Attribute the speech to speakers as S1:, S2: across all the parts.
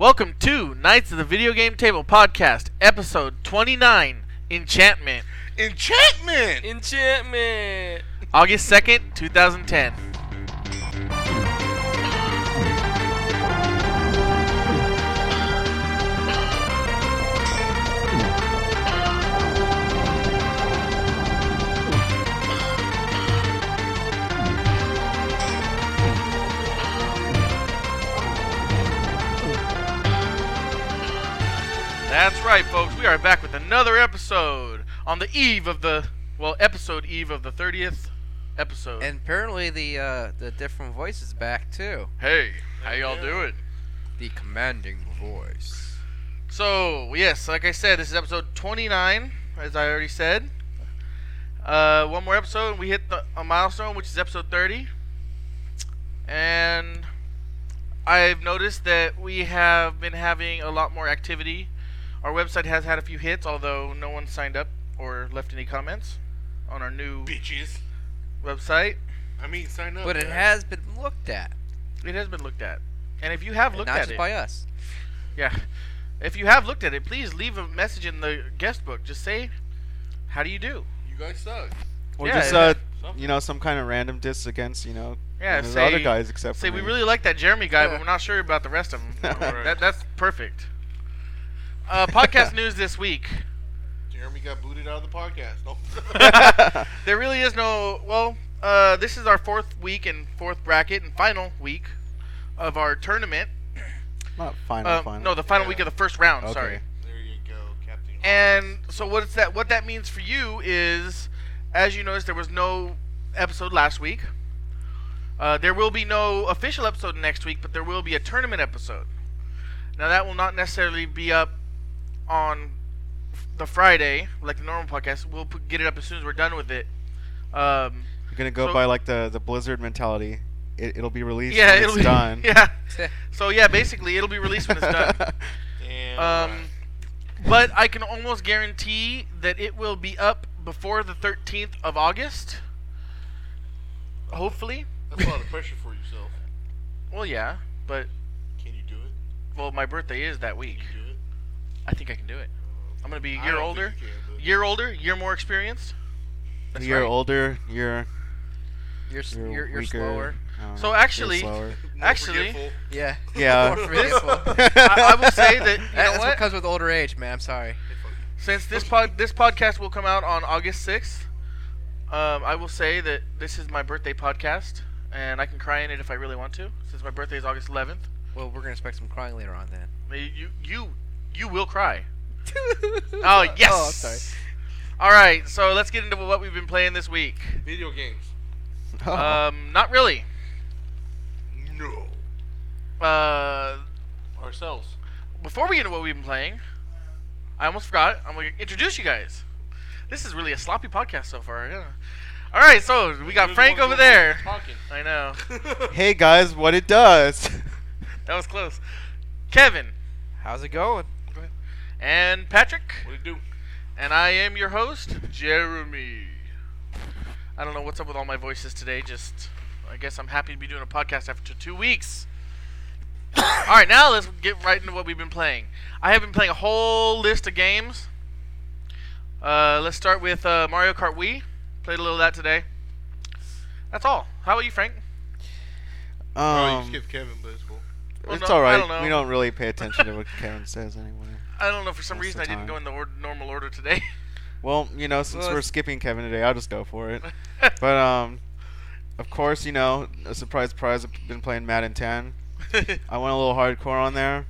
S1: Welcome to Knights of the Video Game Table Podcast, episode 29, Enchantment,
S2: Enchantment.
S3: Enchantment.
S1: August 2nd, 2010. That's right, folks. We are back with another episode on the eve of the, well, episode eve of the 30th episode.
S4: And apparently the uh, the different voice is back too.
S1: hey, how y'all
S3: Yeah.
S1: doing?
S4: The commanding voice.
S1: So, yes, like I said, this is episode 29, as I already said. Uh, one more episode, and we hit the, a milestone, which is episode 30. And I've noticed that we have been having a lot more activity. Our website has had a few hits, although no one signed up or left any comments on our new
S2: Bitches.
S1: website.
S2: I mean, sign up.
S4: But it
S2: guys.
S4: has been looked at.
S1: It has been looked at. And if you have
S4: and
S1: looked
S4: not
S1: at
S4: just
S1: it,
S4: by us.
S1: Yeah. If you have looked at it, please leave a message in the guest book. Just say, "How do you do?"
S2: You guys suck.
S5: Or
S1: Yeah,
S5: just
S1: yeah.
S5: uh,
S2: Something.
S5: you know, some kind of random diss against you know
S1: Yeah,
S5: one of the
S1: say-
S5: other guys except
S1: Say
S5: for
S1: we
S5: me."
S1: really like that Jeremy guy,
S4: Yeah.
S1: but we're not sure about the rest of them.
S5: Right.
S1: that, that's perfect. Uh, podcast news this week.
S2: Jeremy got booted out of the podcast. No.
S1: There really is no. Well, uh, this is our fourth week and fourth bracket and final week of our tournament.
S5: not final
S1: Uh,
S5: final.
S1: no, the final
S2: Yeah.
S1: week of the first round.
S5: Okay.
S1: Sorry.
S2: there you go, Captain.
S1: And so what's that what that means for you is as you noticed there was no episode last week. Uh, there will be no official episode next week, but there will be a tournament episode. Now that will not necessarily be up on f- the Friday like the normal podcast. We'll put, get it up as soon as we're done with it. Um,
S5: You're gonna go
S1: so-
S5: by like the the Blizzard mentality. It, it'll be released.
S1: yeah,
S5: when
S1: it'll
S5: it's
S1: be
S5: done.
S1: yeah. So yeah, basically it'll be released when it's done.
S2: Damn
S1: Um,
S2: right.
S1: but I can almost guarantee that it will be up before the 13th of August. Hopefully.
S2: That's a lot of pressure for yourself.
S1: Well, yeah, but
S2: Can you do it?
S1: well, my birthday is that week.
S2: Can you do it?
S1: I think I can do it. I'm gonna be a
S2: I
S1: year
S2: don't
S1: older,
S2: think you can, but-
S1: year older, year more experienced. That's
S5: you're
S1: right.
S5: older. You're
S4: You're s-
S5: you're,
S4: you're, you're
S5: weaker,
S4: slower.
S5: um,
S1: So
S5: you're
S1: actually-
S5: slower.
S2: More
S1: actually-
S2: forgetful.
S4: Yeah.
S5: Yeah.
S4: More forgetful.
S1: I, I will say that you know
S4: That's
S1: what?
S4: what comes with older age, man. I'm sorry.
S2: Hey, fuck.
S1: Since this pod this podcast will come out on August 6th, um, I will say that this is my birthday podcast, and I can cry in it if I really want to, since my birthday is August 11th.
S4: Well, we're gonna expect some crying later on then.
S1: You you you will cry. Oh yes.
S4: Oh, I'm sorry.
S1: All right, so let's get into what we've been playing this week.
S2: Video games.
S5: Oh.
S4: Uh-huh.
S1: Um, not really.
S2: No.
S1: Uh,
S2: Ourselves.
S1: before we get into what we've been playing, I almost forgot. I'm gonna introduce you guys. This is really a sloppy podcast so far. Yeah. All right, so we got
S2: You're the
S1: Frank
S2: ones
S1: over
S2: who are
S1: there.
S2: Talking.
S1: I know
S5: Oh. hey guys, what it does?
S1: that was close. Kevin
S4: How's it going?
S1: and Patrick,
S2: what it do?
S1: and I am your host, Jeremy. I don't know what's up with all my voices today. Just, I guess I'm happy to be doing a podcast after two weeks. all right, now let's get right into what we've been playing. I have been playing a whole list of games. Uh, let's start with uh, Mario Kart Wii. Played a little of that today. That's all. How about you, Frank?
S2: oh, you
S5: Um,
S2: skipped Kevin, but it's cool.
S1: Well,
S5: it's
S1: oh, no, I
S5: all right.
S1: don't know.
S5: we don't really pay attention to what Kevin says anyway.
S1: I don't know. For some
S5: Most
S1: reason,
S5: of
S1: I
S5: the
S1: didn't
S5: time.
S1: go in the or- normal order today.
S5: Well, you know, since
S4: Well,
S5: we're
S4: it's-
S5: skipping Kevin today, I'll just go for it. but um, of course, you know, a surprise prize. I've been playing Madden 10. I went a little hardcore on there.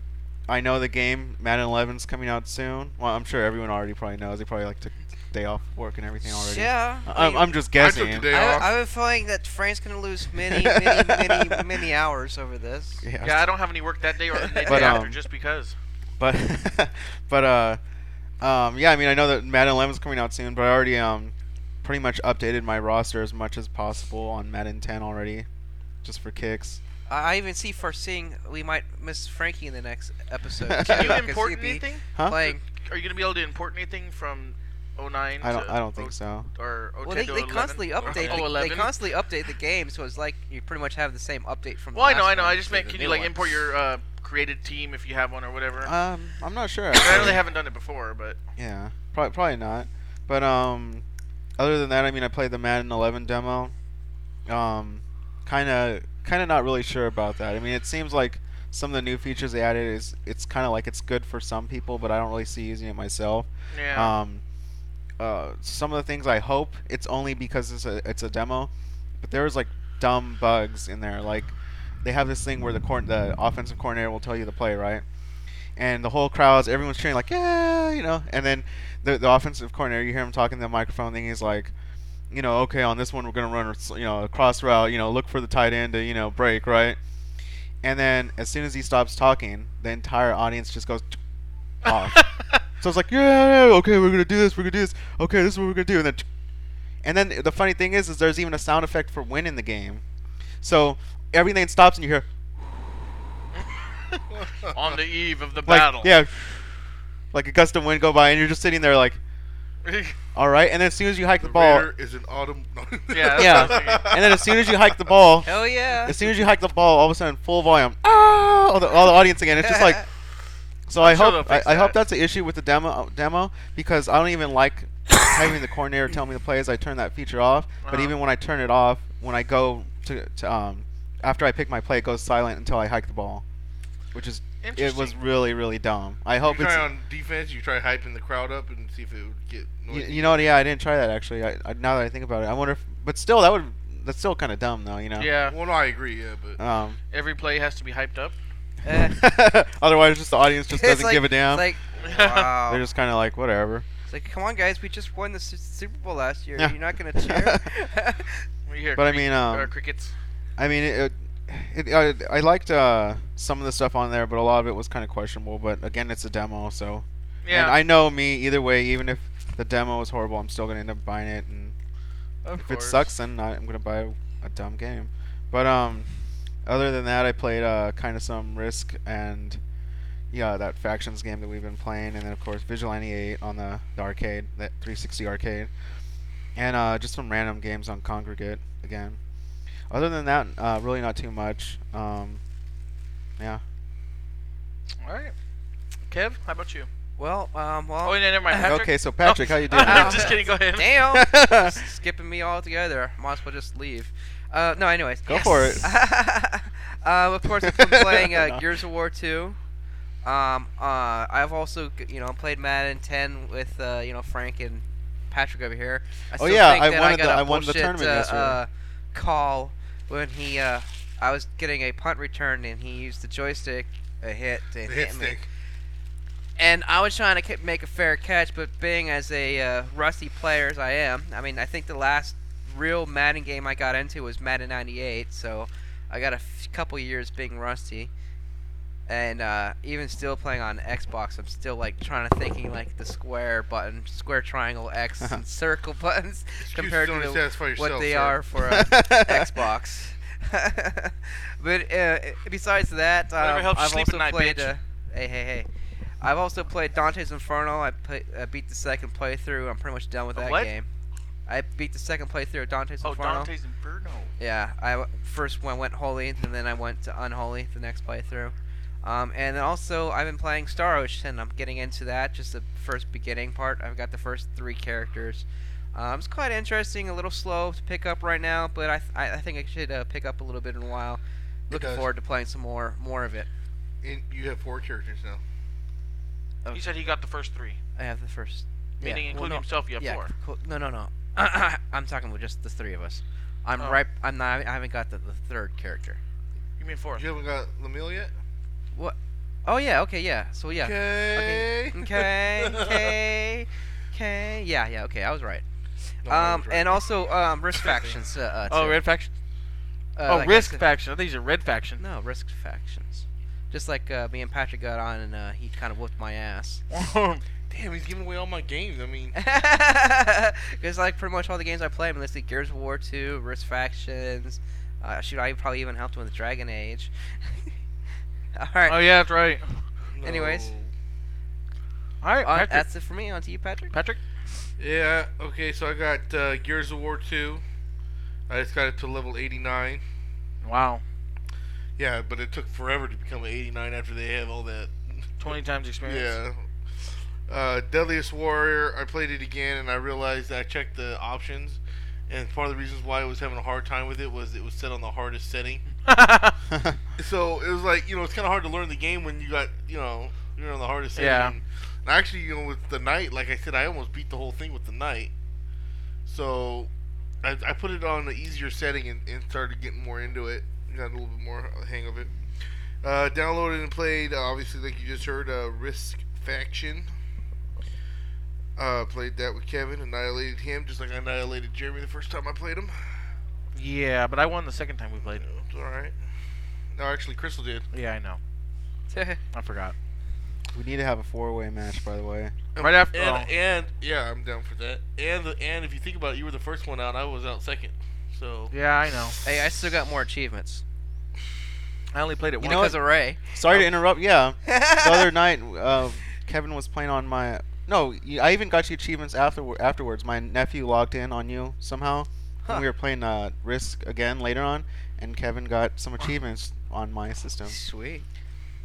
S5: I know the game Madden 11's coming out soon. Well, I'm sure everyone already probably knows. They probably like took day off work and everything already.
S4: Yeah.
S5: I- I'm, I'm just guessing.
S2: I took the day off.
S4: I, I've been feeling that Frank's gonna lose many, many, many, many hours over this.
S5: Yeah.
S1: yeah, I don't have any work that day or the day
S5: But,
S1: after,
S5: um,
S1: just because.
S5: but but uh, um, yeah. I mean, I know that Madden 11's coming out soon, but I already um, pretty much updated my roster as much as possible on Madden 10 already, just for kicks.
S4: I I even see foreseeing we might miss Frankie in the next episode.
S5: Can
S1: Can
S5: you
S1: you
S4: I see
S1: import
S4: it be
S1: anything?
S5: Huh?
S4: Playing.
S1: Are you gonna be able to import anything from 09?
S5: I don't.
S1: to
S5: I don't think
S1: O-
S5: so.
S1: Or 010
S4: Well, they,
S1: to
S4: they
S1: 11?
S4: constantly update.
S1: Oh,
S4: The,
S1: 11?
S4: they constantly update the game, so it's like you pretty much have the same update from. the
S1: well, I know,
S4: last
S1: I know.
S4: one
S1: I just
S4: to
S1: meant,
S4: the
S1: can
S4: new
S1: you like
S4: one.
S1: import your uh, created team if you have one or whatever.
S5: Um, I'm not sure.
S1: I know
S5: actually.
S1: they haven't done it before, but
S5: Yeah, probably probably not. But um, other than that, I mean, I played the Madden 11 demo. Um, kind of kind of not really sure about that. I mean, it seems like some of the new features they added is it's kind of like it's good for some people, but I don't really see using it myself.
S1: yeah.
S5: Um, uh, some of the things I hope it's only because it's a it's a demo, but there was like dumb bugs in there. Like they have this thing where the court the offensive coordinator will tell you the play right, and the whole crowd's everyone's cheering like yeah you know, and then the the offensive coordinator you hear him talking to the microphone thing he's like. You know, okay, on this one we're gonna run, you know, a cross route. You know, look for the tight end to, you know, break right, and then as soon as he stops talking, the entire audience just goes off. So I was like, yeah, yeah, okay, we're gonna do this, we're gonna do this. Okay, this is what we're gonna do. And then, and then the funny thing is, is there's even a sound effect for winning the game. So everything stops and you hear
S1: on the eve of the
S5: like
S1: battle.
S5: yeah, like a gust of wind go by, and you're just sitting there like, all right. And then as soon as you hike the,
S2: The
S5: ball,
S2: Raider is an autumn.
S1: Yeah, that's
S5: yeah,
S1: what I was thinking.
S5: and then as soon as you hike the ball,
S4: Oh yeah.
S5: as soon as you hike the ball, all of a sudden full volume, ah, all the, all the audience again. It's just like. So i
S1: I'm sure
S5: hope
S1: they'll
S5: I,
S1: fix
S5: I hope
S1: that.
S5: that's the issue with the demo uh, demo because I don't even like having the coordinator tell me the plays. I turn that feature off. But
S1: Uh-huh.
S5: even when I turn it off, when I go to, to um after I pick my play, it goes silent until I hike the ball, which is it was
S1: Interesting.
S5: really really dumb. I hope
S2: you
S5: it's
S2: try on defense. You try hyping the crowd up and see if it would get.
S5: you,
S2: Noisy.
S5: you know what? Yeah, I didn't try that actually. I, I, now that I think about it, I wonder if but still that would that's still kind of dumb though. You know.
S1: Yeah,
S2: Well, no, I agree. Yeah,
S4: Oh,
S2: but
S5: Um,
S1: every play has to be hyped up.
S4: Eh.
S5: otherwise, just the audience just
S4: It's
S5: doesn't
S4: like-
S5: give a damn.
S4: It's like oh. wow.
S5: They're just kind of like whatever.
S4: It's like, come on, guys, we just won the Su- Super Bowl last year.
S5: Yeah.
S4: You're not gonna cheer?
S1: We hear
S5: But I
S1: cric-
S5: mean, um,
S1: or crickets.
S5: I mean, it, it, it, I, I liked uh, some of the stuff on there, but a lot of it was kind of questionable. But again, it's a demo, so
S1: Yeah,
S5: And I know me either way. Even if the demo is horrible, I'm still gonna end up buying it. And
S1: of
S5: if
S1: course.
S5: it sucks, then I, I'm gonna buy a dumb game. But um, other than that, I played uh, kind of some Risk and yeah, that factions game that we've been playing, and then of course Vigilante 8 on the, the arcade, that 360 arcade, and uh, just some random games on Congregate again. Other than that, uh, really not too much. Um, yeah.
S1: All right, Kev, how about you?
S4: well, um, well,
S1: Oh, yeah, never mind. Patrick?
S5: Okay, so Patrick,
S1: Oh.
S5: how you doing?
S1: I'm just kidding. Go ahead.
S4: damn, skipping me altogether. Might as well just leave. Uh, no, anyways.
S5: Go for it.
S4: um, of course, I've been playing uh,
S5: No.
S4: Gears of War 2. Um, uh, I've also, g- you know, played Madden 10 with, uh, you know, Frank and Patrick over here. I
S5: Oh,
S4: still
S5: yeah,
S4: think
S5: I
S4: that
S5: wanted
S4: got
S5: the-
S4: a
S5: I won the
S4: bullshit,
S5: tournament
S4: uh,
S5: yesterday.
S4: uh, call when he, uh, I was getting a punt return and he used the joystick, a hit, to
S2: the
S4: hit,
S2: hit
S4: me
S2: stick.
S4: and I was trying to ca- make a fair catch, but being as a uh, rusty player as I am, I mean, I think the last real Madden game I got into was Madden '98, so I got a f- couple years being rusty, and uh, even still playing on Xbox, I'm still like trying to thinking like the square button, square triangle X, and circle buttons compared
S2: don't
S4: to
S2: satisfy yourself,
S4: what they
S2: sir.
S4: are for uh, Xbox. but uh, besides that,
S1: Whatever
S4: um,
S1: helps you
S4: I've
S1: sleep
S4: also
S1: at night,
S4: played.
S1: bitch.
S4: Uh, hey, hey, hey! I've also played Dante's Inferno. I play, uh, beat the second playthrough. I'm pretty much done with
S1: A
S4: that
S1: what?
S4: game. I beat the second playthrough of Dante's
S1: Oh,
S4: Inferno.
S1: Dante's Inferno.
S4: Yeah, I w- first one went holy, and then I went to unholy the next playthrough. Um, and then also I've been playing Star Ocean. I'm getting into that, just the first beginning part. I've got the first three characters. Um, it's quite interesting, a little slow to pick up right now, but I th- I, I think I should uh, pick up a little bit in a while.
S2: It
S4: Looking
S2: does.
S4: forward to playing some more more of it.
S2: And you have four characters now.
S1: He said he got the first three,
S4: I have the first. yeah,
S1: meaning
S4: well,
S1: including
S4: no,
S1: himself. You have
S4: yeah,
S1: four.
S4: cool. No, no, no. I'm talking with just the three of us. I'm
S1: Oh.
S4: right. I'm not. I haven't got the, the third character.
S1: You mean four?
S2: You haven't got Lamille yet.
S4: What? Oh yeah. Okay. Yeah. So yeah.
S2: Okay.
S4: Okay, okay, okay. Yeah, yeah, okay. I was right.
S2: No, I
S4: um,
S2: was
S4: and
S2: right.
S4: also um, risk factions. Uh, uh,
S1: Oh,
S4: too.
S1: red faction.
S4: Uh,
S1: oh,
S4: like I
S1: risk
S4: said-
S1: faction. I think he's a red faction.
S4: No, risk factions. Just like uh, me and Patrick got on, and uh, he kind of whooped my ass. Oh,
S2: damn, he's giving away all my games. I mean,
S4: Because like pretty much all the games I play, I mean, let's see, Gears of War 2, Risk Factions. Uh, shoot, I probably even helped him with Dragon Age. all right,
S1: oh yeah, that's right.
S4: Anyways.
S2: no.
S1: All right,
S4: on-
S1: Patrick.
S4: Uh, that's it for me. On to you, Patrick.
S1: Patrick.
S2: Yeah, okay, so I got uh, Gears of War 2. I just got it to level 89.
S1: Wow.
S2: Yeah, but it took forever to become an 89 after they have all that.
S1: 20 times experience.
S2: Yeah. Uh, Deadliest Warrior, I played it again and I realized I checked the options. And part of the reasons why I was having a hard time with it was it was set on the hardest setting. So it was like, you know, it's kind of hard to learn the game when you got, you know, you're on the hardest setting.
S1: Yeah.
S2: And actually, you know, with the night, like I said, I almost beat the whole thing with the night. So I, I put it on an easier setting and, and started getting more into it. Got a little bit more hang of it. Uh, downloaded and played, uh, obviously, like you just heard, uh, Risk Faction. Uh, played that with Kevin, annihilated him, just like I annihilated Jeremy the first time I played him.
S1: yeah, but I won the second time we played.
S2: It's alright. No, actually, Crystal did.
S1: Yeah, I know. I forgot.
S5: We need to have a four-way match, by the way.
S1: Right after-
S2: and,
S1: oh.
S2: and yeah, I'm down for that. And the, and if you think about it, you were the first one out. I was out second. So
S1: Yeah, I know.
S4: hey, I still got more achievements.
S1: I only played it
S4: You
S1: once.
S4: know, as a Ray.
S5: Sorry
S1: Oh.
S5: to interrupt. Yeah, the other night, uh, Kevin was playing on my. No, you- I even got you achievements after afterwards. My nephew logged in on you somehow.
S4: Huh.
S5: And we were playing uh, Risk again later on, and Kevin got some achievements on my system.
S4: Sweet.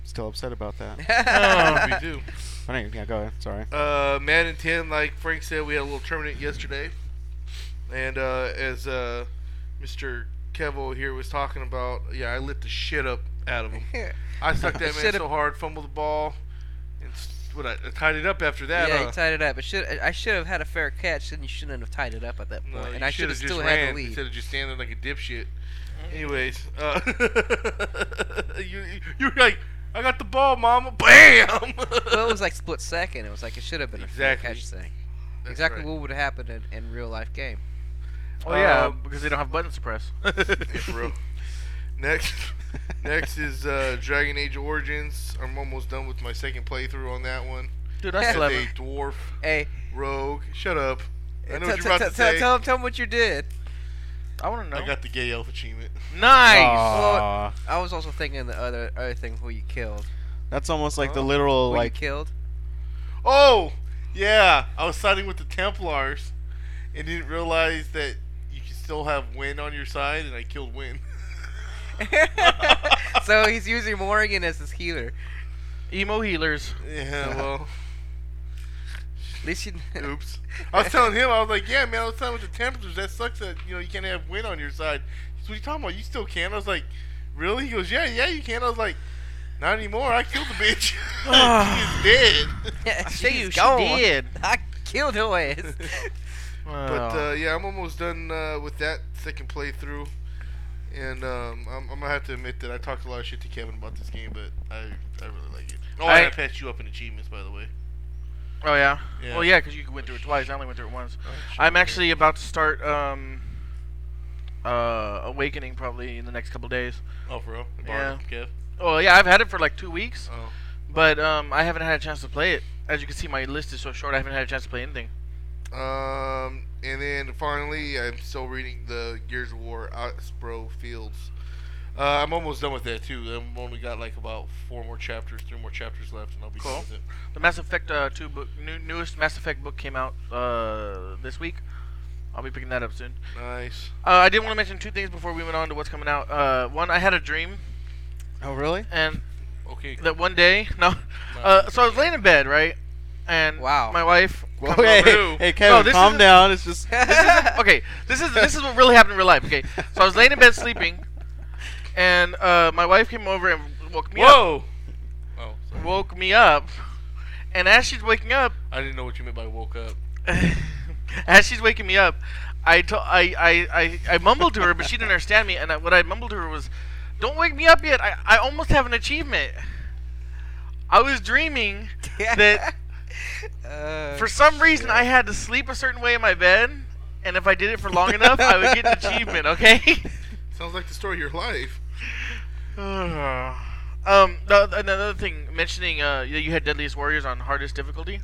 S5: Still upset about that.
S2: Oh, we do.
S5: But anyway, yeah, go ahead. Sorry.
S2: Uh, Madden 10, like Frank said, we had a little tournament yesterday, and uh, as uh, Mr. Kevo here was talking about, yeah, I lit the shit up out of him. I sucked that man
S4: Shit up.
S2: so hard, fumbled the ball, and s- what I, I tied it up after that. uh,
S4: yeah,
S2: huh?
S4: you tied it up. It should I should have had a fair catch, and you shouldn't have tied it up at that point.
S2: No,
S4: and
S2: you
S4: I
S2: should
S4: should have
S2: have just
S4: still
S2: ran
S4: had the lead.
S2: instead of just standing like a dipshit. Anyways, uh, you you're like, I got the ball, mama, bam.
S4: well, it was like split second. It was like it should have been a
S2: Exactly.
S4: fair catch thing.
S2: That's
S4: exactly
S2: right.
S4: what would have happened in, in real life game.
S1: oh, yeah,
S2: Um,
S1: because they don't have buttons to press.
S2: Yeah, bro. Next, next is uh, Dragon Age Origins. I'm almost done with my second playthrough on that one.
S1: Dude,
S4: Yeah,
S1: I
S2: As
S1: slept.
S2: a dwarf
S4: Hey,
S2: rogue. Shut up. I know
S4: tell-
S2: what you're about
S4: tell-
S2: to
S4: tell-
S2: say.
S4: Tell him, tell him what you did.
S1: I want to know.
S2: I got the gay elf achievement.
S1: nice!
S5: Aw,
S4: I was also thinking the other other thing who you killed.
S5: that's almost like the
S2: Oh.
S5: literal
S4: Who
S5: like
S4: you killed?
S2: Oh, yeah. I was siding with the Templars, and didn't realize that you can still have Win on your side, and I killed Win.
S4: so he's using Morrigan as his healer.
S1: Emo healers.
S2: Yeah, well,
S4: At least you.
S2: oops. I was telling him, I was like, yeah, man, I was telling with the temperatures. That sucks that, you know, you can't have wind on your side. He's, what are you talking about? You still can? I was like, really? He goes, yeah, yeah, you can. I was like, not anymore. I killed the bitch. she is dead.
S4: Yeah,
S1: see
S4: she's
S1: you, she
S4: gone.
S1: did.
S4: I killed her ass.
S2: But,
S1: Oh.
S2: uh, yeah, I'm almost done uh, with that second playthrough. And um, I'm, I'm going to have to admit that I talked a lot of shit to Kevin about this game, but I, I really like it. Oh,
S1: I-
S2: and I patched you up in achievements, by the way.
S1: oh, yeah?
S2: Yeah. Oh,
S1: Well, yeah, because you went through it twice. I only went through it once. I'm actually about to start um, uh, Awakening probably in the next couple days.
S2: Oh, for real?
S1: Yeah.
S2: Kev?
S1: Oh, yeah, I've had it for like two weeks,
S2: Oh.
S1: but um, I haven't had a chance to play it. As you can see, my list is so short, I haven't had a chance to play anything.
S2: Um, and then finally, I'm still reading the Gears of War Oxbro Fields. Uh, I'm almost done with that too. I've only got like about four more chapters, three more chapters left, and I'll be
S1: Cool.
S2: done with it.
S1: The Mass Effect uh, 2 book, new, newest Mass Effect book came out uh, this week. I'll be picking that up soon.
S2: Nice.
S1: Uh, I did want to mention two things before we went on to what's coming out. Uh, one, I had a dream,
S5: oh really?
S1: and
S2: Okay.
S1: that one day, no, uh, so I was laying in bed, right, and
S4: Wow.
S1: my wife.
S5: Whoa,
S1: comes
S5: hey,
S1: over-
S5: hey,
S4: Oh,
S5: hey, Kevin,
S1: this
S5: calm
S1: isn't-
S5: down. It's just
S1: okay, this is this is what really happened in real life. Okay, so I was laying in bed sleeping, and uh, my wife came over and woke me up.
S2: Whoa. Oh, sorry.
S1: Woke me up, and as she's waking up,
S2: I didn't know what you meant by woke up.
S1: as she's waking me up, I to- I, I, I I mumbled to her, but she didn't understand me. And I, what I mumbled to her was, "Don't wake me up yet. I, I almost have an achievement. I was dreaming that
S4: Uh,
S1: for some reason I had to sleep a certain way in my bed, and if I did it for long enough, I would get an achievement. Okay."
S2: Sounds like the story of your life.
S1: um, the, another thing mentioning uh, you you had Deadliest Warriors on hardest difficulty.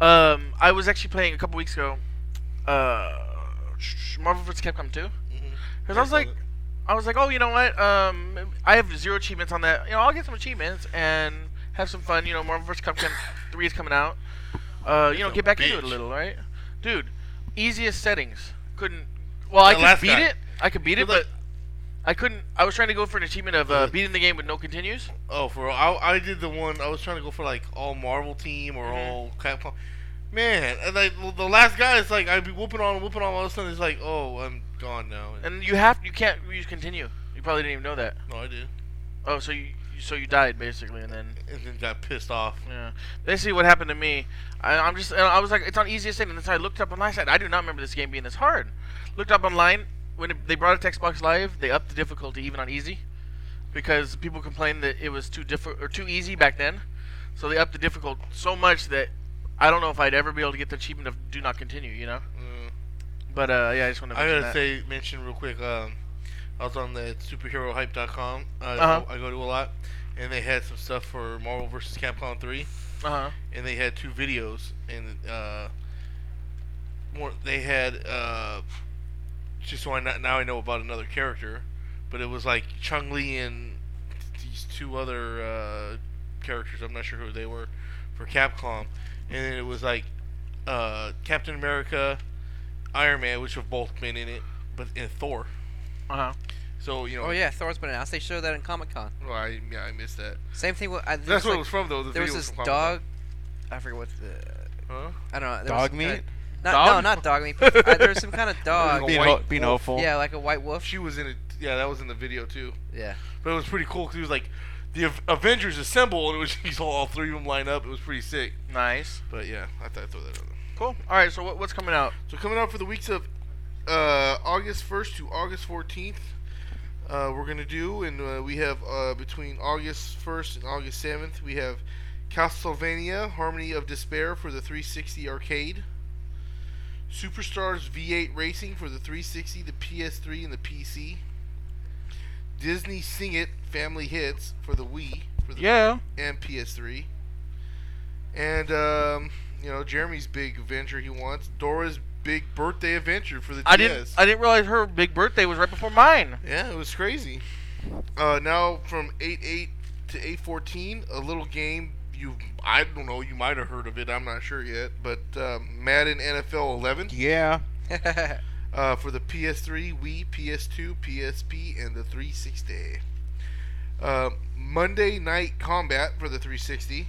S1: Um, I was actually playing a couple weeks ago. Uh, Marvel vs. Capcom 2.
S2: Mm-hmm.
S1: Because I was like, I was like, oh, you know what? Um, I have zero achievements on that. You know, I'll get some achievements and have some fun. You know, Marvel vs. Capcom 3 is coming out. Uh, you know,
S2: a
S1: get back into it a
S2: bitch.
S1: little, right? Dude, easiest settings. Couldn't. Well, I
S2: That last
S1: could beat
S2: guy.
S1: it. I could beat it,
S2: You're like-
S1: but I couldn't. I was trying to go for an achievement of uh, beating the game with no continues.
S2: Oh, for real. I, I did the one I was trying to go for like all Marvel team or
S1: Mhm.
S2: all Capcom. Man, and like well, the last guy is like I'd be whooping on, whooping on, all of a sudden it's like, oh, I'm gone now. And,
S1: And you have. You can't use continue. You probably didn't even know that.
S2: no, I did,
S1: Oh, so you. you- So you died basically, and then
S2: and then got pissed off.
S1: yeah. Basically, what happened to me, I, I'm just. and I was like, it's on easiest thing, and then I looked up online. I said, I do not remember this game being this hard. Looked up online when it, they brought it to Xbox Live. They upped the difficulty even on easy, because people complained that it was too diffi- or too easy back then. So they upped the difficult so much that I don't know if I'd ever be able to get the achievement of do not continue. You know.
S2: Mm.
S1: But uh, yeah, I just want to.
S2: I gotta say, mention real quick. Um, I was on the superherohype.com. Uh,
S1: Uh-huh.
S2: I go to a lot, and they had some stuff for Marvel vs. Capcom 3,
S1: Uh huh.
S2: and they had two videos, and uh, more they had uh, just so I kn- now I know about another character, but it was like Chung Li and these two other uh, characters. I'm not sure who they were for Capcom, and then it was like uh, Captain America, Iron Man, which have both been in it, but and Thor.
S1: Uh huh.
S2: So you know,
S4: Oh yeah, Thor's been announced. They showed that in Comic Con.
S2: well, I, yeah, I missed that.
S4: Same thing with I, there
S2: That's
S4: was,
S2: what it
S4: like-
S2: was from though. The
S4: there was
S2: video
S4: this
S2: from Comic-Con.
S4: dog. I forget what the
S2: Huh?
S4: I don't know. there was
S5: Dog
S4: some
S5: meat?
S4: kinda- not,
S1: Dog?
S4: No, not dog meat. But, uh, there was some kind of dog.
S2: Like
S5: being,
S2: white
S5: ho- being
S2: wolf.
S5: hopeful.
S4: Yeah, like a white wolf.
S2: She was in it. Yeah, that was in the video too.
S4: Yeah.
S2: But it was pretty cool because he was like, the Av- Avengers assemble, and it was just all three of them line up. It was pretty sick.
S1: Nice.
S2: But yeah, I thought I'd throw that out. there.
S1: Cool. All right. So what, what's coming out?
S2: So coming out for the weeks of uh, August 1st to August 14th, uh, we're gonna do, and uh, we have uh, between August 1st and August 7th, we have Castlevania: Harmony of Despair for the 360 arcade, Superstars V8 Racing for the 360, the PS3, and the PC, Disney Sing It Family Hits for the Wii, for the
S5: Yeah.
S2: and PS3. And um, you know Jeremy's big adventure he wants. Dora's big birthday adventure for the
S1: I
S2: DS.
S1: didn't. I didn't realize her big birthday was right before mine.
S2: yeah, it was crazy. Uh, now from eight eight to eight fourteen, a little game you I don't know you might have heard of it. I'm not sure yet, but um, Madden NFL 11
S5: Yeah.
S2: uh, for the PS3, Wii, PS2, PSP, and the 360. Uh, Monday Night Combat for the 360.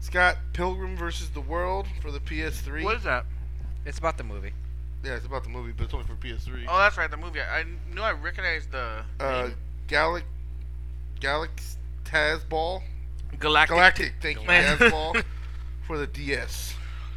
S2: Scott Pilgrim versus the World for the PS3.
S1: What is that?
S4: it's about the movie.
S2: Yeah, it's about the movie, but it's only for PS3.
S1: Oh, that's right. The movie. I, I knew I recognized the
S2: Uh, Galac, Galax Tazball,
S1: galactic.
S2: Galactic, thank you,
S1: Man.
S2: Tazball for the DS.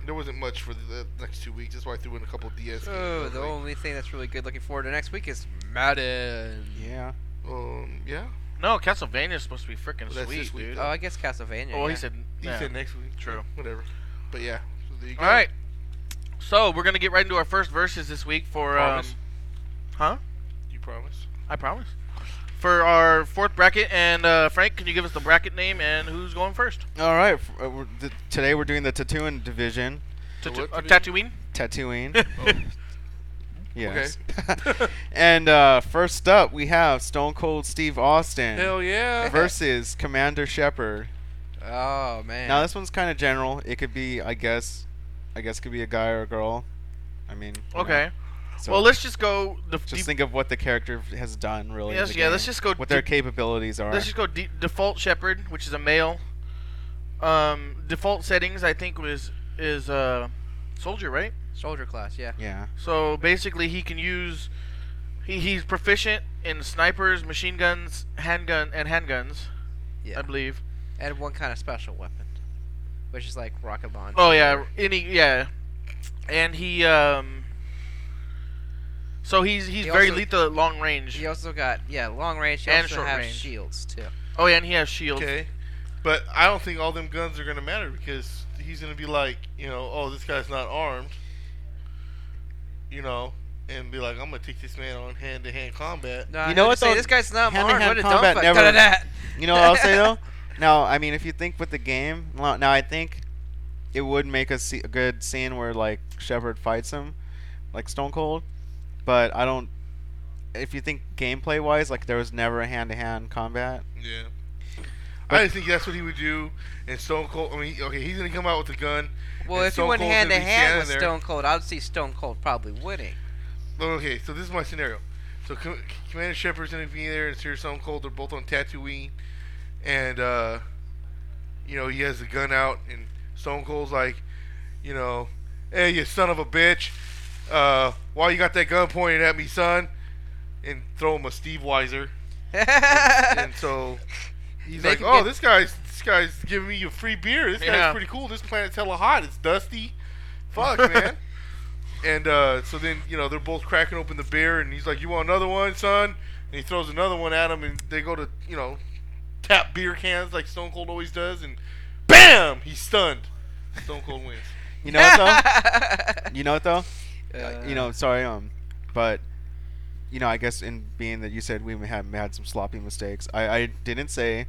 S2: There wasn't much for the next two weeks. That's why I threw in a couple DS. games.
S4: Oh, the only thing that's really good looking forward to next week is Madden.
S5: Yeah.
S2: um, yeah.
S1: no, Castlevania is supposed to be freaking
S2: Well, that's
S1: sweet,
S2: this week,
S1: dude.
S2: though.
S4: Oh, I guess Castlevania.
S1: Oh,
S4: yeah.
S1: he said.
S2: You
S1: yeah.
S2: said next week.
S1: True.
S2: Whatever. But yeah. So there you go.
S1: All right. So we're gonna get right into our first verses this week for um,
S2: Promise?
S1: huh?
S2: You promise?
S1: I promise. For our fourth bracket, and uh, Frank, can you give us the bracket name and who's going first?
S5: All right. f- uh, we're, th- today we're doing the Tatooine division.
S1: Tatu-
S2: what
S1: uh, Tatooine.
S2: division?
S5: Tatooine.
S1: Oh.
S5: Yes. and uh, first up, we have Stone Cold Steve Austin
S2: yeah.
S5: versus Commander Shepard.
S4: Oh man.
S5: Now this one's kind of general. It could be, I guess, I guess it could be a guy or a girl. I mean. you know,
S1: okay.
S5: so
S1: well, let's just go. The
S5: just think of what the character has done really. in
S1: Yes,
S5: the
S1: yeah, let's
S5: game,
S1: just go
S5: What their
S1: deep-
S5: capabilities are.
S1: Let's just go de- default shepherd, which is a male. Um, default settings, I think, was is uh, soldier, right?
S4: Soldier class. Yeah.
S5: yeah.
S1: So basically, he can use. He, he's proficient in snipers, machine guns, handgun, and handguns,
S4: Yeah.
S1: I believe.
S4: and one kind of special weapon, which is like rocket launch.
S1: Oh yeah, any yeah, and he um. So he's he's
S4: He
S1: very
S4: also-
S1: lethal at long range.
S4: He also got yeah long range. He
S1: And
S4: also
S1: short
S4: has
S1: range.
S4: shields too.
S1: Oh yeah, and he has shields.
S2: Okay. But I don't think all them guns are gonna matter because he's gonna be like, you know, oh this guy's not armed. You know, and be like, I'm gonna take this man on hand to hand combat.
S4: No,
S5: You
S4: I
S5: know
S4: had to
S5: what,
S4: say,
S5: though?
S4: This guy's not
S5: Hand-to-hand
S4: armed. What a dumb
S5: combat
S4: fuck.
S5: never-
S4: Da-da-da.
S5: You know what I'll say though? No, I mean if you think with the game, now now I think it would make a, se- a good scene where like Shepard fights him, like Stone Cold, but I don't. If you think gameplay wise, like there was never a hand to hand combat.
S2: Yeah. I just think that's what he would do. And Stone Cold, I mean, okay, he's gonna come out with a gun.
S4: Well,
S2: and
S4: if you
S2: Stone
S4: went
S2: Cold's
S4: hand to
S2: gonna be
S4: hand with
S2: standing there.
S4: Stone Cold, I would see Stone Cold probably winning.
S2: Okay, so this is my scenario. So Com- Commander Shepard's gonna be there, and Sir Stone Cold. They're both on Tatooine, and uh, you know he has the gun out, and Stone Cold's like, you know, hey, you son of a bitch, uh, why you got that gun pointed at me, son? And throw him a Steve Weiser, and so he's
S4: They
S2: like,
S4: can
S2: oh,
S4: get-
S2: this guy's this guy's giving me a free beer. This
S1: Yeah.
S2: guy's pretty cool. This planet's hella hot. It's dusty. Fuck, man. And uh, so then, you know, they're both cracking open the beer, and he's like, "You want another one, son?" And he throws another one at him, and they go to, you know, tap beer cans like Stone Cold always does, and bam, he's stunned. Stone Cold wins.
S5: You know what though? you know what though? Uh, you
S4: Uh,
S5: know, sorry, um, but you know, I guess in being that you said we had had some sloppy mistakes, I, I didn't say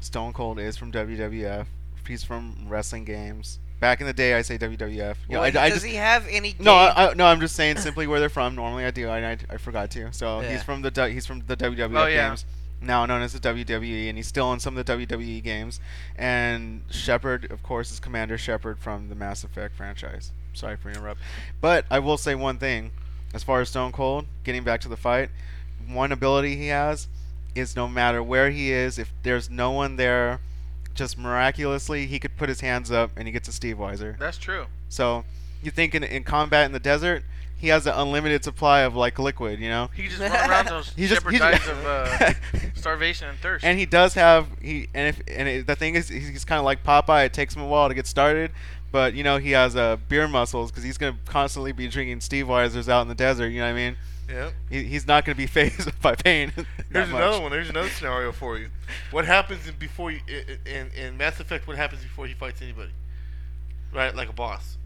S5: Stone Cold is from WWF. He's from wrestling games. Back in the day, I say WWF. You know,
S4: well,
S5: I,
S4: he-
S5: I
S4: does
S5: just,
S4: he have any?
S5: no,
S4: game-
S5: I, I, no, I'm just saying simply where they're from. Normally, I do, and I, I forgot to. So
S4: Yeah.
S5: he's from the du- he's from the WWF
S1: Oh, yeah.
S5: games, now known as the WWE, and he's still in some of the WWE games. And Shepard, of course, is Commander Shepard from the Mass Effect franchise. Sorry for interrupt, but I will say one thing: as far as Stone Cold getting back to the fight, one ability he has is no matter where he is, if there's no one there, just miraculously he could put his hands up and he gets a Steve Weiser.
S1: That's true.
S5: So you think in, in combat in the desert, he has an unlimited supply of like liquid, you know?
S1: He can just run around those
S5: He just
S1: Shepard
S5: he
S1: dies
S5: just-
S1: of uh, starvation and thirst.
S5: and he does have he and if and it, the thing is he's kind of like Popeye. It takes him a while to get started, but you know he has uh, beer muscles because he's gonna constantly be drinking Steve Weisers out in the desert. You know what I mean?
S2: Yep.
S5: He, he's not gonna be phased by pain. that
S2: Here's
S5: much.
S2: another one. Here's another scenario for you. What happens in before you in, in, in Mass Effect? What happens before he fights anybody? Right, like a boss.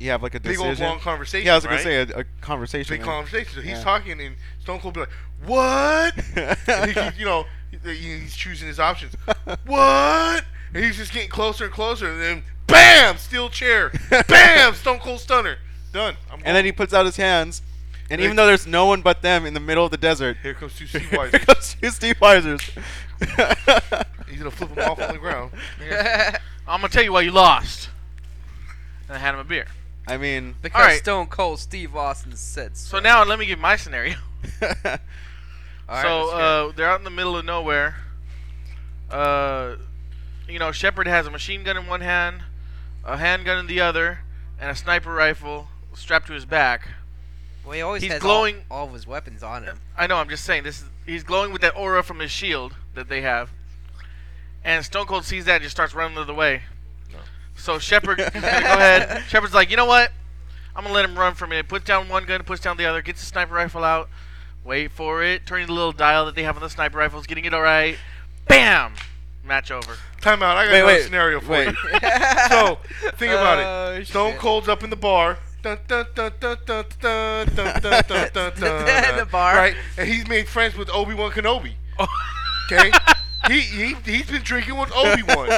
S5: You have like a
S2: Big
S5: decision.
S2: old long conversation.
S5: yeah, I was gonna
S2: right?
S5: say a, a conversation.
S2: big conversation. So he's
S5: Yeah.
S2: talking, and Stone Cold be like, "What?" and he
S5: conversation.
S2: keeps, you know, he- he's choosing his options. what? And he's just getting closer and closer, and then bam, steel chair, bam, Stone Cold Stunner, done. I'm
S5: and then he puts out his hands, and
S2: They-
S5: even though there's no one but them in the middle of the desert,
S2: here comes two Steve
S5: Here
S2: Weiss.
S5: comes two Steve Weisers.
S2: He's gonna flip him off on the ground.
S1: I'm gonna tell you why you lost. And I had him a beer.
S5: I mean,
S4: because
S1: Alright.
S4: Stone Cold Steve Austin said so.
S1: So now let me give my scenario.
S4: Alright,
S1: so
S4: let's hear it.
S1: uh, they're out in the middle of nowhere. Uh, you know, Shepard has a machine gun in one hand, a handgun in the other, and a sniper rifle strapped to his back.
S4: well, he always
S1: he's
S4: has
S1: glowing-
S4: all, all of his weapons on him.
S1: I know. I'm just saying. This is, he's glowing with that aura from his shield that they have, and Stone Cold sees that and just starts running the other way. So Shepard, he's gonna go ahead. Shepard's like, you know what? I'm gonna let him run for a minute. Puts down one gun, puts down the other, gets the sniper rifle out. Wait for it. Turning the little dial that they have on the sniper rifles, getting it all right. Bam! Match over.
S2: Time out. I got
S5: Wait,
S2: another
S5: wait,
S2: scenario for
S5: wait.
S2: you. so think about
S4: Oh,
S2: it. Stone
S4: shit.
S2: Cold's up in the bar. Dun, dun, dun, dun, dun, dun, dun, dun, dun, dun, dun.
S4: The bar.
S2: Right, and he's made friends with Obi Wan Kenobi.
S4: Oh.
S2: Okay. He, he, he's been drinking with Obi Wan.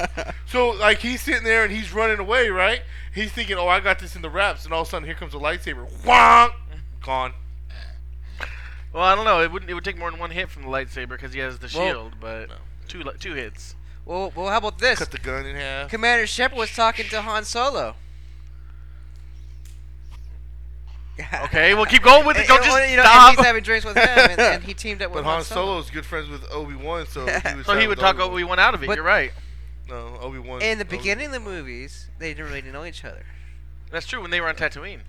S2: So, like, he's sitting there and he's running away, right? He's thinking, oh, I got this in the wraps. And all of a sudden, here comes a lightsaber. Whonk! Gone.
S1: Well, I don't know. It wouldn't. It would take more than one hit from the lightsaber because he has the
S4: Well-
S1: shield, but two li- two hits.
S4: Well, well, how about this?
S2: Cut the gun in half.
S4: Commander Shepard was talking to Han Solo.
S1: Okay, well, keep going with it.
S4: And-
S1: Don't
S4: and,
S1: just
S4: well, you know, and
S1: stop.
S4: he's having drinks with him, and, and he teamed up with
S2: But Han Solo's good friends with Obi Wan, so he would,
S1: So he
S2: side
S1: would
S2: with
S1: talk Obi Wan out of it.
S4: But-
S1: You're right.
S2: No, Obi Wan.
S4: In the beginning of the movies, they didn't really know each other.
S1: That's true. When they were on Tatooine.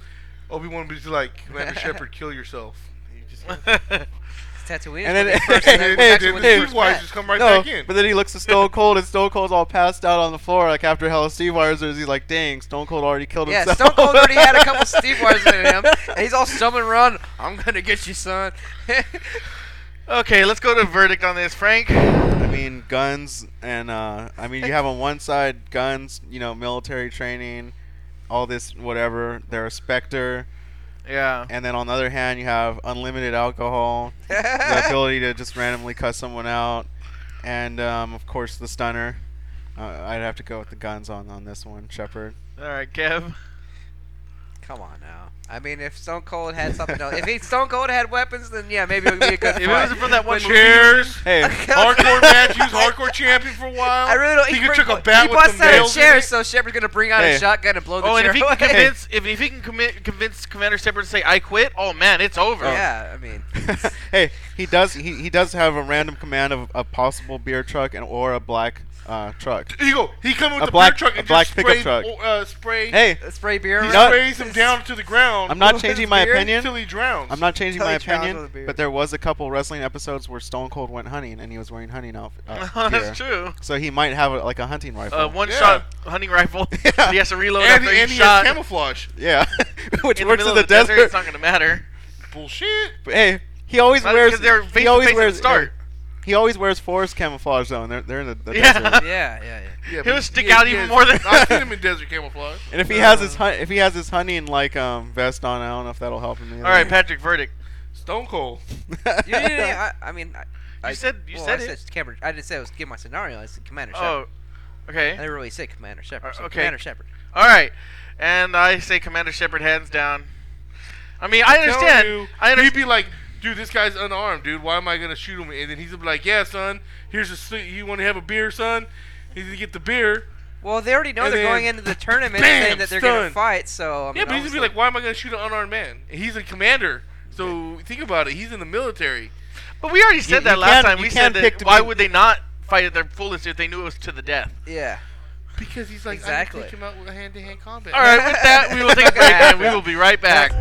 S2: Obi Wan was like, Commander Shepard, kill yourself. He just.
S4: It's Tatooine.
S5: And then-
S4: is one of the first-
S5: Hey,
S2: and then,
S4: that's
S5: hey,
S2: and
S4: actually
S2: then
S4: when
S2: the
S4: they
S5: hey,
S2: Steve
S4: first
S2: Wise
S4: met.
S2: just come right
S5: no,
S2: back in.
S5: but then he looks at Stone Cold, and Stone Cold's all passed out on the floor. Like after Hell of Steve Weisers, he's like, "Dang, Stone Cold already killed
S4: Yeah,
S5: himself."
S4: Stone Cold already had a couple Steve Wars in him, and he's all stumbling around. I'm gonna get you, son.
S1: Okay, let's go to verdict on this, Frank.
S5: I mean, guns, and uh, I mean, you have on one side guns, you know, military training, all this whatever. They're a specter,
S1: Yeah.
S5: and then on the other hand, you have unlimited alcohol. the ability to just randomly cuss someone out, and um, of course the stunner. Uh, I'd have to go with the guns on on this one, Shepard.
S1: All right, Kev.
S4: Come on now. I mean, if Stone Cold had something else, if he Stone Cold had weapons, then yeah, maybe it would be a good
S1: If
S4: fight.
S1: it wasn't for that one
S4: But-
S2: Cheers.
S5: Hey,
S2: hardcore match. He was hardcore champion for a while.
S4: I really don't.
S2: He,
S4: bring-
S2: took a bat
S4: he
S2: with some
S4: busts out a
S2: nails in
S4: chair,
S2: it.
S4: so Shepard's gonna bring out
S5: Hey.
S4: a shotgun and blow the
S1: Oh, and
S4: chair
S1: if he can
S4: away.
S1: convince if, if he can commit, convince Commander Shepard to say I quit, oh man, it's over.
S4: Yeah, I mean,
S5: hey, he does. He, he does have a random command of a possible beer truck and or a black uh, truck.
S2: There you go. He come with
S5: A
S2: the
S5: black-
S2: beer truck and
S5: a black
S2: just
S5: pickup
S2: spray,
S5: truck.
S2: Uh, spray.
S5: Hey,
S4: spray beer.
S2: he
S5: No.
S4: around.
S2: sprays him down to the ground.
S5: I'm not
S4: Well,
S5: changing
S4: it's
S5: my
S4: weird
S5: opinion.
S2: until he drowns.
S5: I'm not changing
S4: Till
S5: my
S4: he chows
S5: opinion.
S4: on the beer.
S5: But there was a couple wrestling episodes where Stone Cold went hunting and he was wearing hunting outfit. Uh, gear.
S1: that's true.
S5: So he might have a, like a hunting rifle.
S1: Uh, one
S2: Yeah.
S1: shot hunting rifle. he has to reload
S2: And,
S1: after each
S2: and he
S1: shot.
S2: has camouflage.
S5: yeah, which
S1: in the middle
S5: works in the,
S1: of the desert,
S5: desert.
S1: it's not gonna matter.
S2: Bullshit.
S5: But hey, he always
S1: Not-
S5: wears.
S1: 'cause they're face
S5: he
S1: to
S5: always
S1: face at the
S5: wears.
S1: start.
S5: He always wears forest camouflage though, and they're, they're in the, the
S1: Yeah.
S5: desert.
S4: Yeah, yeah, yeah.
S2: Yeah,
S1: He'll
S2: but-
S1: stick
S2: yeah,
S1: out
S2: he
S1: even
S2: is.
S1: more than-
S2: I've seen him in desert camouflage. Uh,
S5: And if he has his hun- if he has his hunting like um, vest on, I don't know if that'll help him. Either.
S1: All right, Patrick, verdict.
S2: Stone Cold.
S4: You didn't- I, I mean, I, I,
S1: said- you
S4: well,
S1: said
S4: I
S1: it.
S4: Said Cameron, I didn't say I was give my scenario. I said Commander Shepard.
S1: Oh, okay.
S4: I didn't really say Commander Shepard.
S1: Uh,
S4: so
S1: okay.
S4: Commander Shepard.
S1: All right, and I say Commander Shepard hands down. I mean, I
S2: Telling
S1: understand.
S2: you,
S1: I
S2: He'd
S1: understand.
S2: be like, dude, this guy's unarmed, dude. Why am I gonna shoot him? And then he's be like, yeah, son. Here's a. sli- You want to have a beer, son? He's gonna get the beer.
S4: Well, they already know
S2: And
S4: they're
S2: then-
S4: going into the tournament
S2: bam,
S4: saying that they're
S2: stunned.
S4: gonna fight. So I mean,
S2: Yeah, but he's gonna be
S4: obviously-
S2: like, why am I gonna shoot an unarmed man? And he's a commander. So think about it. He's in the military.
S1: But we already said
S5: you
S1: that last
S5: can't-
S1: time.
S5: you
S1: We
S5: can't
S1: said
S5: pick
S1: that.
S5: to
S1: Why
S5: be-
S1: would they not fight at their fullest if they knew it was to the death?
S4: yeah.
S2: Because he's like,
S4: Exactly.
S2: I can take him out with a hand-to-hand combat.
S1: All right, with that, we will take a break and we will be right back.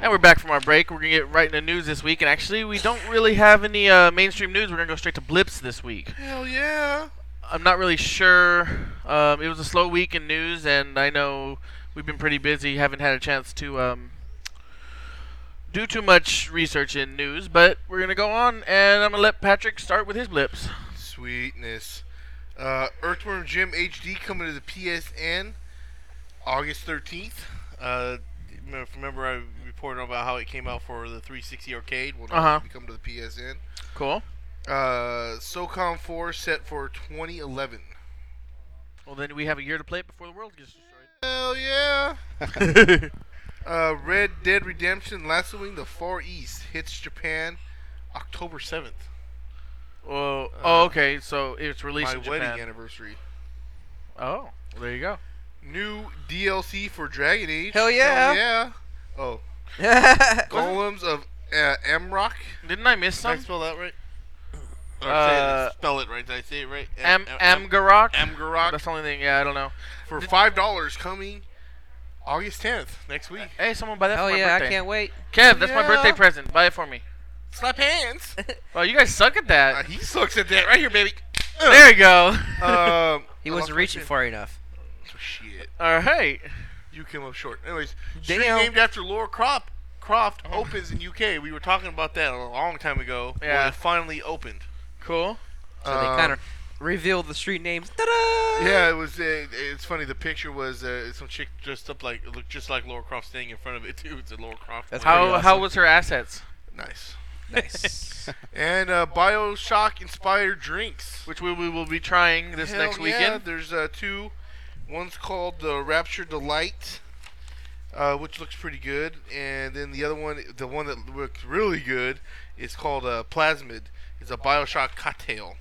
S1: And we're back from our break. We're gonna get right into news this week, and actually, we don't really have any uh, mainstream news. We're gonna go straight to blips this week.
S2: Hell yeah.
S1: I'm not really sure. Um, it was a slow week in news, and I know we've been pretty busy. Haven't had a chance to um, do too much research in news, but we're gonna go on, and I'm gonna let Patrick start with his blips.
S2: Sweetness. Uh, Earthworm Jim HD coming to the PSN August 13th. Uh, remember- remember, I reported about how it came out for the 360 arcade. Will
S1: Uh-huh.
S2: now come to the PSN.
S1: Cool.
S2: Uh, SOCOM 4 set for 2011.
S1: Well, then we have a year to play it before the world gets destroyed.
S2: Hell yeah. Uh, Red Dead Redemption Lassoing the Far East hits Japan October 7th.
S1: oh, oh, okay. So it's released
S2: My
S1: in
S2: wedding
S1: Japan.
S2: anniversary.
S1: Oh, well, there you go.
S2: New DLC for Dragon Age.
S4: Hell yeah.
S2: Hell yeah. Oh, Golems of uh, Amrock.
S1: Didn't I miss
S2: Did I
S1: some?
S2: spell that right? Or
S1: Uh,
S2: say it- spell it right. Did I say it right?
S1: Am
S2: Am-
S1: Amgarok.
S2: Amgarok
S1: That's the only thing. Yeah, I don't know.
S2: for five dollars coming August 10th next week.
S1: Hey, someone buy that
S4: Hell
S1: for my
S4: yeah! I
S1: birthday.
S4: can't wait.
S1: Kev, that's my
S2: Yeah.
S1: birthday present. Buy it for me.
S2: Slap hands.
S1: Wow, you guys suck at
S2: Uh,
S1: that.
S2: he sucks at that right here, baby.
S1: There you go.
S2: Um,
S4: He
S2: I lost my
S4: wasn't reaching
S2: shit.
S4: far enough.
S2: Shit,
S1: All right.
S2: you came up short. Anyways, street
S4: Damn.
S2: named after Laura Crop, Croft opens in UK. We were talking about that a long time ago. when
S1: Yeah.
S2: it finally opened.
S1: Cool.
S4: So they
S2: Um,
S4: kind of revealed the street names. Ta-da!
S2: Yeah, it was. Uh, it's funny. The picture was uh, some chick dressed up like looked just like Laura Croft standing in front of it too. It's a Laura Croft.
S4: That's
S2: wig.
S1: How
S4: pretty awesome.
S1: how was her assets?
S2: nice.
S4: Nice.
S2: And uh, Bioshock inspired drinks.
S1: Which we, we will be trying this
S2: Hell
S1: next
S2: yeah,
S1: weekend.
S2: There's uh, two. One's called the Rapture Delight, uh, which looks pretty good, and then the other one, the one that looks really good, is called uh, Plasmid. It's a Bioshock cocktail.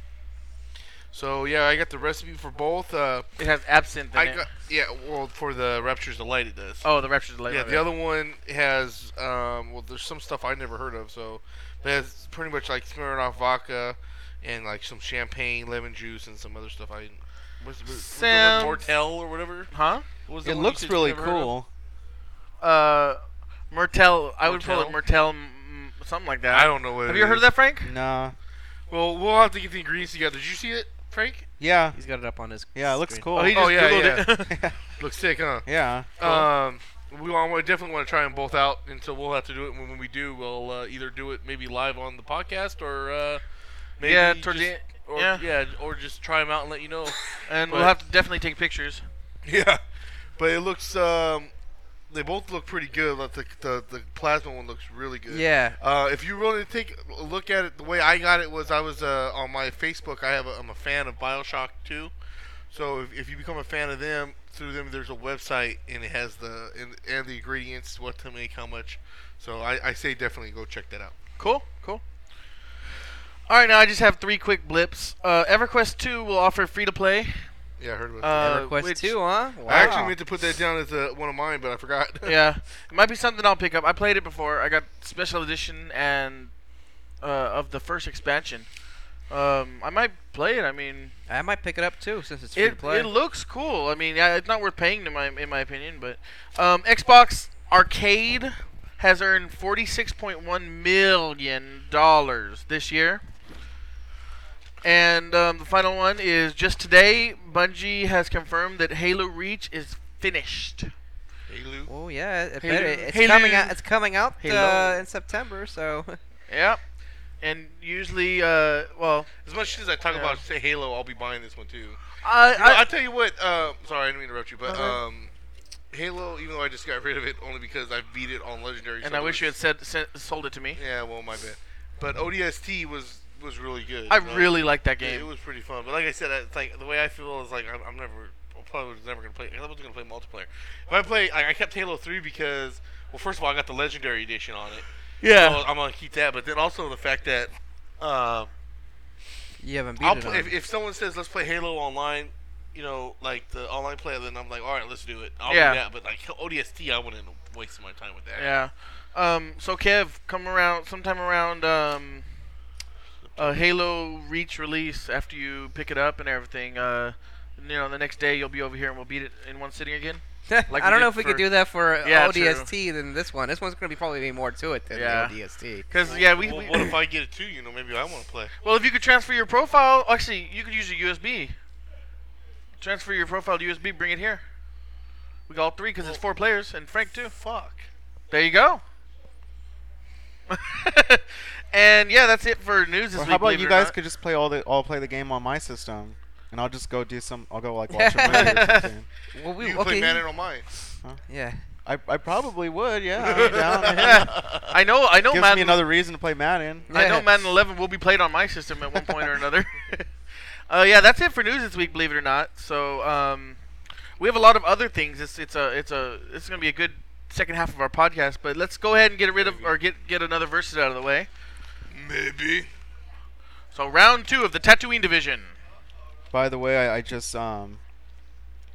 S2: So yeah, I got the recipe for both. Uh,
S1: It has absinthe in
S2: I
S1: it.
S2: got yeah. Well, for the Rapture's Delight, it does.
S1: oh, the Rapture's later.
S2: Yeah, the other one has um, well, there's some stuff I never heard of. So, but it's pretty much like Smirnoff vodka and like some champagne, lemon juice, and some other stuff. I was, was, was the one
S1: Sounds-
S2: Mortel or whatever.
S1: Huh?
S2: What was the
S5: It
S2: one you
S5: looks
S2: said you
S5: really
S2: never heard of?
S5: cool.
S1: Uh, Mertel. I would call it Mertel.
S2: Mertel?
S1: mm, something like that.
S2: I don't know what.
S1: Have
S2: it
S1: you heard of
S2: is.
S1: that, Frank?
S5: Nah.
S2: Well, we'll have to get the ingredients together. Did you see it, Frank?
S5: Yeah.
S4: He's got it up on his.
S5: Yeah, it looks
S4: screen.
S5: cool.
S2: Oh, he just
S1: yeah,
S2: Googled
S1: yeah.
S2: Looks sick, huh?
S5: yeah.
S2: Um, we want, we definitely want to try them both out, and so we'll have to do it. When, when we do, we'll uh, either do it maybe live on the podcast or uh, maybe
S1: Yeah, towards
S2: just-
S1: the- e,
S2: or,
S1: yeah.
S2: or just try them out and let you know.
S1: and
S2: But-
S1: we'll have to definitely take pictures.
S2: yeah, but it looks um, they both look pretty good. Like the, the the plasma one looks really good.
S4: Yeah.
S2: Uh, if you really take a look at it, the way I got it was I was uh, on my Facebook. I have a, I'm a fan of Bioshock 2, so if, if you become a fan of them through them, there's a website and it has the and, and the ingredients, what to make, how much. So I, I say definitely go check that out.
S1: Cool, cool. All right, now I just have three quick blips. Uh, EverQuest 2 will offer free to play.
S2: Yeah, I heard about that.
S1: Uh,
S4: EverQuest
S1: which-
S4: 2, huh? Wow.
S2: I actually meant to put that down as uh one of mine, but I forgot.
S1: yeah, it might be something I'll pick up. I played it before. I got special edition and uh, of the first expansion. Um, I might play it. I mean,
S4: I might pick it up too since it's free to
S1: it,
S4: play.
S1: it looks cool. I mean, yeah, it's not worth paying in my in my opinion, but um, Xbox Arcade has earned 46.1 million dollars this year. And um, the final one is just today, Bungie has confirmed that Halo Reach is finished.
S2: Hey, Lou.
S4: oh yeah, I bet
S1: Halo-
S4: it- it's
S1: Halo-
S4: coming out. It's coming out
S1: Halo.
S4: uh, in September, so
S1: Yep. And usually, uh, well,
S2: As much as I talk
S1: Yeah.
S2: about say Halo, I'll be buying this one too.
S1: I,
S2: You know,
S1: I,
S2: I'll tell you what. Uh, sorry, I didn't mean to interrupt you, but
S1: Uh-huh.
S2: um, Halo. Even though I just got rid of it, only because I beat it on Legendary.
S1: and
S2: so
S1: I
S2: it
S1: wish you had
S2: was-
S1: said, sent, sold it to me.
S2: Yeah, well, my bad. But ODST was was really good.
S1: I
S2: you know?
S1: really like that
S2: Yeah, It
S1: game.
S2: was pretty fun. But like I said, I- it's like the way I feel is like I'm, I'm never. I probably was never gonna play. I wasn't gonna play multiplayer. If I play, I, I kept Halo Three because, well, first of all, I got the Legendary Edition on it.
S1: Yeah.
S2: So I'm gonna keep that. But then also the fact that. Uh,
S4: you haven't beat
S2: I'll
S4: it.
S2: pl-
S4: on.
S2: if, if someone says let's play Halo online, you know, like the online play, then I'm like, all right, let's do it. I'll
S1: Yeah.
S2: do that. But like ODST, I wouldn't waste my time with that.
S1: Yeah. Um, so Kev, come around sometime around um, uh, Halo Reach release after you pick it up and everything. Uh, you know, the next day you'll be over here and we'll beat it in one sitting again. like
S4: I
S1: we
S4: don't
S1: did
S4: know if we
S1: for-
S4: could do that for uh,
S1: Yeah, true.
S4: ODST than this one. This one's gonna be probably be more to it than
S1: Yeah.
S4: the ODST.
S1: Cause
S2: Well,
S1: yeah, we,
S2: well,
S1: we
S2: what if I get it too? You know, maybe I want to play.
S1: well if you could transfer your profile, actually you could use a USB. Transfer your profile to USB, bring it here. We got all three because it's four players and Frank too.
S2: Fuck.
S1: There you go. and yeah, that's it for news this
S5: Or
S1: week.
S5: how about
S1: believe
S5: you
S1: it or
S5: guys
S1: not.
S5: could just play all the all play the game on my system, and I'll just go do some. I'll go like watch a movie or something.
S4: Well,
S2: You
S4: we,
S2: can play
S4: okay,
S2: Madden on mine.
S4: yeah.
S5: I, I probably would. Yeah. I'm down.
S1: I know, I know,
S5: Gives
S1: Madden.
S5: me another reason to play Madden.
S1: I know Madden 11 will be played on my system at one point or another. uh, yeah, that's it for news this week, believe it or not. So um, we have a lot of other things. It's it's a it's a it's gonna be a good second half of our podcast. But let's go ahead and get rid of or get get another versus out of the way.
S2: Maybe.
S1: So round two of the Tatooine division.
S5: By the way, I, I just um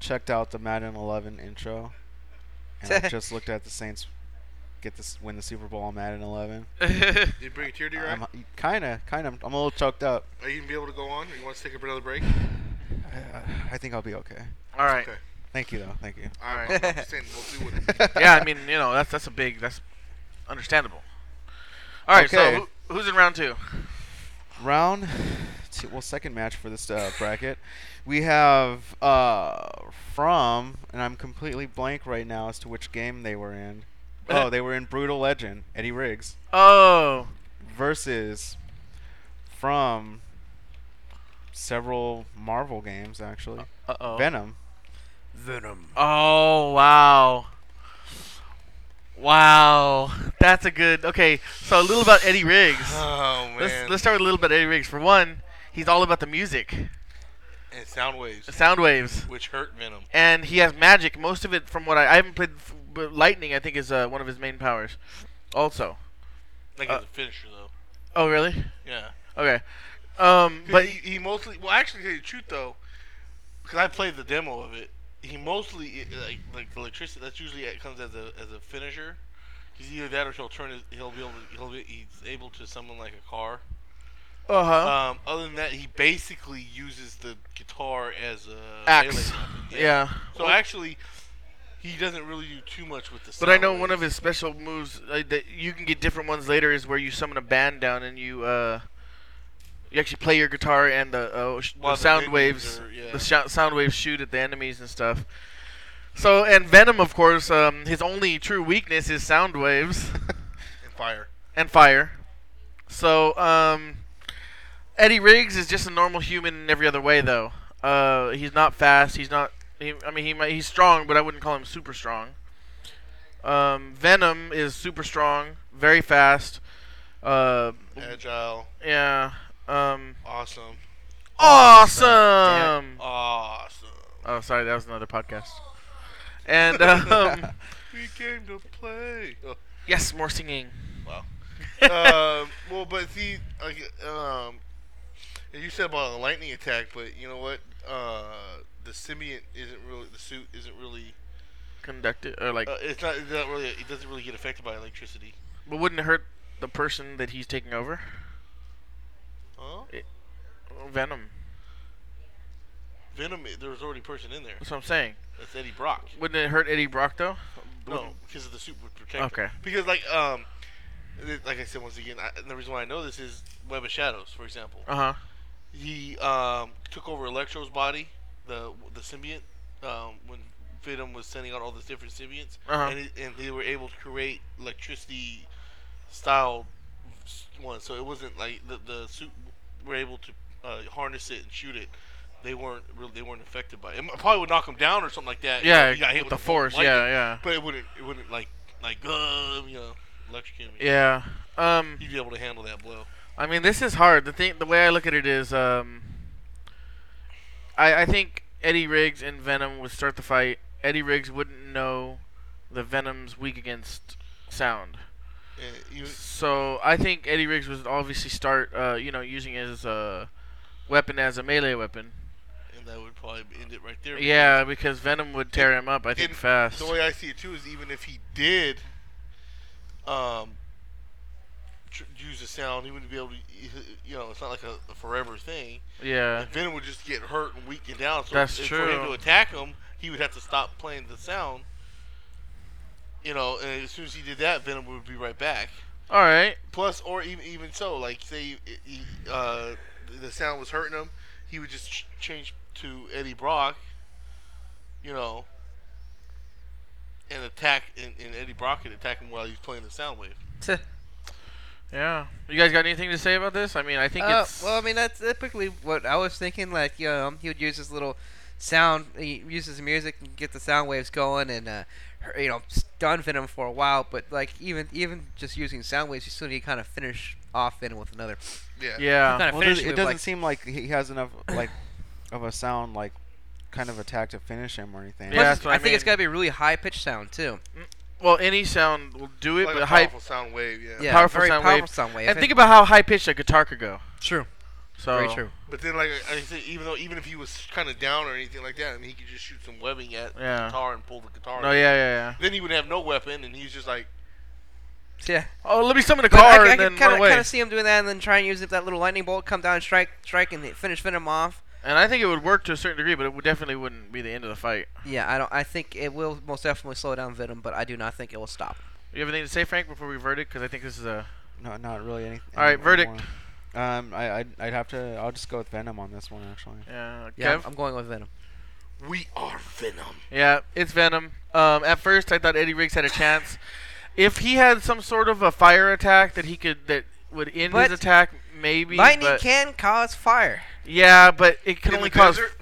S5: checked out the Madden 11 intro, and I just looked at the Saints get this win the Super Bowl on Madden 11.
S2: Did it bring a tear to your eye?
S5: I'm uh, kinda, kinda. I'm a little choked up.
S2: Are you gonna be able to go on? Or you want us to take another break?
S5: I think I'll be okay.
S1: All right.
S2: Okay.
S5: Thank you though. Thank you.
S2: All right. I'm just saying we'll do it.
S1: Yeah, I mean you know that's that's a big that's understandable. All right.
S5: Okay.
S1: So who, who's in round two?
S5: round two, well second match for this uh, bracket we have uh, from and i'm completely blank right now as to which game they were in oh they were in brutal legend eddie riggs
S1: Oh,
S5: versus from several marvel games actually
S1: uh oh.
S5: venom
S4: Venom.
S1: Oh wow. Wow. That's a good okay, so a little about Eddie Riggs.
S2: Oh man.
S1: Let's let's start with a little bit about Eddie Riggs. For one, he's all about the music.
S2: and sound waves,
S1: The sound waves.
S2: which hurt Venom.
S1: And he has magic. Most of it from what I I haven't played f- but lightning I think is uh, one of his main powers. Also.
S2: Like
S1: Uh,
S2: as a finisher though.
S1: Oh really?
S2: Yeah.
S1: Okay. Um
S2: But
S1: but
S2: he, he mostly, well, actually, to tell you the truth though, because I played the demo of it, he mostly i- like like the electricity. That's usually it comes as a as a finisher. He's either that or he'll turn. His, he'll be able. To, he'll be. He's able to summon like a car.
S1: uh-huh.
S2: Um, other than that, he basically uses the guitar as a
S1: Axe.
S2: melee weapon.
S1: yeah.
S2: So actually, he doesn't really do too much with the.
S1: But I know one of his special moves uh, that you can get different ones later is where you summon a band down and you uh, you actually play your guitar and the, uh, sh-
S2: While
S1: the
S2: the
S1: sound
S2: minions
S1: waves
S2: are- yeah.
S1: the shou- sound waves shoot at the enemies and stuff. So and Venom, of course, um, his only true weakness is sound waves
S2: and fire.
S1: and fire. So um, Eddie Riggs is just a normal human in every other way, though. Uh, he's not fast. He's not. He, I mean, he might, he's strong, but I wouldn't call him super strong. Um, Venom is super strong, very fast. Uh,
S2: Agile,
S1: yeah. Um,
S2: awesome,
S1: awesome.
S2: awesome.
S1: Oh, sorry, that was another podcast. And um,
S2: We came to play. Oh,
S1: yes, more singing.
S2: wow. um, well, but see, like, um, you said about a lightning attack, but you know what? Uh, the symbiote isn't really the suit isn't really.
S1: Conducted or like,
S2: Uh, it's not. It's not really. It doesn't really get affected by electricity.
S1: but wouldn't it hurt the person that he's taking over?
S2: Huh?
S1: Venom.
S2: Venom. There was already a person in there.
S1: That's what I'm saying.
S2: That's Eddie Brock.
S1: Wouldn't it hurt Eddie Brock though?
S2: No, because the suit would protect.
S1: Okay.
S2: him. Because like um, it- like I said once again, I, and the reason why I know this is Web of Shadows, for example.
S1: Uh huh.
S2: He um took over Electro's body, the the symbiote, um when Venom was sending out all the different symbiotes,
S1: Uh-huh.
S2: and it, and they were able to create electricity style s- one. So it wasn't like the the suit were able to uh, harness it and shoot it. They weren't really, they weren't affected by it. It probably would knock him down or something like that.
S1: Yeah,
S2: He got hit
S1: with the
S2: bolt of
S1: force.
S2: lightning.
S1: Yeah, yeah,
S2: But it wouldn't. It wouldn't like like uh, you know electrocute me.
S1: yeah. Um,
S2: You'd be able to handle that blow.
S1: I mean, this is hard. The thing, the way I look at it is, um, I I think Eddie Riggs and Venom would start the fight. Eddie Riggs wouldn't know the Venom's weak against sound.
S2: Uh, you,
S1: So I think Eddie Riggs would obviously start, uh, you know, using his uh, weapon as a melee weapon.
S2: and that would probably end it right there.
S1: Yeah, because Venom would tear him up. I think
S2: And
S1: fast.
S2: The way I see it too is even if he did, um, tr- use the sound, he wouldn't be able to. You know, it's not like a, a forever thing.
S1: Yeah.
S2: Venom would just get hurt and weakened down. So
S1: That's
S2: if for him
S1: true.
S2: to attack him, he would have to stop playing the sound. You know, and as soon as he did that, Venom would be right back.
S1: All right.
S2: Plus, or even even so, like say i- he, uh, the sound was hurting him, he would just ch- change to Eddie Brock, you know, and attack, and, and Eddie Brock could attack him while he's playing the sound wave.
S1: Yeah. You guys got anything to say about this? I mean, I think
S4: Uh,
S1: it's
S4: well, I mean, that's typically what I was thinking. Like, you know, he would use his little sound, he uses music and get the sound waves going, and uh, her- you know, stun Venom for a while. But like, even even just using sound waves, you still need to kind of finish off Venom with another. uh,
S1: yeah.
S4: Kinda
S5: Well, it does-
S4: finish
S5: it
S4: move,
S5: doesn't
S4: like-
S5: seem like he has enough like of a sound like kind of attack to finish him or anything.
S1: Yeah,
S4: Plus,
S1: that's what I
S4: think it's
S1: mean.
S4: got to be a really high pitched sound too.
S1: Well, any sound will do it,
S2: Like
S1: but
S2: a
S1: high.
S2: powerful sound wave, yeah.
S4: Yeah,
S1: Powerful
S4: very
S1: sound wave.
S4: powerful sound wave.
S1: And think about how high pitched a guitar could go.
S4: true,
S1: So
S4: very true.
S2: But then, like I I said, even though even if he was kind of down or anything like that, I mean, he could just shoot some webbing at
S1: Yeah.
S2: the guitar and pull the guitar.
S1: No, yeah, yeah, yeah.
S2: Then he would have no weapon, and he's just like,
S4: Yeah,
S1: Oh, let me summon a
S4: But
S1: car
S4: I,
S1: and
S4: I
S1: then
S4: can
S1: run
S4: kind of
S1: away.
S4: kind of see him doing that, and then try and use it, that little lightning bolt, come down, and strike, strike, and finish Venom off.
S1: And I think it would work to a certain degree, but it would definitely wouldn't be the end of the fight.
S4: Yeah, I don't. I think it will most definitely slow down Venom, but I do not think it will stop.
S1: You have anything to say, Frank, before we verdict? Because I think this is a.
S5: No, not really anything.
S1: All right, verdict.
S5: Um, I I'd, I'd have to. I'll just go with Venom on this one actually.
S1: Yeah, Kev?
S4: Yeah, I'm- I'm going with Venom.
S2: "We are Venom."
S1: Yeah, it's Venom. Um, at first, I thought Eddie Riggs had a chance. If he had some sort of a fire attack that he could that would end
S4: But
S1: his attack, maybe.
S4: Lightning
S1: but-
S4: can cause fire.
S1: Yeah, but it can
S2: In
S1: only
S2: the
S1: cause.
S2: desert?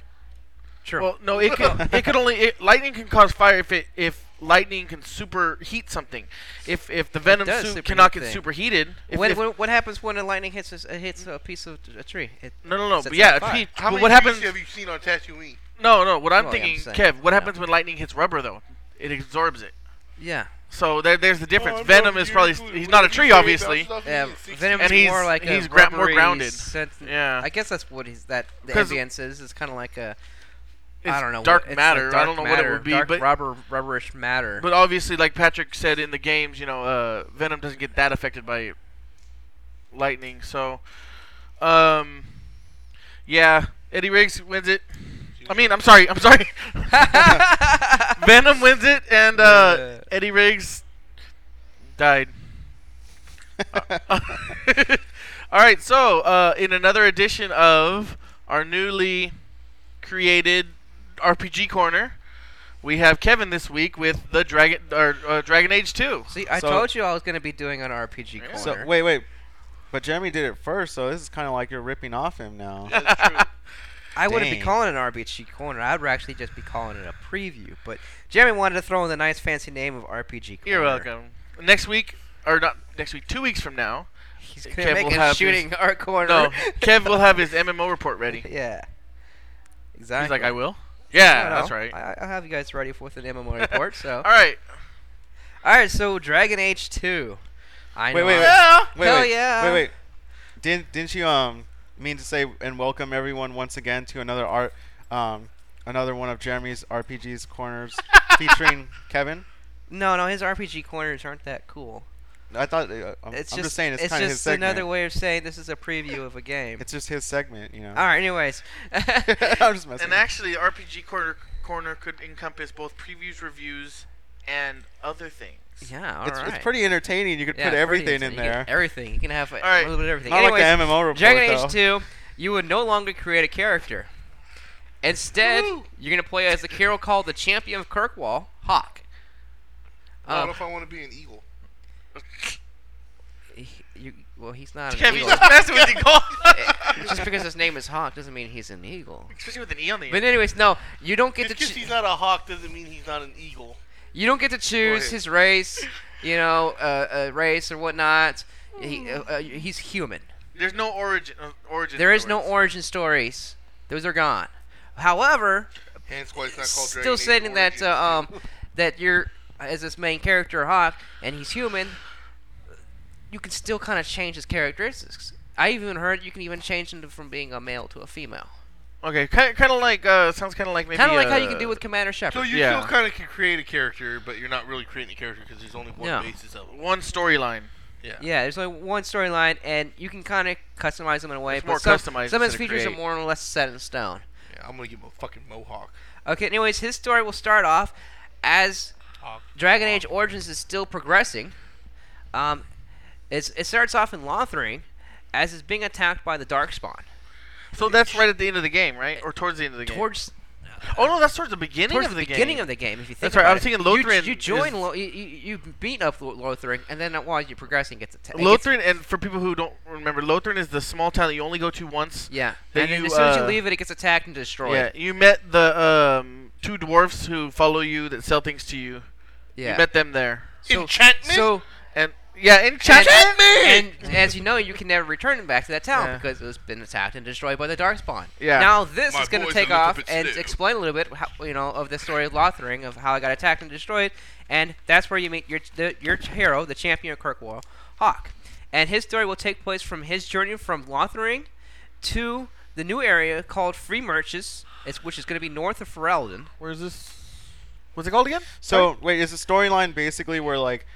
S4: True.
S1: Well, no, it can. it can only. It, lightning can cause fire if it if lightning can superheat something. If if the venom
S4: does
S1: suit
S4: superheat
S1: cannot get
S4: things.
S1: superheated. If,
S4: when,
S1: if-
S4: when- what happens when a lightning hits a, hits a piece of a tree? It,
S1: no, no, no.
S4: sets
S1: But yeah,
S4: on
S1: if
S4: fire.
S1: he,
S2: How
S1: but
S2: many
S1: what
S2: movies
S1: happens?
S2: have you seen on Tatooine?
S1: No, no. What I'm
S4: Well, yeah, I'm
S1: thinking,
S4: saying,
S1: Kev. What
S4: no.
S1: happens when lightning hits rubber though? It absorbs it.
S4: Yeah.
S1: So there, there's the difference.
S2: Oh, I
S1: venom
S2: love
S1: is
S2: you.
S1: probably.
S2: What
S1: He's
S2: did
S1: not a
S2: you
S1: tree,
S2: say about
S1: obviously.
S2: stuff?
S4: Yeah.
S2: He's sixty-
S4: Venom
S1: And
S4: is
S1: he's-
S4: more like
S1: he's
S4: a
S1: gra- more
S4: rubbery
S1: grounded.
S4: scent-
S1: Yeah.
S4: I guess that's what he's that the
S1: 'Cause-
S4: ambience is. It's kind of like a
S1: It's
S4: I don't know
S1: Dark
S4: what, it's like
S1: matter. I
S4: dark
S1: don't know what it
S4: matter,
S1: would be,
S4: dark
S1: but
S4: rubber rubberish matter.
S1: but obviously, like Patrick said in the games, you know, uh, venom doesn't get that affected by lightning. So, um, yeah, Eddie Riggs wins it. I mean, I'm sorry. I'm sorry. Venom wins it, and uh,
S4: Yeah.
S1: Eddie Riggs died. All right, so uh, in another edition of our newly created RPG corner, we have Kevin this week with the Dragon or uh, Dragon Age Two.
S4: See, I
S5: So-
S4: told you I was gonna be doing an RPG
S1: Yeah.
S4: corner.
S5: So wait, wait. But Jeremy did it first, so this is kind of like you're ripping off him now.
S2: That's true.
S4: I wouldn't be
S5: Dang.
S4: calling it an RPG corner. I'd actually just be calling it a preview. But Jeremy wanted to throw in the nice fancy name of RPG corner.
S1: You're welcome. Next week, or not next week, two weeks from now.
S4: He's
S1: Kev
S4: gonna make
S1: will
S4: a
S1: have his-
S4: shooting art corner.
S1: No, Kev will have his MMO report ready.
S4: yeah. Exactly.
S1: He's like, I will.
S4: I
S1: Yeah,
S4: don't
S1: that's
S4: know.
S1: right.
S4: I, I'll have you guys ready for with an MMO report. So.
S1: All right.
S4: All right. So Dragon Age Two. I
S5: Wait,
S4: know
S5: wait,
S4: I-
S5: wait.
S1: Yeah.
S5: Wait,
S4: Hell
S5: wait,
S4: yeah.
S5: Wait, wait. Didn't didn't you um mean to say and welcome everyone once again to another art um another one of Jeremy's RPGs corners featuring Kevin?
S4: No, no, his RPG corners aren't that cool.
S5: I thought uh, I'm,
S4: It's just,
S5: I'm just, saying it's,
S4: it's
S5: kind of his
S4: just
S5: segment.
S4: another way of saying this is a preview of a game.
S5: It's just his segment, you know.
S4: All right. Anyways.
S5: I'm just messing.
S1: And
S5: with you.
S1: actually, RPG corner corner could encompass both previews, reviews, and other things.
S4: yeah. all right.
S5: it's, it's pretty entertaining. You could
S4: Yeah,
S5: put
S4: pretty
S5: everything in
S4: interesting. You
S5: there.
S4: can- everything. You can have a,
S1: All right.
S4: a little bit of everything.
S5: Not
S4: Anyways,
S5: like the MMO report
S4: Dragon
S5: though.
S4: Age 2, you would no longer create a character. Instead, you're going to play as the hero called the Champion of Kirkwall, Hawk.
S2: What
S4: Um,
S2: if Oh, I want to be an eagle?
S4: he- you, well, he's not an
S1: Kevin, you
S4: eagle. Eh,
S1: just messing with the goal.
S4: Just because his name is Hawk doesn't mean he's an eagle.
S1: Especially with an E on the
S4: But
S1: end.
S4: anyways, no, you don't get
S2: Just
S4: to
S2: 'cause
S4: choo-
S2: he's not a hawk doesn't mean he's not an eagle.
S4: you don't get to choose
S2: Right.
S4: his race, you know, uh, uh, race or whatnot. He, uh, uh, he's human.
S1: There's no origin. Uh, origin.
S4: There
S1: in
S4: is
S1: other
S4: no
S1: words.
S4: origin stories; those are gone. However,
S2: Hence why it's not called Dragon
S4: still
S2: Age
S4: saying that
S2: Origins.
S4: uh, um that you're as this main character Hawk and he's human, you can still kind of change his characteristics. I even heard you can even change him to- from being a male to a female.
S1: Okay, kind of like uh, sounds kind of like maybe.
S4: Kind of like how you
S1: uh,
S4: can do with Commander
S2: So
S4: Shepard.
S2: you
S1: Yeah.
S2: still kind of can create a character, but you're not really creating a character because there's only one
S4: No.
S2: basis of it.
S1: one storyline.
S2: Yeah.
S4: Yeah, there's only one storyline, and you can kind of customize them in a way.
S1: It's
S4: but
S1: more
S4: some,
S1: customized
S4: some of
S1: instead of
S4: his features are
S1: create.
S4: more or less set in stone.
S2: Yeah, I'm gonna give him a fucking mohawk.
S4: Okay, anyways, his story will start off as
S2: Hawk.
S4: Dragon Age Origins is still progressing. Um, it's, it starts off in Lothring as it's being attacked by the Darkspawn.
S1: So that's right at the end of the game, right? Or towards the end of the game.
S4: Towards,
S1: oh no, that's towards the beginning
S4: towards
S1: of
S4: the,
S1: the,
S4: beginning
S1: game.
S4: of the game, if you think
S1: That's right, I
S4: about
S1: was
S4: it.
S1: thinking
S4: You-
S1: Lothran
S4: You, join,
S1: is-
S4: Lo- you, you, you beat up Lo- Lothring, and then while you're progressing, gets attacked.
S1: Lothran, and for people who don't remember, Lothran is the small town that you only go to once.
S4: Yeah.
S1: Then
S4: and then
S1: you,
S4: as soon as you
S1: uh,
S4: leave it, it gets attacked and destroyed.
S1: Yeah, you met the um, two dwarfs who follow you that sell things to you.
S4: Yeah.
S1: You met them there.
S4: So-
S2: Enchantment?
S4: So,
S1: And yeah,
S4: and,
S1: enchantment.
S4: and as you know, you can never return back to that town
S1: Yeah.
S4: because it's been attacked and destroyed by the Darkspawn.
S1: Yeah.
S4: Now this
S2: My
S4: is going to
S2: boy's
S4: take
S2: a little
S4: off
S2: bit
S4: and
S2: stiff.
S4: explain a little bit, how, you know, of the story of Lothring, of how I got attacked and destroyed, and that's where you meet your the, your hero, the champion of Kirkwall, Hawk, and his story will take place from his journey from Lothring to the new area called Free Merches, it's, which is going to be north of Ferelden.
S1: Where's this? What's it called again?
S5: So wait, is the storyline basically where like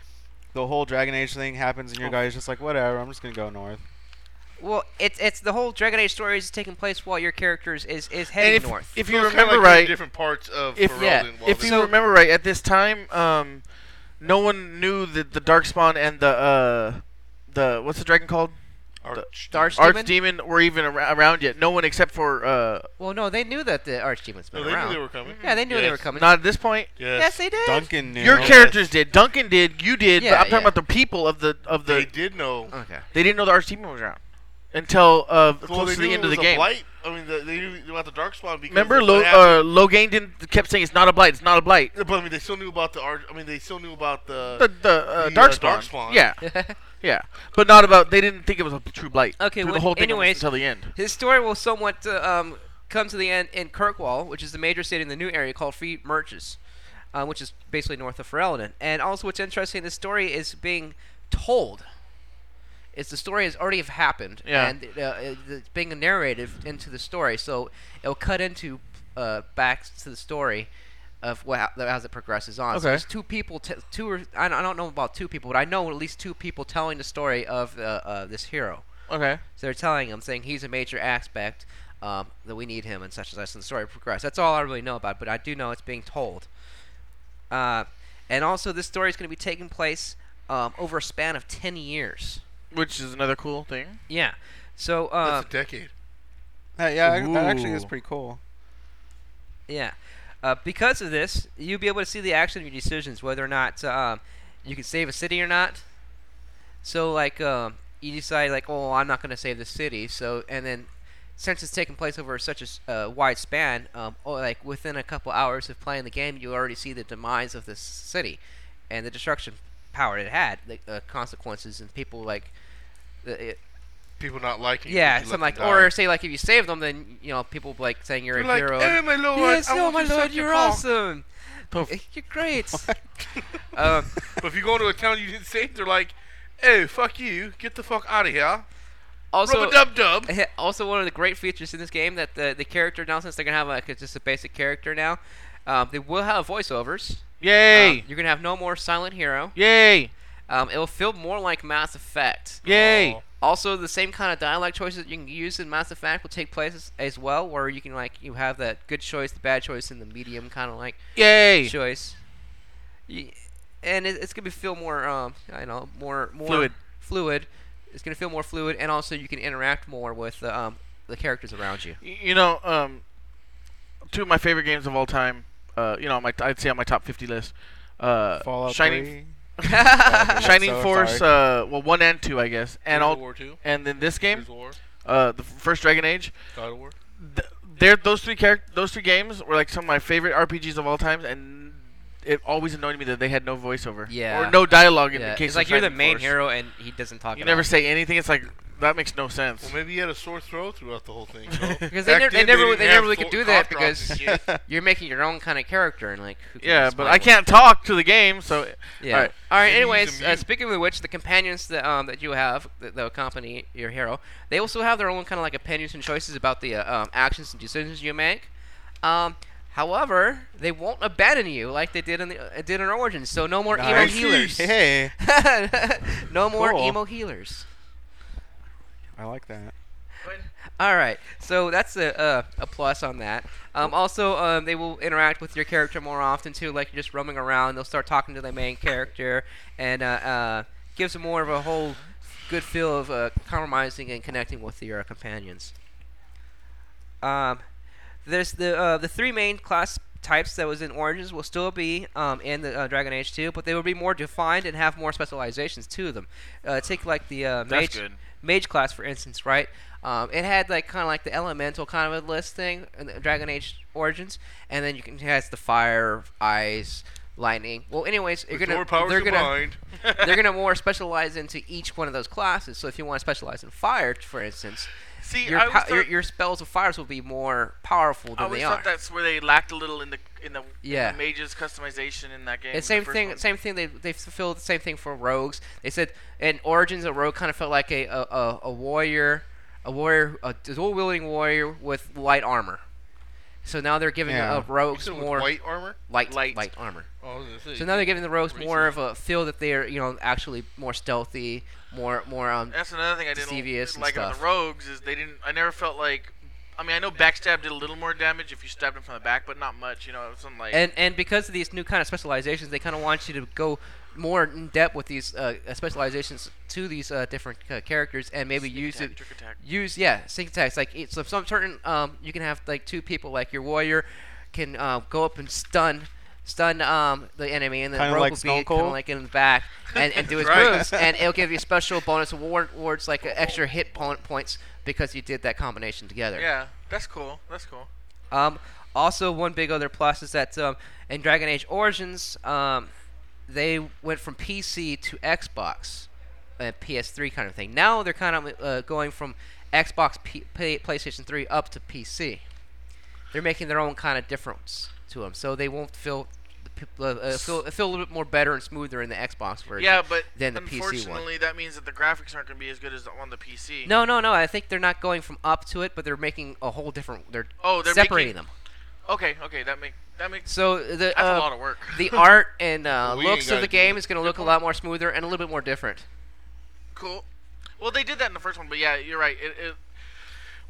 S5: the whole Dragon Age thing happens
S4: Oh.
S5: and your guy's just like whatever, I'm just gonna go north.
S4: Well, it's it's the whole Dragon Age story is taking place while your character is is,
S1: And
S4: is heading
S1: if,
S4: north.
S1: if
S2: So
S1: you
S2: it's kinda
S1: remember
S2: like they're
S1: right,
S2: different parts of
S1: if
S2: Ferelden
S1: yeah,
S2: while
S1: if
S2: they're-
S1: you remember right, at this time, um, no one knew that the Darkspawn and the uh, the what's the dragon called?
S2: Arch-
S4: Darcy- Demon?
S1: Archdemon were even ar- around yet. No one except for uh,
S4: Well, no, they knew that the archdemons been
S2: No, they
S4: around.
S2: knew they were coming.
S4: yeah, they knew they
S2: Yes.
S4: were coming.
S1: not at this point.
S4: yes, they did.
S5: Duncan knew.
S1: Your
S2: Yeah.
S1: characters did. Duncan did. You did.
S4: Yeah,
S1: but I'm talking
S4: yeah.
S1: about the people of the of the.
S2: they
S1: They,
S2: did know.
S4: Okay.
S1: didn't know the Archdemon was around until uh,
S2: well,
S1: close
S2: they
S1: to the
S2: knew
S1: end
S2: it
S1: of the
S2: was a
S1: game.
S2: Blight. I mean, the, they knew about the dark spawn because
S1: Remember,
S2: of
S1: Lo,
S2: what happened.
S1: uh, Logain didn't kept saying it's not a blight. It's not a blight.
S2: Yeah, but I mean, they still knew about the arch. I mean, they still knew about the.
S1: The, the, uh,
S2: The, uh,
S1: Darkspawn.
S2: Darkspawn.
S1: Yeah, yeah, but not about. They didn't think it was a true blight.
S4: Okay,
S1: through
S4: well,
S1: the whole thing
S4: anyways-
S1: almost until the end.
S4: His story will somewhat uh, um, come to the end in Kirkwall, which is the major city in the new area called Free Merches, um, which is basically north of Ferelden. And also, what's interesting, the story is being told. It's the story has already have happened,
S1: Yeah.
S4: and uh, it- it's being narrated into the story. So it'll cut into uh, back to the story of what how, as it progresses on. So
S1: Okay.
S4: there's two people, t- two or I don't, I don't know about two people, but I know at least two people telling the story of uh, uh, this hero.
S1: Okay.
S4: So they're telling him, saying he's a major aspect um, that we need him and such and such. And the story progress. That's all I really know about, it, but I do know it's being told. Uh, and also, this story is going to be taking place um, over a span of 10 years.
S1: Which is another cool thing.
S4: Yeah. So, uh,
S2: That's a decade.
S5: Uh, yeah, ac- that actually is
S4: Ooh.
S5: pretty cool.
S4: yeah. Uh, because of this, you'll be able to see the action of your decisions, whether or not um, you can save a city or not. So, like, um, you decide, like, oh, I'm not going to save the city. So, and then since it's taking place over such a s- uh, wide span, um, oh, like within a couple hours of playing the game, you already see the demise of this city and the destruction power it had, the uh, consequences, and people like. The, it,
S2: People not liking. it
S4: yeah,
S2: because you
S4: something
S2: let
S4: like,
S2: them die.
S4: or say like if you save them, then you know people like saying you're
S2: You're
S4: a
S2: like,
S4: hero.
S2: "Eh, my lord,
S4: yes,
S2: I
S4: oh
S2: want
S4: my
S2: you to
S4: lord,
S2: suck your
S4: you're
S2: cock." Oh
S4: awesome. You're great. um,
S2: But if you go into a town you didn't save, they're like, "Hey, fuck you, get the fuck out of here."
S4: also,
S2: Rub a dub dub.
S4: also one of the great features in this game that the the character now since they're gonna have like it's just a basic character now, um, they will have voiceovers.
S1: Yay!
S4: Um, you're gonna have no more silent hero.
S1: Yay!
S4: Um, it will feel more like Mass Effect.
S2: oh.
S1: Yay!
S4: Also, the same kind of dialogue choices that you can use in Mass Effect will take place as, as well, where you can like you have that good choice, the bad choice, and the medium kind of like
S1: Yay!
S4: choice. Y- And it, it's gonna be feel more, um, I know, more more
S1: Fluid.
S4: Fluid. It's gonna feel more fluid, and also you can interact more with the, um, the characters around you.
S1: Y- You know, um, two of my favorite games of all time. Uh, you know, my I'd say on my top 50 list. Uh,
S5: Fallout
S1: Shining,
S5: 3.
S4: yeah,
S1: Shining
S5: So
S1: Force.
S5: sorry.
S1: Uh, well, one and two, I guess, and
S2: World
S1: all,
S2: War Two,
S1: and then this game,
S2: Gears of War,
S1: uh, the f- first Dragon Age.
S2: God of War.
S1: th- they're those three character those three games were like some of my favorite RPGs of all time, and it always annoyed me that they had no voiceover
S4: Yeah.
S1: or no dialogue in the case.
S4: it's
S1: of
S4: like you're the
S1: Shining
S4: main
S1: Force.
S4: hero, and he doesn't talk.
S1: You
S4: at
S1: never
S4: all.
S1: say anything. It's like that makes no sense.
S2: Well, maybe he had a sore throat throughout the whole thing. Joel.
S4: Because they
S2: Back
S4: never- they
S2: then,
S4: never-
S2: didn't
S4: they never
S2: have
S4: really could
S2: thought-
S4: do that
S2: thought drops and shit.
S4: You're making your own kind of character, and like. who can
S1: yeah,
S4: explain
S1: but I
S4: what-
S1: can't talk to the game, so
S4: Yeah. All
S1: All
S4: right.
S1: right.
S2: Maybe he's
S4: Anyways, uh,
S2: immune.
S4: speaking of which, the companions that um, that you have that, that accompany your hero, they also have their own kind of like opinions and choices about the uh, um, actions and decisions you make. Um, however, they won't abandon you like they did in the uh, did in Origins. So no more
S5: Nice.
S4: emo healers.
S5: Hey,
S4: no more
S5: Cool.
S4: emo healers.
S5: I like that.
S4: All right, so that's a uh, a plus on that. Um, also, um, they will interact with your character more often too. Like you're just roaming around, they'll start talking to the main character, and uh, uh, gives them more of a whole good feel of uh, compromising and connecting with your uh, companions. Um, there's the uh, the three main class types that was in Origins will still be um, in the uh, Dragon Age 2, but they will be more defined and have more specializations to them. Uh, take like the uh, mage,
S1: That's good.
S4: mage class for instance, right? Um, it had like kind of like the elemental kind of a list thing in the Dragon Age Origins, and then you can it has the fire, ice, lightning. Well, anyways, you're
S2: With
S4: gonna
S2: more powers
S4: they're gonna
S2: combined.
S4: they're gonna more specialize into each one of those classes. So if you want to specialize in fire, for instance,
S1: see,
S4: your,
S1: I always
S4: pow-
S1: thought,
S4: your, your spells of fires will be more powerful
S1: I
S4: than
S1: always
S4: they
S1: thought
S4: are.
S1: that's where they lacked a little in the in the, in the
S4: Yeah.
S1: mages customization in that game.
S4: And
S1: the
S4: same
S1: first
S4: thing.
S1: one.
S4: Same thing. They they fulfilled the same thing for rogues. They said in Origins, a rogue kind of felt like a a, a, a warrior, a warrior, a dual wielding warrior with light armor. So now they're giving
S5: Yeah.
S4: uh, rogues
S2: With
S4: more
S2: white armor.
S4: light
S1: Light.
S4: light armor.
S2: Oh, I was gonna say,
S4: So now they're giving the rogues
S2: Racist.
S4: more of a feel that they're you know actually more stealthy, more more um
S1: That's another thing I didn't,
S4: Devious
S1: didn't
S4: and
S1: like about
S4: stuff.
S1: the rogues is they didn't. I never felt like. I mean, I know backstab did a little more damage if you stabbed him from the back, but not much. You know, it was something like
S4: and and because of these new kind of specializations, they kind of want you to go more in depth with these uh, uh, specializations to these uh, different uh, characters, and maybe
S1: Sneak
S4: use
S1: attack,
S4: it.
S1: trick attack.
S4: Use yeah, sync attacks. Like it, so, some certain um, you can have like two people, like your warrior can uh, go up and stun. Stun um, the enemy, and the
S5: Kinda
S4: rogue
S5: like
S4: will be
S5: Stone
S4: kind
S5: Cold?
S4: of like in the back, and, and do his
S2: Right.
S4: moves, and it'll give you special bonus award awards like uh, extra hit point points because you did that combination together.
S1: yeah, that's cool. That's cool.
S4: Um, also, one big other plus is that um, in Dragon Age Origins, um, they went from PC to Xbox, uh, PS3 kind of thing. Now they're kind of uh, going from Xbox, P- P- PlayStation 3 up to PC. They're making their own kind of difference to them, so they won't feel uh, uh, feel, feel a little bit more better and smoother in the Xbox version.
S1: Yeah, but
S4: than the PC one.
S1: unfortunately, that means that the graphics aren't going to be as good as on the PC.
S4: No, no, no. I think they're not going from up to it, but they're making a whole different. They're,
S1: Oh, they're
S4: separating
S1: making-
S4: them.
S1: Okay, okay, that make that makes
S4: So the
S1: that's
S4: uh,
S1: a lot of work.
S4: the art and uh,
S2: Well, we ain't
S4: looks of
S2: gotta
S4: the
S2: do
S4: game
S2: it.
S4: is going to look a lot more smoother and a little bit more different.
S1: cool. Well, they did that in the first one, but yeah, you're right. It, it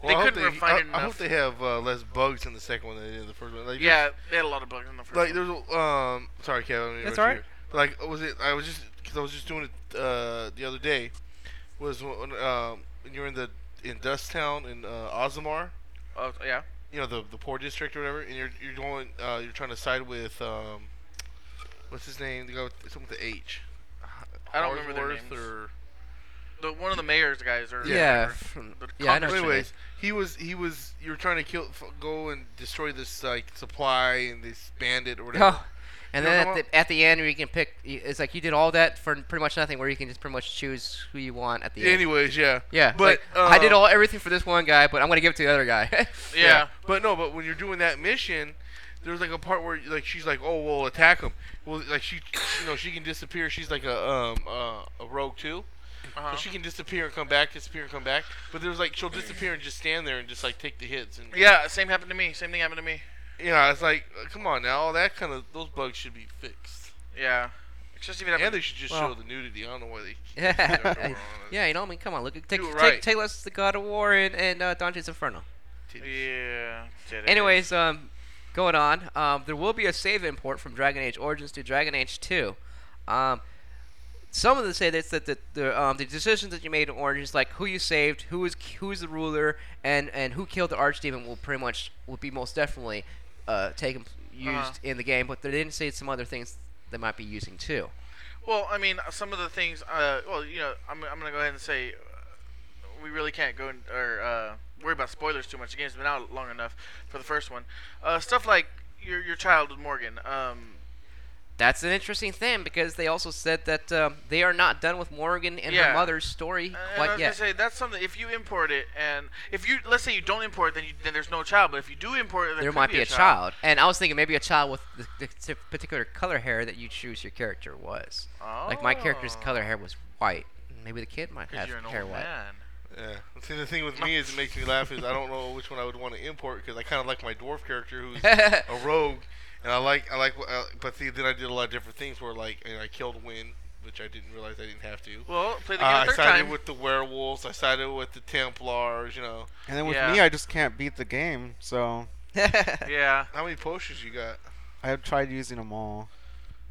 S2: Well, I hope
S1: couldn't refine
S2: I,
S1: it
S2: I
S1: enough.
S2: hope they have uh, less bugs in the second one than they did in the first one. Like,
S1: yeah, they had a lot of bugs in the first.
S2: like
S1: one.
S2: there's a- um sorry Kev, I don't mean to interrupt
S4: That's
S2: you.
S4: alright.
S2: But, like was it I was just because I was just doing it uh the other day was when, um when you're in the in Dust Town in uh, Ozamar
S1: Oh yeah.
S2: you know the the poor district or whatever and you're you're going uh you're trying to side with um what's his name the guy with someone with the H
S1: I don't remember their
S2: Harsworth
S1: names.
S2: or
S1: The one of the mayor's guys or
S4: Yeah.
S1: whatever.
S4: from-
S1: The
S4: yeah, I know.
S2: But
S4: what you mean.
S2: anyways, he was he was you were trying to kill f- go and destroy this like supply and this bandit or whatever.
S4: Oh. And
S2: You
S4: then
S2: know
S4: at
S2: what?
S4: the, at the end, where you can pick, y- it's like you did all that for pretty much nothing, where you can just pretty much choose who you want at the end.
S2: Anyways, yeah.
S4: Yeah,
S2: But
S4: but I did
S2: um,
S4: all everything for this one guy, but I'm gonna give it to the other guy.
S1: Yeah.
S2: But no, but when you're doing that mission, there's like a part where like she's like, "Oh, we'll attack him." Well, like she, you know, she can disappear. She's like a um uh, a rogue too,
S1: Uh-huh.
S2: so she can disappear and come back, disappear and come back. But there's like she'll disappear and just stand there and just like take the hits. And
S1: Yeah, same happened to me. Same thing happened to me.
S2: yeah, it's like, uh, come on now, all that kind of those bugs should be fixed.
S1: Yeah. Just even
S2: And
S1: happened.
S2: they should just
S4: Well-
S2: show the nudity. I don't know why they.
S4: yeah, yeah. You know, I mean, come on, look, take
S2: were
S4: take,
S2: right.
S4: take us to God of War and and uh, Dante's Inferno.
S1: yeah. did it.
S4: Anyways, um, going on, um, there will be a save import from Dragon Age Origins to Dragon Age 2. Um, some of them say this, that the, the, um, the decisions that you made in Origins, like who you saved, who is who is the ruler, and, and who killed the archdemon, will pretty much will be most definitely uh, taken used
S1: Uh-huh.
S4: in the game. But they didn't say some other things they might be using too.
S1: Well, I mean, some of the things. Uh, well, you know, I'm, I'm gonna go ahead and say uh, we really can't go in, or uh, worry about spoilers too much. The game's been out long enough for the first one. Uh, stuff like your your child with Morgan. Um,
S4: That's an interesting thing because they also said that um, they are not done with Morgan and her
S1: Yeah.
S4: mother's story
S1: and I
S4: quite
S1: was
S4: yet.
S1: gonna say that's something. If you import it, and if you let's say you don't import, it, then you, then there's no child. But if you do import, it, there,
S4: there
S1: could
S4: might
S1: be a child.
S4: child. And I was thinking maybe a child with the, the particular color hair that you choose your character was. Like my character's
S1: Oh.
S4: color hair was white. Maybe the kid might
S1: 'Cause
S4: have
S1: you're an
S4: hair
S1: old
S4: white.
S1: man.
S2: Yeah. See, the thing with me is it makes me laugh is I don't know which one I would want to import because I kind of like my dwarf character who's a rogue, and I like I like. Uh, but see, then I did a lot of different things where like you know, I killed Win, which I didn't realize I didn't have to.
S1: Well, play the
S2: Uh,
S1: game a
S2: I
S1: third
S2: sided
S1: time.
S2: with the werewolves. I sided with the Templars. You know,
S5: And then with
S1: Yeah.
S5: me, I just can't beat the game, so
S1: yeah.
S2: how many potions you got?
S5: I have tried using them all.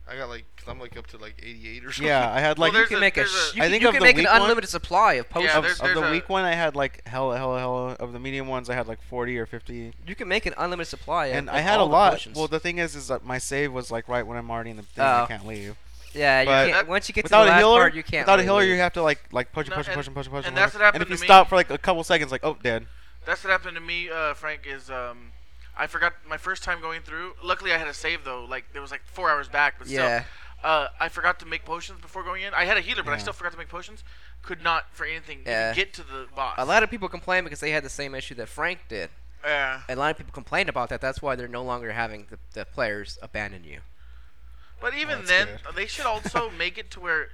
S2: I got like i I'm like up to like 88 or something.
S5: Yeah, I had
S1: Well,
S5: like
S1: there's
S4: you can
S1: a-
S4: make a.
S1: there's
S4: sh-
S1: a-
S4: you
S5: I
S4: can-
S5: think
S4: you
S5: of
S4: can
S5: the
S4: make an
S5: weak one-
S4: unlimited supply of potions.
S1: Yeah,
S5: of,
S1: there's-
S5: of the
S1: there's a-
S5: weak one. I had like hella, hella, hella. Of the medium ones, I had like 40 or 50.
S4: you can make an unlimited supply. of-
S5: and
S4: of
S5: I had a
S4: all the
S5: lot.
S4: potions.
S5: Well, the thing is, is that my save was like right when I'm already in the thing.
S4: Oh.
S5: I can't leave.
S4: yeah, you
S5: but-
S4: can't, once you get to the
S5: Without a
S4: last
S5: healer,
S4: part, you can't.
S5: without
S4: really
S5: a healer,
S4: leave.
S5: you have to like like punch and
S1: No,
S5: punch
S1: and-
S5: and punch and punch and punch.
S1: and that's
S5: punch.
S1: what happened
S5: And if you
S1: to me.
S5: stop for like a couple seconds, like oh, dead.
S1: That's what happened to me, uh, Frank. Is um, I forgot my first time going through. Luckily, I had a save though. Like there was like four hours back, but
S4: Yeah.
S1: still, uh, I forgot to make potions before going in. I had a healer, but I
S5: Yeah.
S1: still forgot to make potions. Could not for anything even
S4: Yeah.
S1: get to the boss.
S4: A lot of people complain because they had the same issue that Frank did.
S1: Yeah,
S4: A lot of people complained about that. That's why they're no longer having the, the players abandon you. Oh,
S1: but even
S5: that's
S1: then,
S5: good.
S1: they should also make it to where,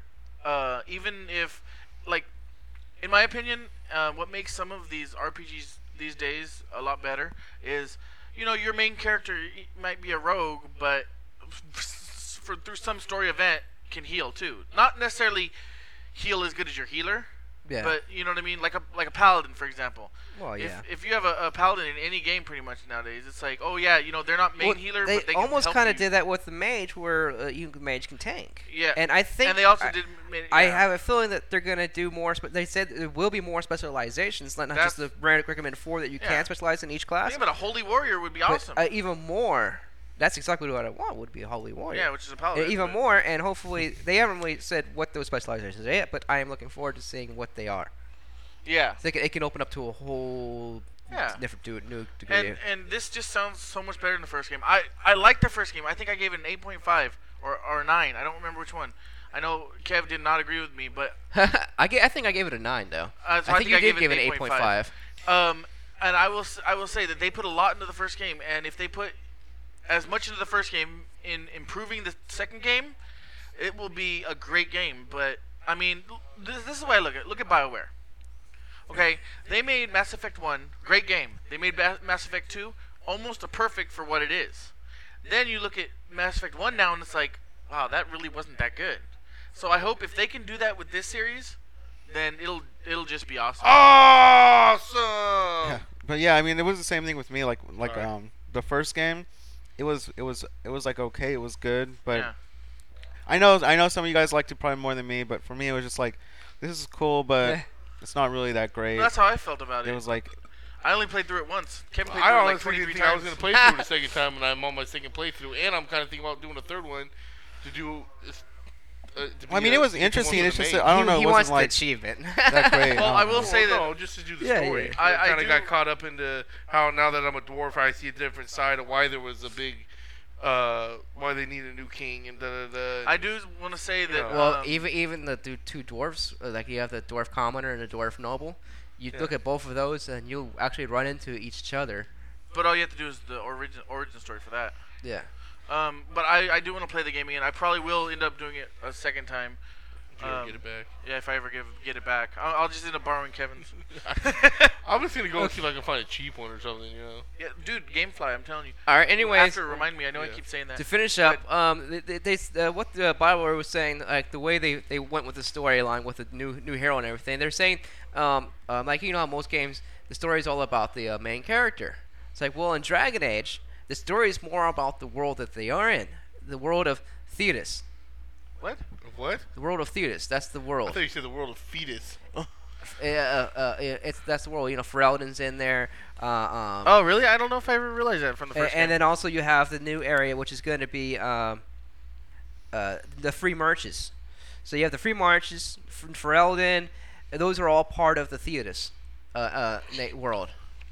S1: uh, even if, like, in my opinion, uh, what makes some of these RPGs these days a lot better is, you know, your main character y- might be a rogue, but for through some story event can heal too. Not necessarily heal as good as your healer,
S4: Yeah.
S1: but you know what I mean. Like a like a paladin, for example.
S4: well, yeah.
S1: If, if you have a, a paladin in any game, pretty much nowadays, it's like, oh yeah, you know, they're not main
S4: Well,
S1: healer,
S4: They,
S1: but they
S4: almost
S1: kind
S4: of did that with the mage, where uh, you the mage can tank.
S1: Yeah.
S4: and I think
S1: And they also
S4: I,
S1: did. ma- Yeah.
S4: I have a feeling that they're gonna do more. Spe- they said there will be more specializations, not, not just the
S1: That's-
S4: random recommend four that you
S1: Yeah.
S4: can specialize in each class,
S1: Think about a holy warrior would be
S4: but
S1: awesome.
S4: uh, even more. That's exactly what I want. Would be a holy warrior.
S1: yeah, which is a
S4: And
S1: paladin.
S4: even
S1: but-
S4: more, and hopefully they haven't really said what those specializations are yet, but I am looking forward to seeing what they are.
S1: Yeah.
S4: So they can, it can open up to a whole
S1: Yeah.
S4: different du- new degree.
S1: And
S4: of-
S1: and this just sounds so much better than the first game. I I liked the first game. I think I gave it an 8.5 or or 9. I don't remember which one. I know Kev did not agree with me, but
S4: I, ga- I think I gave it a nine though.
S1: Uh, so I think
S4: you
S1: I
S4: did
S1: gave it
S4: give it
S1: an
S4: eight point five.
S1: Um, and I will s- I will say that they put a lot into the first game, and if they put as much into the first game in improving the second game, it will be a great game. But I mean, l- this, this is the way I look at it. look at Bioware. Okay, they made Mass Effect One great game. They made Ba- Mass Effect Two almost a perfect for what it is. Then you look at Mass Effect One now, and it's like, wow, that really wasn't that good. So I hope if they can do that with this series, then it'll it'll just be awesome.
S4: Oh,
S2: Awesome.
S1: Oh.
S5: Yeah. But yeah, I mean, it was the same thing with me. Like like
S2: Alright.
S5: um the first game, it was it was it was like okay, it was good, but
S1: Yeah.
S5: I know I know some of you guys liked it probably more than me, but for me it was just like this is cool, but
S6: Eh.
S5: it's not really that great.
S1: That's how I felt about
S5: it
S1: it.
S5: was like
S1: I only played through it once. Kevin played
S2: I
S1: through it like
S2: honestly
S1: 23
S2: didn't think
S1: times.
S2: I was gonna play through it a second time, and I'm on my second playthrough, and I'm kind of thinking about doing a third one to do. Uh, to
S5: Well, I
S2: be
S5: mean,
S2: a-
S5: it was
S2: to get the
S5: interesting,
S2: one
S5: it's
S2: with
S5: just
S2: the
S5: that
S2: main.
S5: I don't
S6: he,
S5: know, it
S6: He wants
S5: wasn't, like,
S6: the achievement.
S5: that great.
S1: Well,
S5: um,
S1: I will
S2: Well,
S1: say that-
S2: no, just to do the
S6: Yeah,
S2: story.
S6: yeah.
S1: I- I
S2: I, kind
S1: do-
S2: of got caught up into how now that I'm a dwarf, I see a different side of why there was a big, uh, why they need a new king and da da da.
S1: I do want to say that.
S2: Yeah.
S4: Well,
S5: uh,
S1: um,
S4: even even the two, two dwarfs, uh, like you have the dwarf commoner and the dwarf noble. You
S2: Yeah.
S4: look at both of those, and you actually run into each other.
S1: but all you have to do is the origin origin story for that.
S4: Yeah.
S1: Um, but I, I do want to play the game again. I probably will end up doing it a second time.
S2: Did you ever
S1: um,
S2: get it back.
S1: Yeah, if I ever give, get it back, I'll, I'll just end up borrowing Kevin's.
S2: I'm just gonna go and see if I can find a cheap one or something. You know.
S1: yeah, dude, GameFly, I'm telling you.
S4: All right. Anyways,
S1: After remind me, I know I
S2: Yeah.
S1: keep saying that.
S4: to finish up, um, they, they, they, s- uh, what the Bible was saying, like the way they, they went with the storyline with the new new hero and everything. They're saying, um, um, like you know, in most games, the story is all about the uh, main character. It's like, well, in Dragon Age, the story is more about the world that they are in, the world of Thetis,
S1: What?
S2: What?
S4: the world of Thetis. That's the
S2: I
S4: world.
S2: thought you said the world of fetus.
S4: Uh, uh, uh, it's that's the world. You know, Ferelden's in there. Uh, um,
S1: Oh, really? I don't know if I ever realized that from the
S4: A-
S1: first
S4: and
S1: game.
S4: then also you have the new area, which is going to be um, uh, the free marches. So you have the free marches from Ferelden. and Those are all part of the Theodos uh, uh, na- world.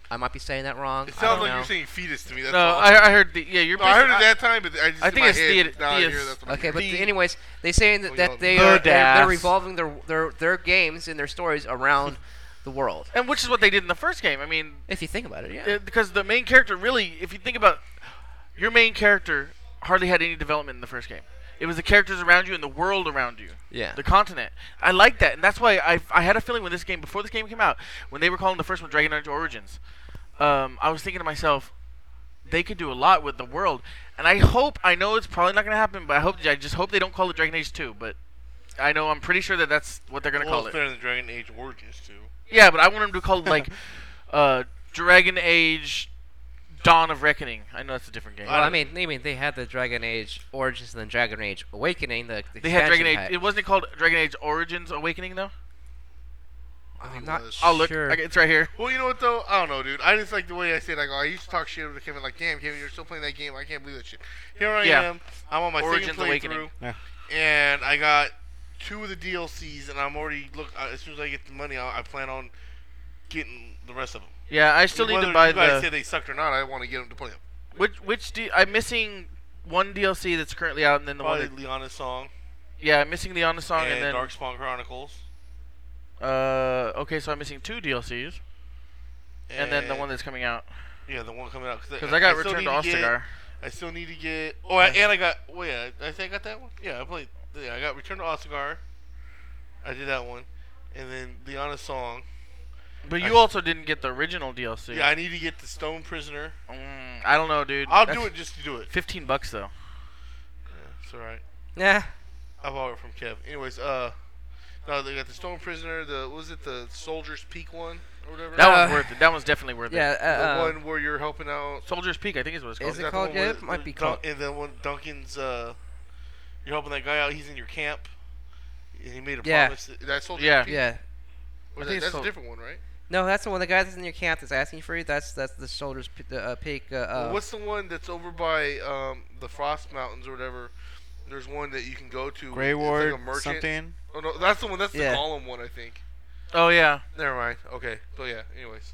S4: I might be saying that wrong.
S2: It
S4: I
S2: sounds
S4: don't
S2: like
S4: know.
S2: you're saying fetus to me. That's
S1: no,
S2: all.
S1: I, I heard the yeah. You're
S2: No, I heard it
S1: basi-
S2: that time, but I just
S1: I
S2: in
S1: think
S2: my
S1: it's
S2: head,
S1: theat-
S2: now I hear
S1: theus.
S2: that's what I
S4: Okay,
S2: hear.
S4: but
S2: The-
S4: anyways, they saying that,
S2: Oh, yeah.
S4: that they are they're, they're
S1: Thurdas.
S4: revolving their, their their games and their stories around the world.
S1: and which is what they did in the first game. I mean,
S4: If you think about it, yeah.
S1: Uh, because the main character really, if you think about your main character, hardly had any development in the first game. It was the characters around you and the world around you,
S4: yeah.
S1: the continent. I like that, and that's why I, I had a feeling when this game before this game came out, when they were calling the first one Dragon Age Origins, um, I was thinking to myself, they could do a lot with the world, and I hope I know it's probably not going to happen, but I hope I just hope they don't call it Dragon Age Two, but. I know. I'm pretty sure that that's what they're gonna
S2: Well,
S1: call
S2: it's
S1: it.
S2: better than Dragon Age Origins too.
S1: Yeah, but I want them to call it like uh, Dragon Age Dawn of Reckoning. I know that's a different game.
S4: Well,
S2: Uh,
S4: I mean, I mean, they had the Dragon Age Origins and then Dragon Age Awakening. The, the
S1: they had Dragon
S4: expansion
S1: Age.
S4: pack.
S1: It wasn't called Dragon Age Origins Awakening though.
S4: I'm
S2: it
S4: not
S2: was.
S1: I'll look.
S4: sure.
S1: I- it's right here.
S2: Well, you know what though? I don't know, dude. I just like the way I said. Like, oh, I used to talk shit over to Kevin. Like, damn, Kevin, you're still playing that game. I can't believe that shit. Here I
S1: Yeah.
S2: am. I'm on my
S1: Origins
S2: second playthrough,
S1: Awakening.
S5: Yeah.
S2: and I got two of the DLCs, and I'm already look. I- As soon as I get the money, I, I plan on getting the rest of them.
S1: Yeah, I still need
S2: Whether
S1: to buy
S2: you guys say
S1: the
S2: they sucked or not, I want to get them to play them.
S1: which which D, I'm missing one DLC that's currently out, and then the one.
S2: Probably
S1: That,
S2: Liana's song
S1: yeah, I'm missing the Honest Song,
S2: and,
S1: and, then
S2: Darkspawn Chronicles,
S1: uh okay, so I'm missing two DLCs, and, then the one that's coming out
S2: yeah, the one coming out
S1: because I got
S2: still
S1: Return
S2: need
S1: to
S2: get-
S1: Ostagar.
S2: I still need to get. Oh, I, and I got. Oh yeah, I think I got that one. Yeah, I played. Yeah, I got Return to Ostagar. I did that one, and then the Honest Song.
S1: But
S2: I-
S1: you also didn't get the original DLC.
S2: Yeah, I need to get the Stone Prisoner.
S1: Mm, I don't know, dude.
S2: I'll
S1: That's
S2: do it just to do it.
S1: Fifteen bucks though.
S2: Yeah, it's all right.
S4: Yeah.
S2: I borrowed it from Kev. Anyways, uh, no, they got the Stone Prisoner. The what was it the Soldier's Peak one or whatever?
S1: That
S4: Uh,
S1: one's worth it. That one's definitely worth it.
S4: Yeah.
S2: the
S4: Uh, uh,
S2: one where you're helping out.
S1: Soldier's Peak, I think is what it's called.
S4: Is
S2: that
S4: it
S2: the
S4: called-
S2: one
S4: yeah,
S2: where
S4: it might be
S2: Dun-
S4: called-
S2: And then when Duncan's, uh, you're helping that guy out. He's in your camp. And he made a
S4: Yeah.
S2: promise. that- That Soldier's
S1: Yeah.
S2: Peak.
S4: yeah.
S2: Or
S1: I
S2: that-
S1: think it's
S2: that's a
S1: called-
S2: different one, right?
S4: No, that's the one. The guy that's in your camp that's asking for you. That's that's the shoulders p- the, uh, peak. Uh, uh,
S2: What's the one that's over by um, the Frost Mountains or whatever? There's one that you can go to.
S5: Grey
S2: It's like
S5: Ward,
S2: a merchant.
S5: something.
S2: Oh no, that's the one. That's
S4: Yeah.
S2: the Gollum one, I think.
S1: Oh yeah.
S2: Never mind. Okay. So yeah. Anyways.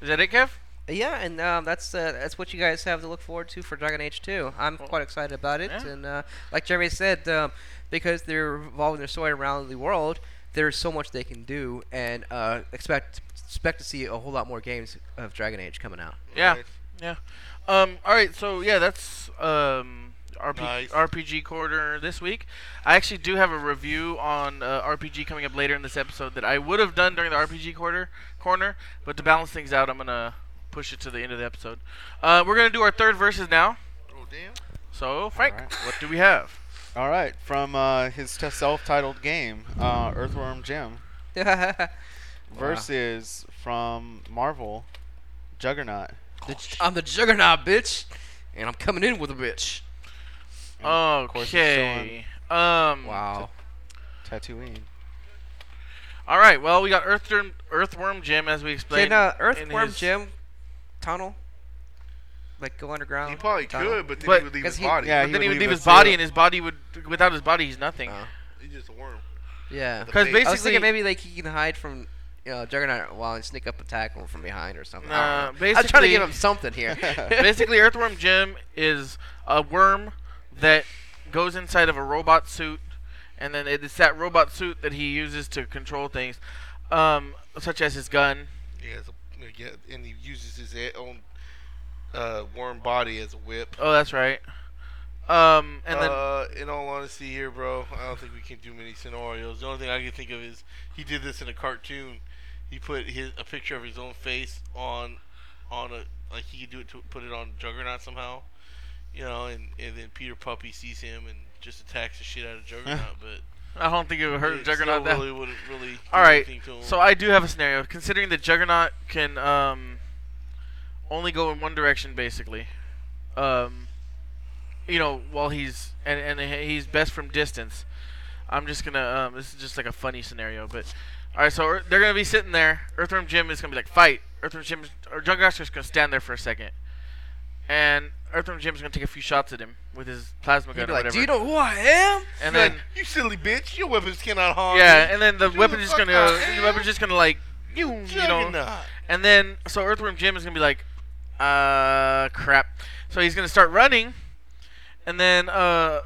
S1: Is that it, Kev?
S4: yeah, and um, that's uh, that's what you guys have to look forward to for Dragon Age Two. I'm quite excited about it,
S1: yeah.
S4: and uh, like Jeremy said, um, because they're revolving their story around the world, there's so much they can do, and uh, expect expect to see a whole lot more games of Dragon Age coming out.
S1: Yeah.
S2: Right.
S1: Yeah. Um. All right. So yeah, that's um RP-
S2: Nice.
S1: RPG corner this week. I actually do have a review on uh, RPG coming up later in this episode that I would have done during the RPG quarter corner, but to balance things out, I'm gonna push it to the end of the episode. Uh, we're gonna do our third verses now.
S2: Oh damn.
S1: So Frank,
S5: Alright.
S1: what do we have?
S5: All right, from uh, his t- self-titled game, uh, Earthworm Jim,
S4: the,
S5: versus from Marvel, Juggernaut.
S4: j- I'm the juggernaut, bitch, and I'm coming in with a bitch.
S5: course, it's
S1: Okay. Um.
S4: Wow.
S5: Tatooine.
S1: All right. Well, we got Earthworm Earthworm Jim as we explained.
S4: Can uh,
S1: in
S4: Earthworm
S1: his-
S4: Jim tunnel? Like go underground?
S2: He probably
S4: tunnel?
S2: could, but then
S1: But-
S2: he would leave
S4: 'cause
S2: his
S4: he-
S2: body.
S5: yeah,
S1: But then he would leave his
S5: us
S1: body,
S5: here.
S1: and his body would without his body, he's nothing.
S4: Oh.
S2: He's just a worm.
S4: Yeah.
S2: The
S1: Because
S2: bait.
S4: I was
S1: basically,
S4: thinking maybe like he can hide from you know, Juggernaut while and sneak up and tackle him from behind or something. I
S1: Nah,
S4: don't know. I'm trying to
S1: basically-
S4: give him something here.
S1: Oh. basically, Earthworm Jim is a worm that goes inside of a robot suit, and then it's that robot suit that he uses to control things, um, such as his gun.
S2: He has a, yeah, and he uses his a- own uh, worm body as a whip.
S1: Oh, that's right. Um, and then
S2: uh, in all honesty, here, bro, I don't think we can do many scenarios. The only thing I can think of is he did this in a cartoon. He put his a picture of his own face on on a like he could do it to put it on Juggernaut somehow, you know, and and then Peter Puppy sees him and just attacks the shit out of Juggernaut, but
S1: I don't think it would hurt
S2: it
S1: Juggernaut
S2: still
S1: that.
S2: really wouldn't really. do
S1: All right.
S2: anything to him.
S1: So I do have a scenario. Considering that Juggernaut can um, only go in one direction, basically, um, you know, while he's and and he's best from distance. I'm just gonna. Um, this is just like a funny scenario, but all right. So Ear- they're gonna be sitting there. Earthworm Jim is gonna be like fight. Earthworm Jim is- or Juggernaut's just gonna stand there for a second, and Earthworm Jim's gonna take a few shots at him with his plasma
S4: He'd
S1: gun or
S4: be like,
S1: whatever.
S4: Do you know who I am?
S1: and
S2: He's
S1: then
S2: like, you silly bitch, your weapons cannot harm.
S1: yeah,
S2: me."
S1: and then the
S2: the
S1: weapon's just
S2: fuck
S1: gonna
S2: out,
S1: go,
S2: man.
S1: the weapon's just gonna like you you know
S2: Juggernaut.
S1: and then so Earthworm Jim is gonna be like, uh crap. So he's gonna start running and then uh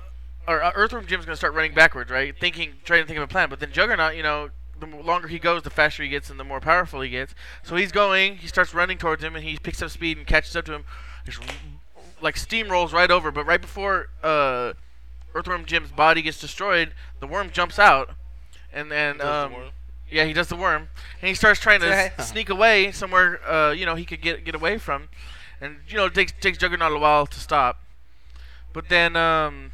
S1: or uh, Earthworm Jim's gonna start running backwards, right? Thinking trying to think of a plan, but then Juggernaut, you know, the m- longer he goes, the faster he gets and the more powerful he gets. So he's going, he starts running towards him and he picks up speed and catches up to him. Just r- like steamrolls right over, but right before uh Earthworm Jim's body gets destroyed, the worm jumps out and then
S2: Does the
S1: um,
S2: worm.
S1: yeah, he does the worm, and he starts trying to
S4: Right.
S1: s- sneak away somewhere. Uh, you know, he could get get away from, and you know, it takes takes Juggernaut a while to stop. But then um,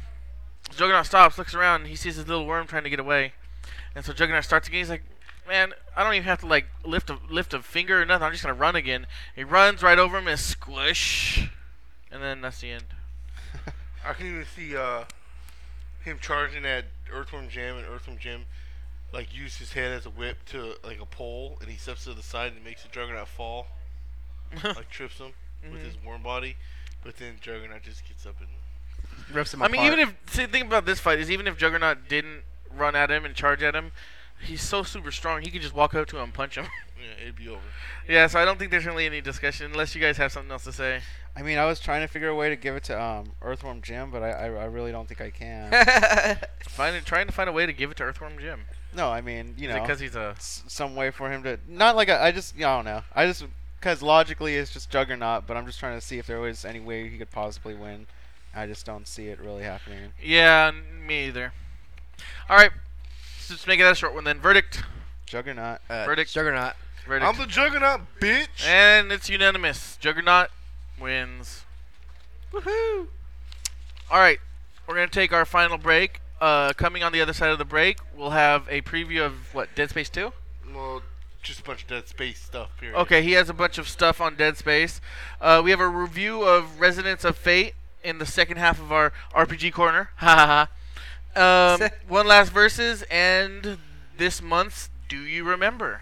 S1: Juggernaut stops, looks around, and he sees his little worm trying to get away, and so Juggernaut starts again. He's like, "Man, I don't even have to like lift a lift a finger or nothing. I'm just gonna run again." He runs right over him and squish, and then that's the end.
S2: I can even see uh, him charging at Earthworm Jim, and Earthworm Jim like use his head as a whip to like a pole, and he steps to the side and makes the Juggernaut fall, like trips him
S1: Mm-hmm.
S2: with his worm body, but then Juggernaut just gets up and
S4: Rips him
S1: I mean,
S4: apart.
S1: even if see, the thing about this fight is, even if Juggernaut didn't run at him and charge at him, he's so super strong he could just walk up to him and punch him.
S2: yeah, it'd be over.
S1: yeah, so I don't think there's really any discussion unless you guys have something else to say.
S5: I mean, I was trying to figure a way to give it to um, Earthworm Jim, but I, I, I really don't think I can.
S1: Find trying to find a way to give it to Earthworm Jim.
S5: no, I mean, you
S1: Is it
S5: know,
S1: because he's a?
S5: s- some way for him to not like I I just yeah, I don't know. I just because logically it's just Juggernaut, but I'm just trying to see if there was any way he could possibly win. I just don't see it really happening.
S1: Yeah, n- me either. All right, let's just make it a short one then. Verdict.
S5: Juggernaut.
S4: uh,
S1: Verdict.
S4: Juggernaut.
S1: Verdict.
S2: I'm the Juggernaut, bitch.
S1: and it's unanimous. Juggernaut wins.
S4: Woohoo!
S1: All right, we're gonna take our final break. Uh, coming on the other side of the break, we'll have a preview of what Dead Space Two.
S2: well, just a bunch of Dead Space stuff. Period.
S1: Okay, he has a bunch of stuff on Dead Space. Uh, we have a review of Residents of Fate in the second half of our RPG corner. Ha ha ha. Um, one last verses and this month's Do You Remember?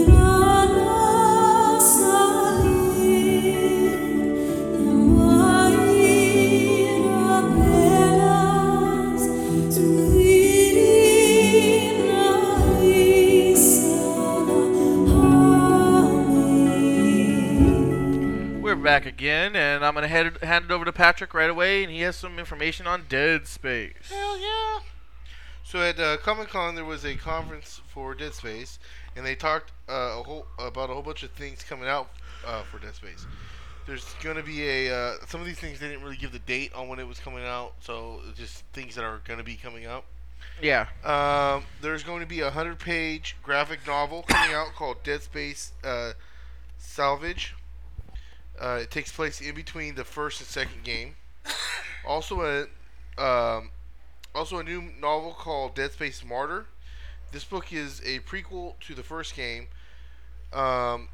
S7: Hare Rama,
S1: back again, and I'm gonna head it, hand it over to Patrick right away, and he has some information on Dead Space.
S2: Hell yeah! So at uh, Comic Con there was a conference for Dead Space, and they talked uh, a whole about a whole bunch of things coming out uh, for Dead Space. There's gonna be a uh, some of these things they didn't really give the date on when it was coming out, so just things that are gonna be coming out.
S1: Yeah.
S2: Um, there's going to be a hundred page graphic novel coming out called Dead Space uh, Salvage. Uh, it takes place in between the first and second game. Also a um, also a new novel called Dead Space Martyr. This book is a prequel to the first game, um,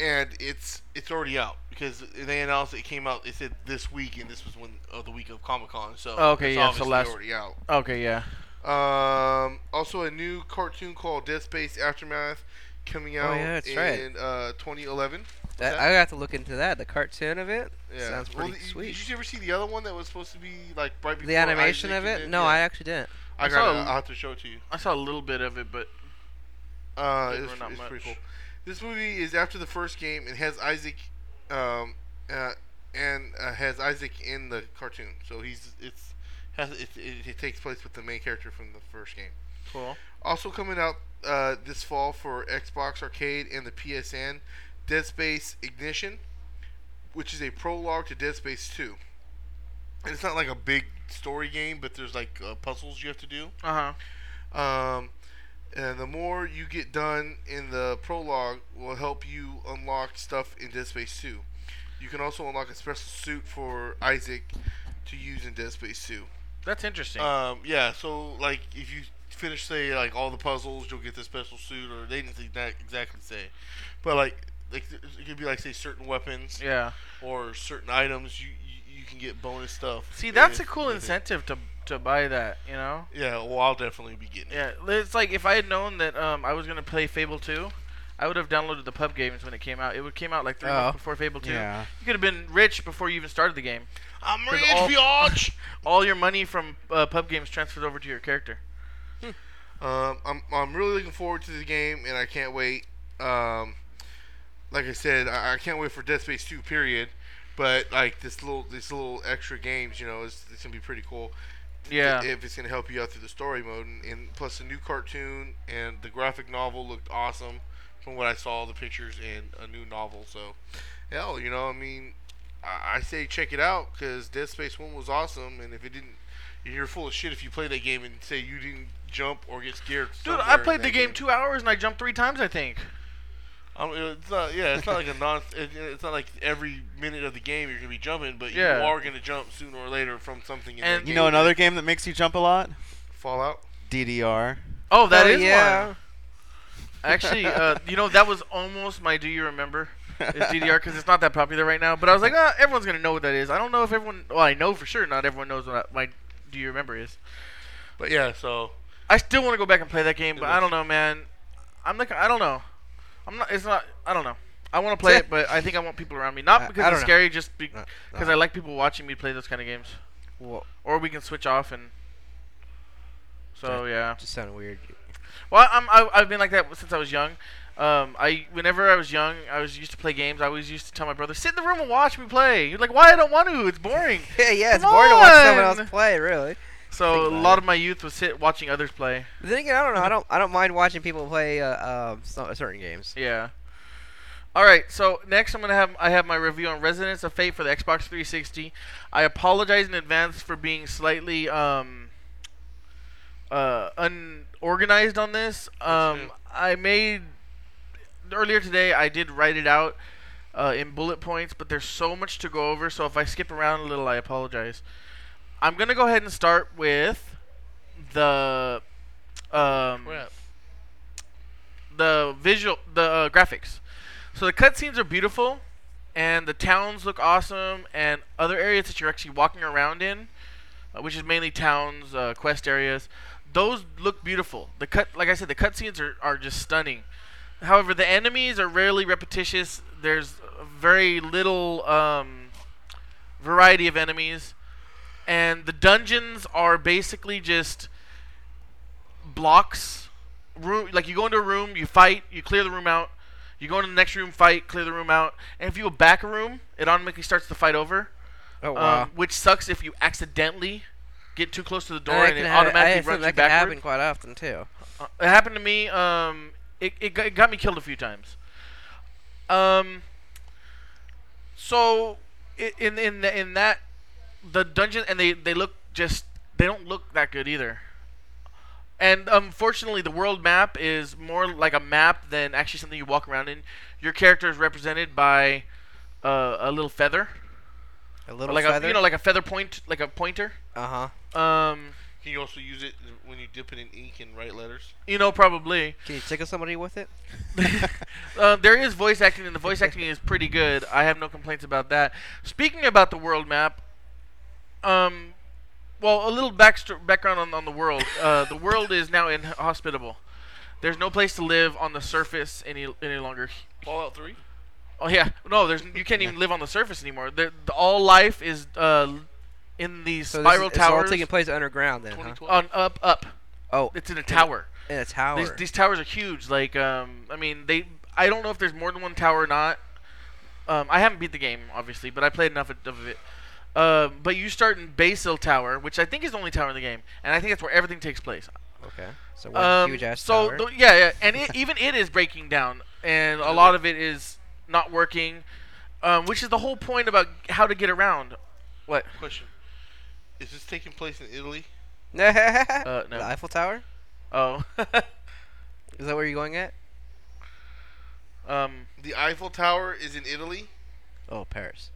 S2: and it's it's already out because they announced it came out. They said this week, and this was one of the week of Comic Con. So
S1: Oh, Okay,
S2: it's
S1: yeah, so
S2: obviously
S1: last-
S2: already out.
S1: Okay. Yeah.
S2: Um, also, a new cartoon called Dead Space Aftermath coming out
S4: Oh, yeah, that's
S2: in
S4: right.
S2: uh, 2011.
S4: That, I have to look into that. The cartoon of it
S2: Yeah.
S4: sounds
S2: Well,
S4: pretty
S2: the-
S4: sweet.
S2: Did you ever see the other one that was supposed to be like right before
S4: the animation of
S2: Isaac
S4: it?
S2: and
S4: No,
S2: yeah.
S4: I actually didn't.
S2: I
S1: I
S2: got it.
S1: saw-
S2: I'll have to show it to you.
S1: I saw a little bit of it, but
S2: Uh,
S1: Good,
S2: it's,
S1: we're not
S2: it's
S1: much.
S2: pretty cool. This movie is after the first game and has Isaac, um, uh, and uh, has Isaac in the cartoon. So he's it's has it, it, it takes place with the main character from the first game.
S1: cool.
S2: Also coming out uh, this fall for Xbox Arcade and the PSN, Dead Space Ignition, which is a prologue to Dead Space 2. And it's not like a big story game, but there's like uh, puzzles you have to do.
S1: Uh huh.
S2: Um, and the more you get done in the prologue will help you unlock stuff in Dead Space 2. You can also unlock a special suit for Isaac to use in Dead Space 2.
S1: That's interesting.
S2: Um, yeah, so like if you finish say like all the puzzles, you'll get the special suit, or they didn't exact- exactly say, but like like th- it could be like say certain weapons
S1: yeah.
S2: or certain items you, you you can get bonus stuff.
S1: See, that's a
S2: if-
S1: cool
S2: if it-
S1: incentive to to buy that. You know.
S2: Yeah, well, I'll definitely be getting it.
S1: Yeah. It's like if I had known that um, I was gonna play Fable 2, I would have downloaded the pub games when it came out. It would came out like three
S4: Oh.
S1: months before Fable 2.
S5: Yeah.
S1: You could have been rich before you even started the game.
S2: I'm
S1: 'Cause
S2: rich,
S1: all-
S2: biatch.
S1: All your money from uh, pub games transferred over to your character.
S2: Um, I'm, I'm really looking forward to the game, and I can't wait. Um, like I said, I, I can't wait for Dead Space 2. Period. But like this little this little extra games, you know, it's, it's gonna be pretty cool.
S1: Yeah.
S2: If it's gonna help you out through the story mode, and, and plus the new cartoon and the graphic novel looked awesome from what I saw, the pictures and a new novel. So, hell, you know, I mean, I, I say check it out because Dead Space One was awesome, and if it didn't you're full of shit if you play that game and say you didn't jump or get scared.
S1: Dude,
S2: somewhere
S1: I
S2: in
S1: played the
S2: that
S1: game two hours and I jumped three times. I think.
S2: I mean, it's not, yeah, it's not like a non. It, it's not like every minute of the game you're gonna be jumping, but
S1: Yeah.
S2: you are gonna jump sooner or later from something. In
S1: And-
S2: that
S5: You
S2: game.
S5: know another game that makes you jump a lot?
S2: Fallout.
S5: DDR.
S1: Oh, that
S4: Oh,
S1: is
S4: yeah.
S1: one. Actually, uh, you know, that was almost my Do You Remember? Is DDR because it's not that popular right now. But I was like, ah, everyone's gonna know what that is. I don't know if everyone. Well, I know for sure not everyone knows what I- my Do You Remember is.
S2: But yeah, so
S1: I still want to go back and play that game, but I don't know, man. I'm like, I don't know. I'm not. It's not. I don't know. I want to play it, but I think I want people around me.
S4: I-
S1: Not because
S4: I don't
S1: it's
S4: know. Uh,
S1: scary, just because
S4: No,
S1: I like people watching me play those kind of games.
S4: Whoa,
S1: Or we can switch off and. So yeah.
S4: just sounded weird.
S1: Well, I'm, I, I've been like that since I was young. Um, I whenever I was young, I was used to play games. I always used to tell my brother, "Sit in the room and watch me play." You're like, "Why? I don't want to. It's boring."
S4: Yeah, yeah, it's
S1: Come
S4: boring to watch someone
S1: on!
S4: else play, really.
S1: So a
S5: about
S1: lot of my youth was sit watching others play.
S4: But then again, I don't know. I don't. I don't mind watching people play uh, um, so- certain games.
S1: Yeah. All right. So next, I'm gonna have I have my review on Residents of Fate for the Xbox 360. I apologize in advance for being slightly um, uh, unorganized on this. Um,
S2: good.
S1: I made earlier today. I did write it out uh, in bullet points, but there's so much to go over. So if I skip around a little, I apologize. I'm gonna go ahead and start with the um,
S2: crap.
S1: the visual the uh, graphics. So the cutscenes are beautiful, and the towns look awesome, and other areas that you're actually walking around in, uh, which is mainly towns, uh, quest areas, those look beautiful. The cut, like I said, the cutscenes are are just stunning. However, the enemies are rarely repetitious. There's very little um, variety of enemies, and the dungeons are basically just blocks room like you go into a room you fight you clear the room out You go into the next room, fight, clear the room out, and if you go back a room, it automatically starts the fight over.
S4: Oh
S1: um, which sucks if you accidentally get too close to the door
S4: That
S1: and
S4: can
S1: it
S4: ha- I
S1: automatically
S4: assume
S1: runs you
S4: that can happen
S1: backward.
S4: quite often too.
S1: Uh, it happened to me. Um, it, it, got, it got me killed a few times. Um, so i- in in the, in that the dungeon and they they look just they don't look that good either. And unfortunately, the world map is more like a map than actually something you walk around in. Your character is represented by uh, a little feather,
S4: A
S1: or
S4: little
S1: like
S4: feather.
S1: a you know like a feather point, like a pointer.
S4: uh huh.
S1: Um,
S2: Can you also use it when you dip it in ink and write letters?
S1: you know probably.
S4: Can you tickle somebody with it?
S1: Um, there is voice acting, and the voice acting is pretty good. I have no complaints about that. Speaking about the world map, um, well, a little backstro- background on, on the world. Uh, the world is now inhospitable. There's no place to live on the surface any any longer.
S2: Fallout Three.
S1: Oh yeah, no, there's you can't even live on the surface anymore. The, the, all life is uh, in these
S4: So this
S1: spiral
S4: is, it's all
S1: towers.
S4: taking place underground then, huh?
S2: 2012.
S1: on up up.
S4: Oh,
S1: It's in a tower.
S4: in a tower.
S1: These, these towers are huge. Like, um, I mean, they. I don't know if there's more than one tower or not. Um, I haven't beat the game, obviously, but I played enough of, of it. Um, but you start in Basil Tower, which I think is the only tower in the game, and I think that's where everything takes place.
S4: okay. So one
S1: Um,
S4: huge ass
S1: so
S4: tower.
S1: the- yeah, yeah, and it, even it is breaking down, and a lot of it is not working, um, which is the whole point about how to get around. What?
S2: Question: Is this taking place in Italy?
S1: Uh, no.
S4: The Eiffel Tower?
S1: Oh,
S4: Is that where you're going at?
S1: um,
S2: The Eiffel Tower is in Italy.
S4: Oh, Paris.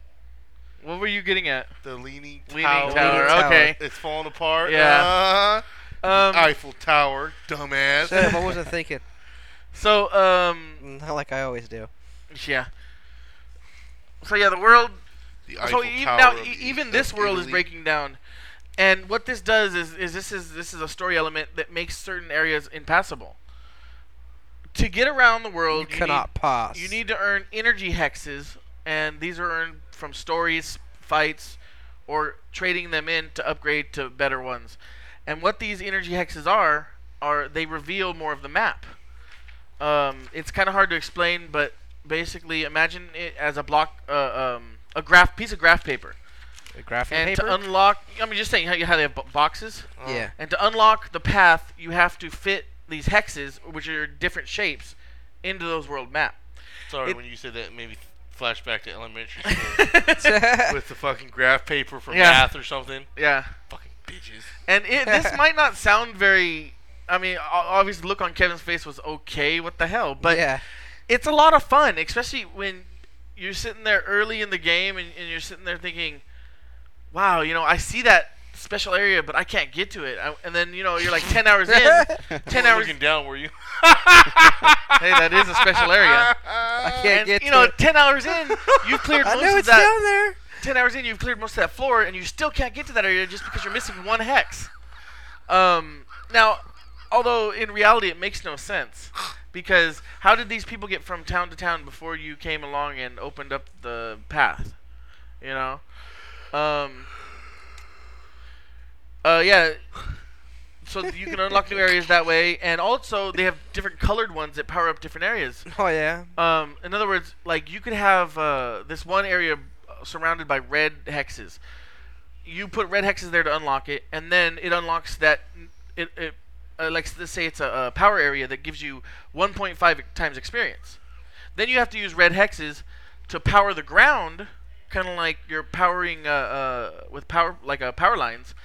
S1: what were you getting at?
S2: The Leaning Tower.
S1: Leaning
S4: Leaning Tower.
S1: Okay.
S2: It's falling apart.
S1: Yeah.
S2: Uh,
S1: Um,
S2: Eiffel Tower, dumbass.
S4: Shut up, I wasn't thinking.
S1: So, um,
S4: Not like I always do.
S1: Yeah. So yeah, the world.
S2: The
S1: so
S2: Eiffel
S1: even
S2: Tower
S1: now,
S2: of
S1: e-
S2: the
S1: even
S2: East
S1: this
S2: of
S1: world is
S2: Italy.
S1: breaking down, and what this does is, is this is this is a story element that makes certain areas impassable. To get around the world,
S4: You cannot pass.
S1: Need, you need to earn energy hexes, and these are earned from stories, fights, or trading them in to upgrade to better ones. And what these energy hexes are are they reveal more of the map. Um, it's kind of hard to explain, but basically imagine it as a block, uh, um, a graph piece of graph paper.
S4: a graphic
S1: And
S4: paper.
S1: to unlock, I mean, just saying how, you, how they have bo- boxes.
S2: Uh,
S4: yeah.
S1: And to unlock the path, you have to fit these hexes, which are different shapes, into those world map.
S2: Sorry,
S1: it-
S2: when you said that, maybe flashback to elementary school with the fucking graph paper from
S1: Yeah.
S2: math or something.
S1: yeah.
S2: Fucking bitches.
S1: And it, this might not sound very. I mean, o- obviously, the look on Kevin's face was okay. What the hell? But
S4: yeah.
S1: it's a lot of fun, especially when you're sitting there early in the game and, and you're sitting there thinking, "Wow, you know, I see that special area, but I can't get to it." I, and then you know, you're like ten hours in, ten
S2: You weren't
S1: hours.
S2: looking down, were you?
S1: Hey, that is a special area.
S4: I can't
S1: And
S4: get
S1: you
S4: to
S1: know,
S4: it.
S1: ten hours in, you've cleared
S4: I
S1: most
S4: know
S1: of
S4: it's
S1: that.
S4: down there.
S1: ten hours in, you've cleared most of that floor, and you still can't get to that area just because you're missing one hex. Um, now, although in reality it makes no sense, because how did these people get from town to town before you came along and opened up the path? You know. Um. Uh, yeah. So you can unlock new areas that way, and also they have different colored ones that power up different areas.
S4: Oh yeah.
S1: Um, in other words, like you could have uh, this one area uh, surrounded by red hexes. You put red hexes there to unlock it, and then it unlocks that. It, it uh, like let's say it's a, a power area that gives you 1.5 times experience. Then you have to use red hexes to power the ground, kind of like you're powering uh, uh, with power like uh, power lines,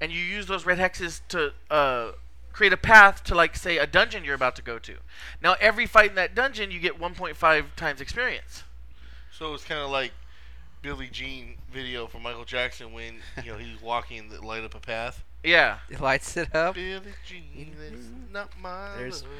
S1: and you use those red hexes to uh, create a path to like say a dungeon you're about to go to. Now every fight in that dungeon you get 1.5 times experience.
S2: So it's kind of like Billy Jean video from Michael Jackson when you know he's walking that light up a path.
S1: Yeah.
S4: It lights it up.
S2: Billy Jean, that's not my
S4: There's-
S2: love.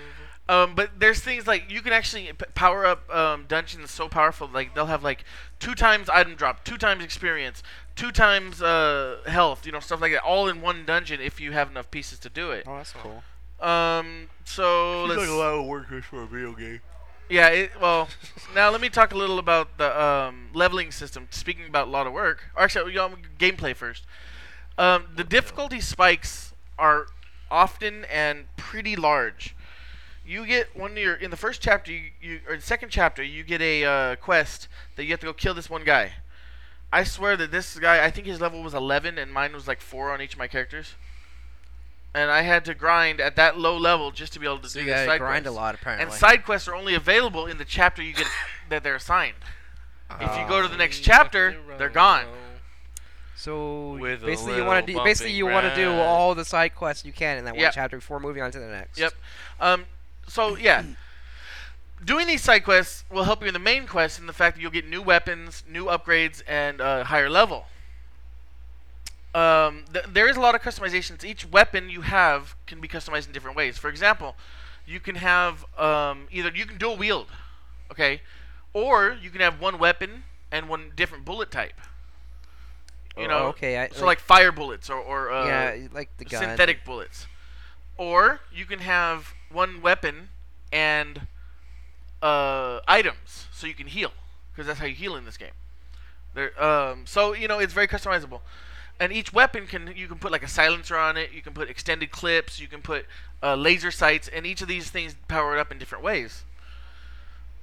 S1: Um, but there's things like you can actually p- power up um, dungeons so powerful like they'll have like two times item drop, two times experience, two times uh, health, you know stuff like that, all in one dungeon if you have enough pieces to do it.
S5: Oh, that's cool.
S1: Um, so
S2: Seems
S1: let's
S2: like a lot of work just for a video game.
S1: yeah. It, well, now let me talk a little about the um, leveling system. Speaking about a lot of work, or actually, you know, gameplay first. Um, the difficulty spikes are often and pretty large. you get one of your in the first chapter you, you or the second chapter you get a uh, quest that you have to go kill this one guy. I swear that this guy I think his level was 11 and mine was like 4 on each of my characters. And I had to grind at that low level just to be able to
S4: So
S1: do the
S4: you gotta
S1: side
S4: grind a
S1: quests.
S4: lot apparently.
S1: And side quests are only available in the chapter you get that they're assigned. If you go to
S2: Ah.
S1: the next chapter, they're gone.
S4: so
S7: With a
S4: basically you
S7: little
S4: want to do basically
S7: bumping
S4: you want to do
S7: grind.
S4: all the side quests you can in that one
S1: Yep.
S4: chapter before moving on to the next.
S1: Yep. Um, so yeah, doing these side quests will help you in the main quest in the fact that you'll get new weapons, new upgrades, and uh, higher level. Um, th- there is a lot of customizations. Each weapon you have can be customized in different ways. For example, you can have um, either you can dual wield, okay, or you can have one weapon and one different bullet type. You
S4: Oh,
S1: know,
S4: okay, I-
S1: so like fire bullets or, or uh,
S4: yeah, like the gun.
S1: synthetic bullets. Or you can have one weapon and uh, items, so you can heal, because that's how you heal in this game. There, um, so you know it's very customizable, and each weapon can you can put like a silencer on it, you can put extended clips, you can put uh, laser sights, and each of these things power it up in different ways.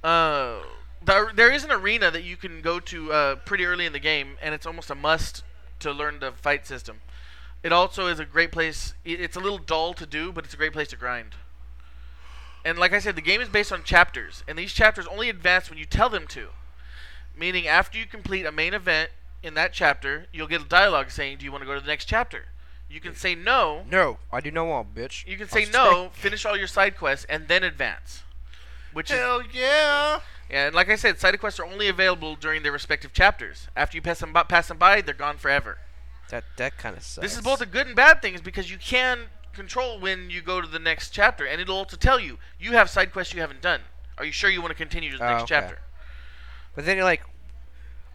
S1: Uh, there, there is an arena that you can go to uh, pretty early in the game, and it's almost a must to learn the fight system. It also is a great place. i- It's a little dull to do, but it's a great place to grind. And like I said, the game is based on chapters, and these chapters only advance when you tell them to. Meaning, after you complete a main event in that chapter, you'll get a dialogue saying, "Do you want to go to the next chapter?" You can say no.
S4: No, I do not want, bitch.
S1: You can
S4: I'll
S1: say
S4: stay-
S1: no. Finish all your side quests and then advance. Which is
S2: Hell yeah!
S1: yeah, and like I said, side quests are only available during their respective chapters. After you pass them by, pass them by, they're gone forever.
S4: That that kind of sucks.
S1: This is both a good and bad thing, is because you can control when you go to the next chapter, and it'll also tell you you have side quests you haven't done. Are you sure you want to continue to the
S4: Oh,
S1: next
S4: okay.
S1: chapter?
S4: But then you're like,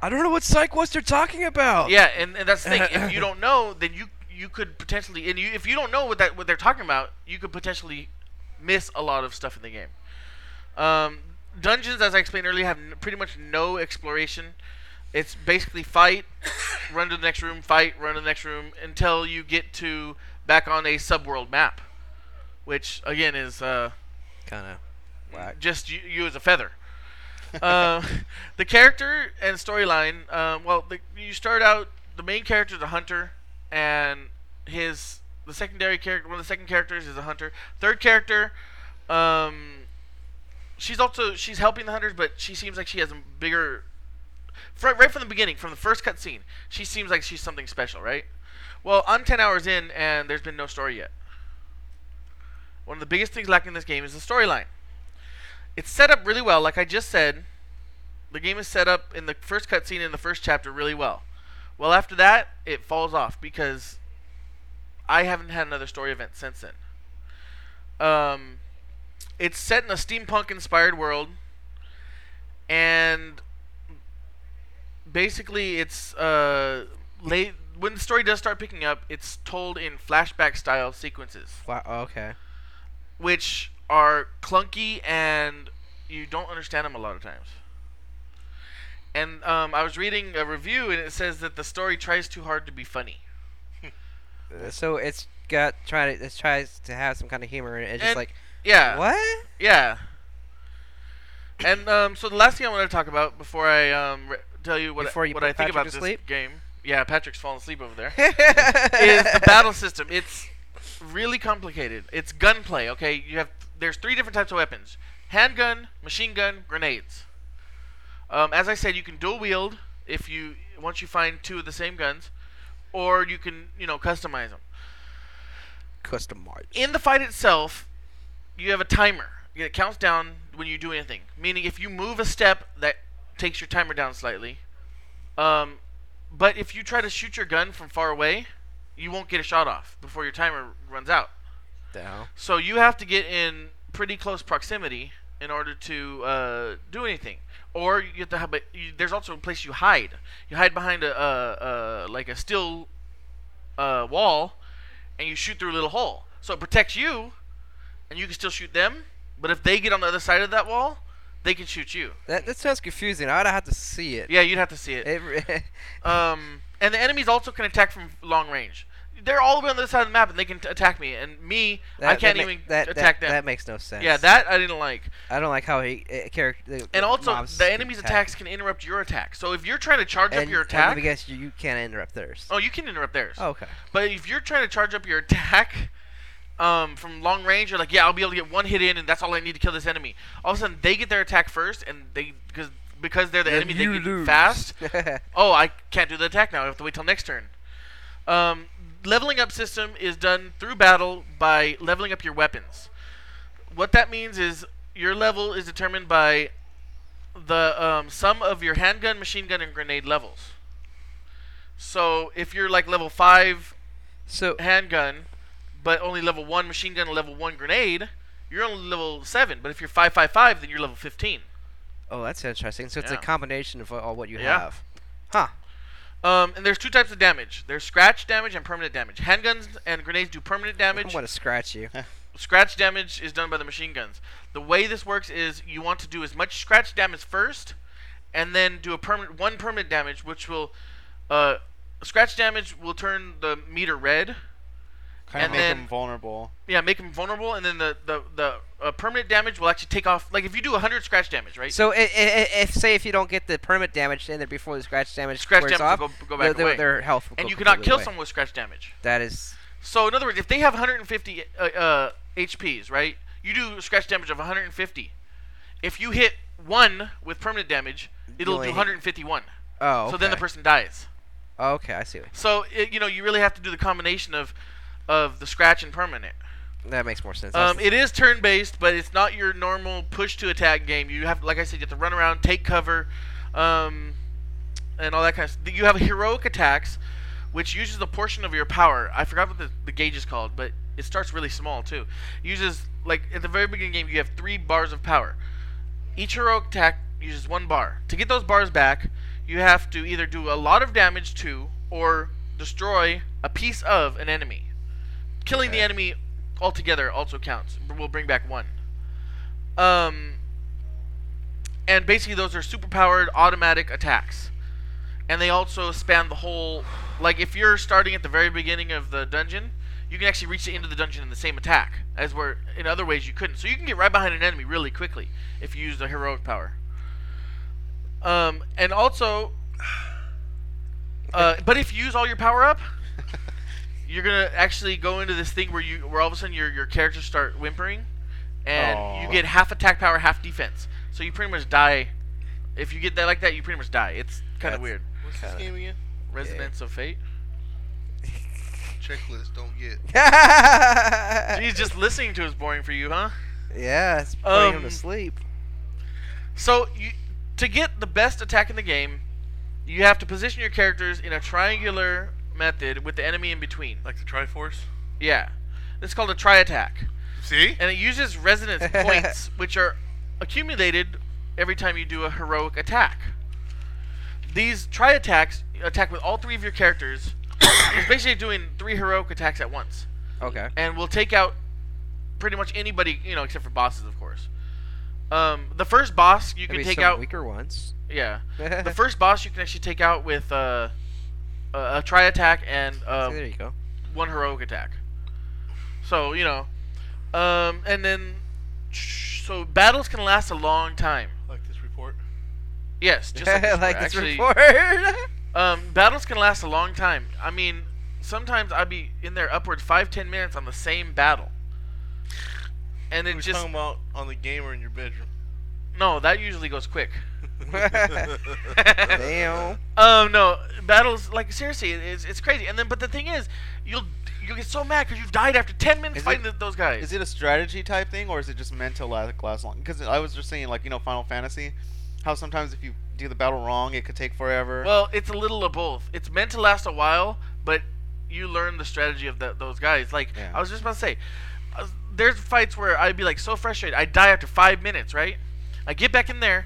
S4: I don't know what side quest they're talking about.
S1: Yeah, and, and that's the thing. if you don't know, then you you could potentially, and you if you don't know what that what they're talking about, you could potentially miss a lot of stuff in the game. Um, dungeons, as I explained earlier, have n- pretty much no exploration. It's basically fight, run to the next room, fight, run to the next room until you get to back on a subworld map, which again is uh,
S4: Kind of. Whack.
S1: just you, you as a feather. uh, the character and storyline. Uh, well, the, you start out the main character is a hunter, and his the secondary character, one of the second characters is a hunter. Third character, um, she's also she's helping the hunters, but she seems like she has a bigger. Right, right from the beginning, from the first cutscene, she seems like she's something special, right? Well, I'm 10 hours in, and there's been no story yet. One of the biggest things lacking in this game is the storyline it's set up really well. Like I just said, the game is set up in the first cutscene in the first chapter really well. Well, after that, it falls off because I haven't had another story event since then. Um, it's set in a steampunk-inspired world, and basically, it's uh, late. When the story does start picking up, it's told in flashback-style sequences
S4: Wow, oh, okay.
S1: which are clunky and you don't understand them a lot of times. And um, I was reading a review and it says that the story tries too hard to be funny.
S4: Uh, So it's got try to it tries to have some kind of humor in it. It's just
S1: And-
S4: like
S1: Yeah.
S4: what?
S1: Yeah. And um, so the last thing I want to talk about before I um, re- tell you what
S4: Before
S1: I,
S4: you
S1: what
S4: put
S1: I think
S4: Patrick
S1: about
S4: to
S1: this
S4: sleep?
S1: game. Yeah, Patrick's falling asleep over there. is the battle system. It's really complicated. It's gunplay. Okay, you have there's three different types of weapons: handgun, machine gun, grenades. Um, as I said, you can dual wield if you once you find two of the same guns, or you can you know customize them.
S4: Customize.
S1: In the fight itself, you have a timer. It counts down when you do anything. Meaning, if you move a step, that takes your timer down slightly. Um, but if you try to shoot your gun from far away, you won't get a shot off before your timer runs out.
S4: Down.
S1: So you have to get in pretty close proximity in order to uh, do anything. Or you have to have. A, you, there's also a place you hide. You hide behind a, a, a like a steel uh, wall, and you shoot through a little hole. So it protects you, and you can still shoot them. But if they get on the other side of that wall, they can shoot you.
S4: That that sounds confusing. I'd have to see it. Eh.
S1: Yeah, you'd have to see it.
S4: It re-
S1: Um, and the enemies also can attack from long range. they're all the way on the other side of the map, and they can t- attack me. And me, I can't
S4: ma-
S1: even
S4: that,
S1: attack
S4: that,
S1: them.
S4: That makes no sense.
S1: yeah, that I didn't like.
S4: I don't like how he uh, character.
S1: And also, the enemy's attacks can interrupt your attack. So if you're trying to charge
S4: and,
S1: up your
S4: and
S1: attack,
S4: I guess you, you can't interrupt theirs.
S1: oh, you can interrupt theirs.
S4: Oh, okay.
S1: But if you're trying to charge up your attack um, from long range, you're like, yeah, I'll be able to get one hit in, and that's all I need to kill this enemy. All of a sudden, they get their attack first, and they because because they're the
S4: Then
S1: enemy, they
S4: you
S1: get
S4: lose.
S1: fast. oh, I can't do the attack now. I have to wait till next turn. Um, leveling up system is done through battle by leveling up your weapons. What that means is your level is determined by the um, sum of your handgun, machine gun, and grenade levels. So if you're like level five
S4: So
S1: handgun, but only level one machine gun and level one grenade, you're only level seven. But if you're five five five, then you're level fifteen.
S4: Oh, that's interesting. So it's
S1: Yeah.
S4: a combination of all what you
S1: Yeah.
S4: have. Huh.
S1: Um, and there's two types of damage. There's scratch damage and permanent damage. Handguns and grenades do permanent
S4: I'm
S1: damage.
S4: going to scratch you.
S1: Scratch damage is done by the machine guns. The way this works is you want to do as much scratch damage first, and then do a permanent one permanent damage, which will uh, scratch damage will turn the meter red. And
S5: Kind of make
S1: then-
S5: them vulnerable.
S1: Yeah, make them vulnerable, and then the the, the uh, permanent damage will actually take off. Like if you do 100 scratch damage, right?
S4: So i- i- i- if say if you don't get the permit damage in there before the scratch damage
S1: Scratch
S4: wears
S1: damage
S4: off,
S1: will go- go back
S4: their,
S1: away.
S4: their health will
S1: and
S4: go
S1: you cannot
S4: completely
S1: kill
S4: away.
S1: someone with scratch damage.
S4: That is
S1: So in other words, if they have 150 uh, uh, HPs, right? You do scratch damage of 150. If you hit one with permanent damage, it'll
S4: only
S1: do
S4: hit-
S1: 151.
S4: oh.
S1: So then the
S4: okay.
S1: person dies.
S4: Oh, okay, I see. what-
S1: So it, you know you really have to do the combination of of the scratch and permanent.
S4: That makes more sense.
S1: Um,
S4: That's-
S1: it is turn based, but it's not your normal push to attack game. You have, like I said, you have to run around, take cover, um, and all that kind of stuff. You have heroic attacks, which uses a portion of your power. I forgot what the, the gauge is called, but it starts really small too. uses like at the very beginning of the game, you have three bars of power. Each heroic attack uses one bar. To get those bars back, you have to either do a lot of damage to or destroy a piece of an enemy. Killing the
S4: Okay.
S1: enemy altogether also counts. B- We'll bring back one. Um, and basically, those are super powered automatic attacks. And they also span the whole. Like, if you're starting at the very beginning of the dungeon, you can actually reach the end of the dungeon in the same attack, as where in other ways you couldn't. So you can get right behind an enemy really quickly if you use the heroic power. Um, and also, uh, but if you use all your power up, you're gonna actually go into this thing where you where all of a sudden your your characters start whimpering, and you
S5: Aw.
S1: get half attack power, half defense. So you pretty much die. If you get that like that, you pretty much die. It's kind
S4: That's-
S1: of weird.
S2: What's this game again?
S1: Resonance of Fate.
S2: Checklist. Don't get.
S1: Geez, just listening to is boring for you, huh?
S4: yeah, it's putting him
S1: Um,
S4: to sleep.
S1: So you, to get the best attack in the game, you have to position your characters in a triangular method with the enemy in between.
S2: Like the Triforce.
S1: Yeah, it's called a tri attack,
S2: See?
S1: and it uses resonance points, which are accumulated every time you do a heroic attack. These tri attacks attack with all three of your characters. it's basically doing three heroic attacks at once
S4: Okay.
S1: and will take out pretty much anybody, you know, except for bosses, of course. Um, the first boss you can
S4: Maybe
S1: take
S4: some
S1: out.
S4: weaker ones.
S1: Yeah. the first boss you can actually take out with uh, a, a try attack and
S4: See,
S1: uh,
S4: there you go.
S1: one heroic attack. So you know, um, and then so battles can last a long time.
S2: Like this report.
S1: Yes, just like this, one. actually,
S4: report.
S1: Um, battles can last a long time. I mean, sometimes I'd be in there upwards five ten minutes on the same battle, and it
S2: We're
S1: just
S2: talking about on the game or in your bedroom.
S1: no that usually goes quick.
S4: Damn.
S1: Um, no battles like seriously, it- it's, it's crazy. And then, but the thing is, you'll you'll get so mad because you died after ten minutes
S5: Is it-
S1: fighting th- those guys.
S5: Is it a strategy type thing, or is it just meant to last, last long? Because I was just saying, like you know, Final Fantasy, how sometimes if you do the battle wrong, it could take forever.
S1: well, it's a little of both. It's meant to last a while, but you learn the strategy of the, those guys. Like
S5: Yeah.
S1: I was just about to say, uh, there's fights where I'd be like so frustrated, I die after five minutes, right? I get back in there,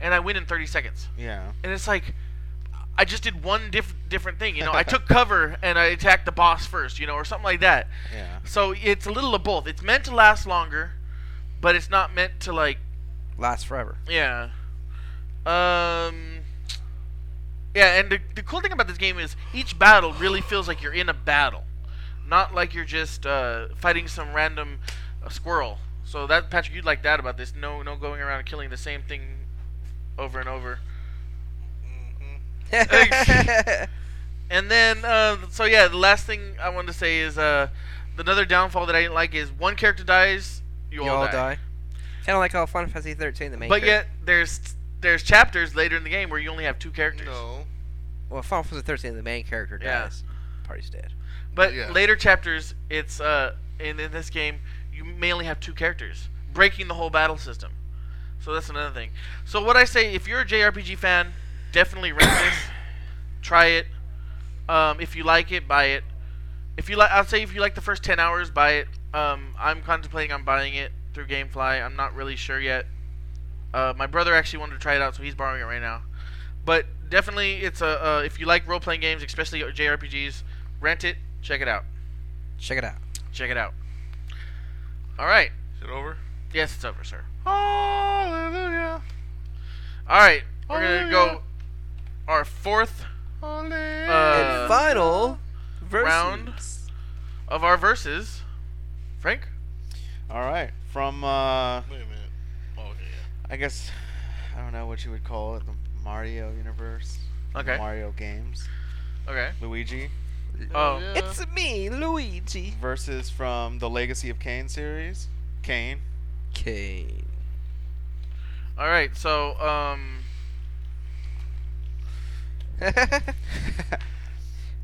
S1: and I win in thirty seconds.
S5: yeah.
S1: and it's like I just did one diff- different thing, you know. I took cover and I attacked the boss first, you know, or something like that.
S5: Yeah.
S1: So it's a little of both. It's meant to last longer, but it's not meant to like,
S4: Lasts forever.
S1: yeah. Um yeah, and the, the cool thing about this game is each battle really feels like you're in a battle. not like you're just uh, fighting some random uh, squirrel. So that Patrick, you'd like that about this? No, no going around and killing the same thing over and over.
S2: Mhm.
S1: And then, uh, so yeah, the last thing I wanted to say is uh, another downfall that I didn't like is one character dies, you,
S4: you all die. Kind of like how Final Fantasy 13 the main.
S1: But
S4: character-
S1: yet, there's there's chapters later in the game where you only have two characters.
S2: No.
S4: well, Final Fantasy 13 the main character
S1: Yeah.
S4: dies. Party's dead.
S1: But
S2: Yeah.
S1: later chapters, it's uh, in, in this game, you mainly have two characters, breaking the whole battle system. So that's another thing. So what I say, if you're a JRPG fan, definitely rent this, try it. Um, if you like it, buy it. If you like, I'd say if you like the first ten hours, buy it. Um, I'm contemplating on buying it through GameFly. I'm not really sure yet. Uh, my brother actually wanted to try it out, so he's borrowing it right now. But definitely, it's a uh, if you like role playing games, especially JRPGs, rent it, check it out,
S4: Check it out.
S1: check it out. All right,
S2: Is it over?
S1: yes, it's over, sir.
S2: Hallelujah.
S1: All right, we're gonna
S2: Hallelujah.
S1: go our fourth
S2: Hallelujah.
S1: Uh,
S3: and final versus.
S1: round. of our verses. Frank,
S5: All right. From uh,
S2: Wait a minute. Oh, okay, yeah.
S5: I guess I don't know what you would call it, the Mario universe. the
S1: Okay.
S5: Mario games.
S1: okay.
S5: Luigi
S1: Oh,
S2: yeah.
S4: It's me, Luigi.
S5: versus from the Legacy of Kane series. Kane.
S4: Kane.
S1: all right. So, um,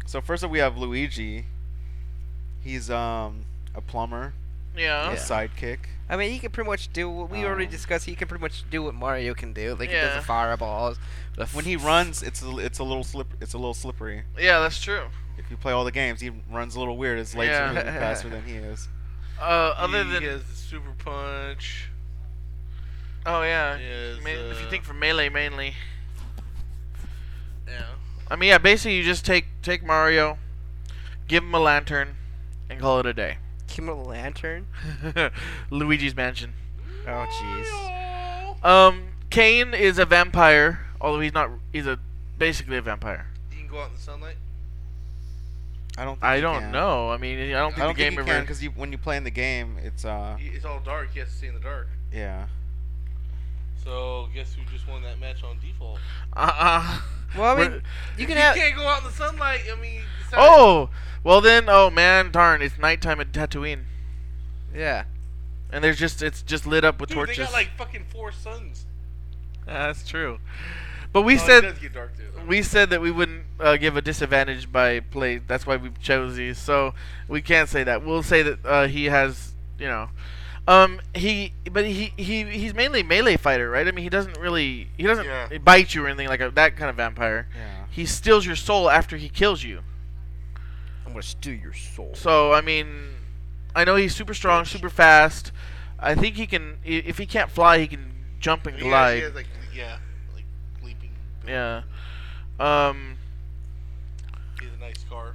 S5: so first up, we have Luigi. He's um a plumber,
S1: yeah,
S5: a sidekick.
S4: I mean, he can pretty much do what we already
S5: Um,
S4: discussed. He can pretty much do what Mario can do. Like he does
S1: Yeah.
S4: the fireballs. The
S5: When he
S4: f-
S5: runs, it's a, it's a little slip it's a little slippery.
S1: yeah, that's true.
S5: If you play all the games, he runs a little weird. His legs
S1: Yeah.
S5: are moving faster than he is.
S1: Uh, other
S2: he
S1: than
S2: has the super punch.
S1: oh yeah,
S2: he has,
S1: ma- if you
S2: uh,
S1: think for melee mainly.
S2: Yeah.
S1: I mean, yeah. Basically, you just take take Mario, give him a lantern, and call it a day.
S4: Give him a lantern.
S1: Luigi's Mansion.
S4: Oh jeez.
S1: Um, Kane is a vampire, although he's not. He's a basically a vampire.
S2: You can go out in the sunlight.
S5: I don't. Think
S1: I
S5: he
S1: don't
S5: can.
S1: know. I mean, I don't think
S5: I don't
S1: the game
S5: think he
S1: ever.
S5: can because when you play in the game, it's uh
S2: He- It's all dark. He has to stay in the dark.
S5: yeah.
S2: So guess who just won that match on default?
S1: uh-uh.
S4: Well, I
S1: We're-
S4: mean, you
S2: If
S4: can
S2: you
S4: have.
S2: can't go out in the sunlight. I mean. it's not-
S1: Oh, well then. Oh man, darn! It's nighttime at Tatooine,
S4: Yeah.
S1: and there's just it's just lit up with
S2: Dude,
S1: torches.
S2: they got like fucking four suns.
S1: Ah, that's true. But we
S2: Oh, it
S1: said
S2: does get dark too.
S1: we said that we wouldn't uh, give a disadvantage by play. That's why we chose these. So we can't say that. We'll say that uh, he has, you know, um, he. But he, he he's mainly melee fighter, right? I mean, he doesn't really he doesn't
S2: Yeah.
S1: bite you or anything like a, that kind of vampire.
S5: Yeah.
S1: He steals your soul after he kills you.
S4: I'm gonna steal your soul.
S1: So I mean, I know he's super strong, super fast. I think he can. i- If he can't fly, he can jump and
S2: He has- he
S1: glide.
S2: has, like, le- yeah, like leaping.
S1: Yeah. Um.
S2: He has a nice scarf.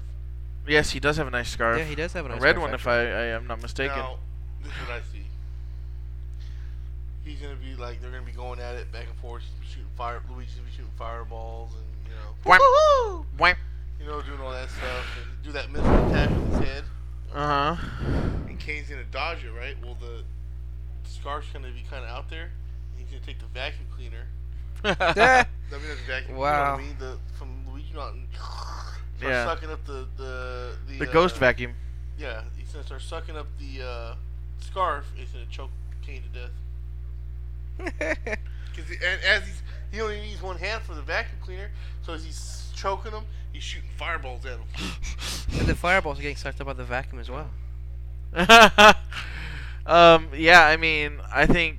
S1: Yes, he does have a nice scarf.
S4: Yeah, he does have a
S1: a
S4: nice
S1: red
S4: scarf,
S1: one, if I, I am not mistaken.
S2: Now, this is what I see. He's gonna be like they're gonna be going at it back and forth, shooting fire. Luigi's gonna be shooting fireballs and you know,
S1: Wham. Wham.
S2: you know, doing all that stuff and do that missile attack with his head.
S1: Uh huh.
S2: And Kane's gonna dodge it, right? Well, the scarf's gonna be kind of out there. and He's gonna take the vacuum cleaner.
S4: Yeah.
S2: I mean, not the vacuum.
S4: Wow.
S2: You know what I mean? The from Luigi Mountain. Start
S1: Yeah.
S2: sucking up the the the,
S1: the ghost
S2: uh,
S1: vacuum.
S2: Yeah, he's gonna start sucking up the uh, scarf. He's gonna choke Kane to death. Cause he, and as he's he only needs one hand for the vacuum cleaner, so as he's choking him, he's shooting fireballs at him.
S4: and the fireballs are getting sucked up by the vacuum as well.
S1: um. Yeah. I mean, I think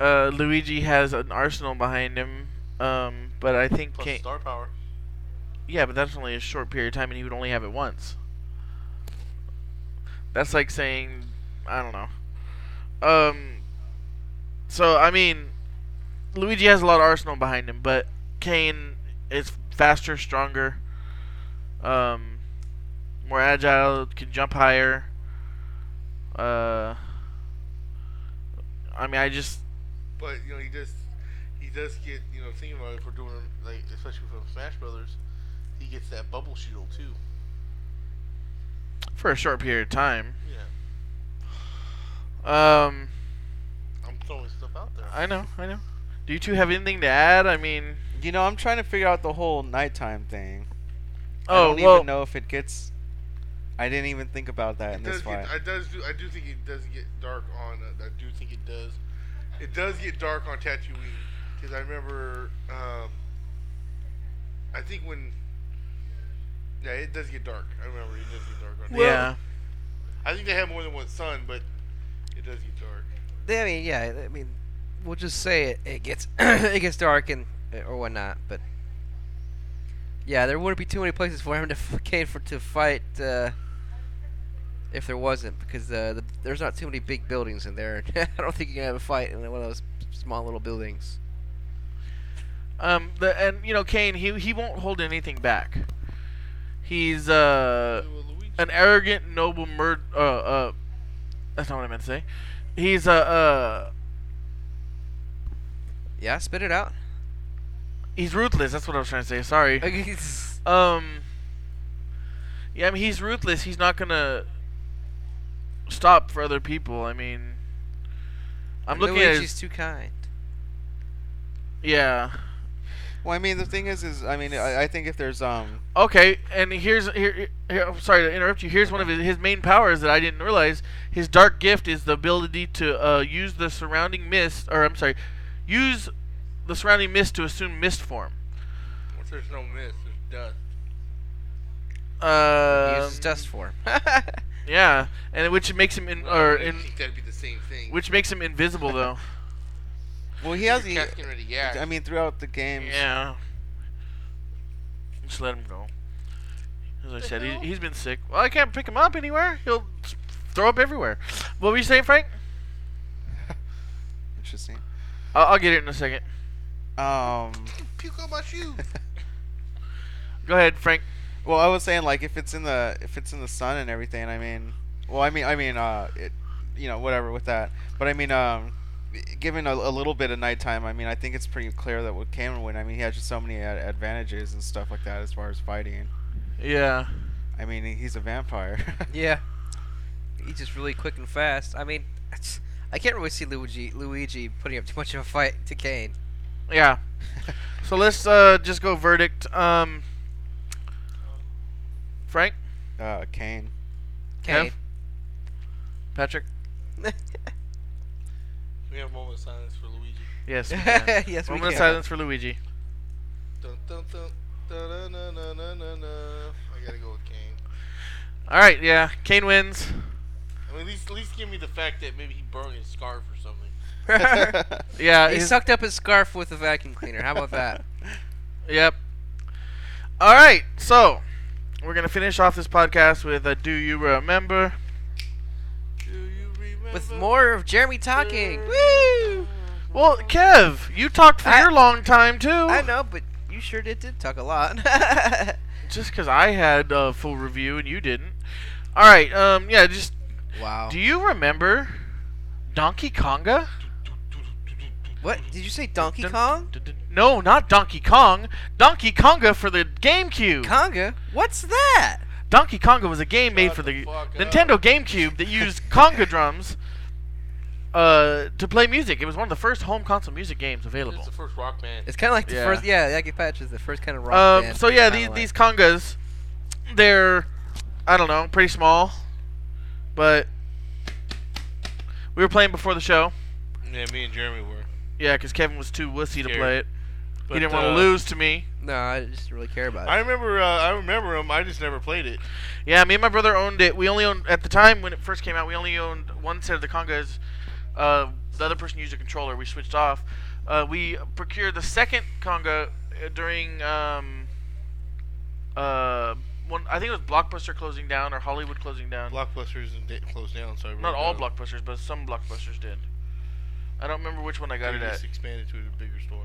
S1: uh, Luigi has an arsenal behind him. Um. But I think
S2: Plus
S1: Kane.
S2: star power.
S1: Yeah, but that's only a short period of time, and he would only have it once. That's like saying, I don't know. Um, so I mean, Luigi has a lot of arsenal behind him, but Kane is faster, stronger, um, more agile, can jump higher. Uh, I mean, I just
S2: But you know he does he does get you know thinking about it if we're doing like especially from Smash Brothers, he gets that bubble shield too.
S1: for a short period of time.
S2: Yeah,
S1: Um,
S2: I'm throwing stuff out there.
S1: I know, I know. Do you two have anything to add? I mean,
S5: You know, I'm trying to figure out the whole nighttime thing. I
S1: oh
S5: don't
S1: well,
S5: even know if it gets. I didn't even think about that in
S2: It
S5: this
S2: does get,
S5: fight.
S2: I does do. I do think it does get dark on. Uh, I do think it does. It does get dark on Tatooine because I remember. Um, I think when. Yeah, it does get dark. I remember it does get dark on.
S1: yeah.
S2: I think they have more than one sun, but it does get dark.
S4: They- I mean, yeah. I mean, we'll just say it. It gets it gets dark and or whatnot, but yeah, there wouldn't be too many places for him to came for to fight uh, if there wasn't, because uh, the, there's not too many big buildings in there. I don't think you can have a fight in one of those small little buildings.
S1: Um, the and you know Kane, he he won't hold anything back. He's uh
S2: Well, Luigi-
S1: an arrogant noble murd. Uh, uh, that's not what I meant to say. He's a uh,
S4: Yeah, spit it out.
S1: he's ruthless. That's what I was trying to say. Sorry. Um. Yeah, I mean he's ruthless. He's not gonna stop for other people. I mean, I'm looking at
S4: Luigi's
S1: his,
S4: too kind.
S1: yeah.
S5: Well, I mean, the thing is, is I mean, I, I think if there's um,
S1: Okay, and here's here, here. I'm sorry to interrupt you. Here's one of his, his main powers that I didn't realize. His dark gift is the ability to uh, use the surrounding mist, or I'm sorry, use the surrounding mist to assume mist form.
S2: Once there's no mist, there's dust.
S1: Uh,
S4: He
S1: um,
S4: uses dust form.
S1: Yeah, and which makes him in,
S2: Well,
S1: or
S2: I
S1: in,
S2: think that'd be the same thing.
S1: which makes him invisible though.
S5: well, he has the.
S2: Cat's getting ready to yak.
S5: I mean, throughout the game.
S1: Yeah. Just let him go. As I said, he, he's been sick. Well, I can't pick him up anywhere. He'll s- throw up everywhere. What were you saying, Frank?
S5: Interesting.
S1: I'll, I'll get it in a second.
S5: Um.
S2: puke on my shoes.
S1: Go ahead, Frank.
S5: Well, I was saying like if it's in the if it's in the sun and everything. I mean, well, I mean, I mean, uh, it, you know, whatever with that. But I mean, um, given a, a little bit of nighttime, I mean, I think it's pretty clear that what Cameron win. I mean, he has just so many ad- advantages and stuff like that as far as fighting.
S1: Yeah.
S5: I mean, he's a vampire.
S4: Yeah. He's just really quick and fast. I mean, it's- I can't really see Luigi Luigi putting up too much of a fight to Kane.
S1: Yeah. so let's uh, just go verdict. Um, Frank,
S5: uh, Kane.
S1: Kev?
S4: Kane.
S1: Patrick.
S2: we have a moment of silence for Luigi.
S1: Yes. We can.
S4: yes, we
S1: Moment of
S4: can.
S1: silence for Luigi.
S2: Dun, dun, dun, dun, dun, dun, dun, dun, dun. I gotta go with Kane.
S1: All right. Yeah. Kane wins.
S2: I mean, at least, at least give me the fact that maybe he burned his scarf or something.
S1: Yeah.
S4: He
S1: his-
S4: sucked up his scarf with a vacuum cleaner. How about that?
S1: Yep. All right. So we're gonna finish off this podcast with a "Do You Remember?"
S2: Do you remember?
S4: With more of Jeremy talking.
S1: Woo! Well, Kev, you talked for
S4: I-
S1: your long time too.
S4: I know, but you sure did, did talk a lot.
S1: Just because I had a full review and you didn't. All right. Um. Yeah. Just.
S2: Oh.
S4: wow.
S1: Do you remember Donkey Konga?
S4: what? Did you say Donkey Kong?
S1: Dun- dun- No, not Donkey Kong. Donkey Konga for the GameCube.
S4: Conga? What's that?
S1: Donkey Konga was a game made
S2: Shut
S1: for the
S2: the fuck
S1: Nintendo
S2: up.
S1: GameCube that used conga drums uh, to play music. It was one of the first home console music games
S2: It's
S1: available.
S2: the first rock man.
S4: It's kind of like the
S1: Yeah.
S4: first, yeah, the Aggie Patch is the first kind of rock
S1: Um,
S4: band
S1: so yeah,
S4: kinda
S1: these
S4: like.
S1: these congas, they're I don't know, pretty small, but we were playing before the show.
S2: Yeah, me and Jeremy were.
S1: Yeah, because Kevin was too wussy to
S2: Scared.
S1: play it.
S2: But,
S1: he didn't want to
S2: uh,
S1: lose to me.
S4: No, I just don't really care about it.
S2: I remember. Uh, I remember him. I just never played it.
S1: Yeah, me and my brother owned it. We only owned at the time when it first came out. We only owned one set of the congas. Uh, the other person used a controller. We switched off. Uh, we procured the second conga uh, during um, uh, one. I think it was Blockbuster closing down or Hollywood closing down.
S2: Blockbusters and da- closed down. So I
S1: Not all Blockbusters, but some Blockbusters did. I don't remember which one I got it at.
S2: Just expanded to a bigger store.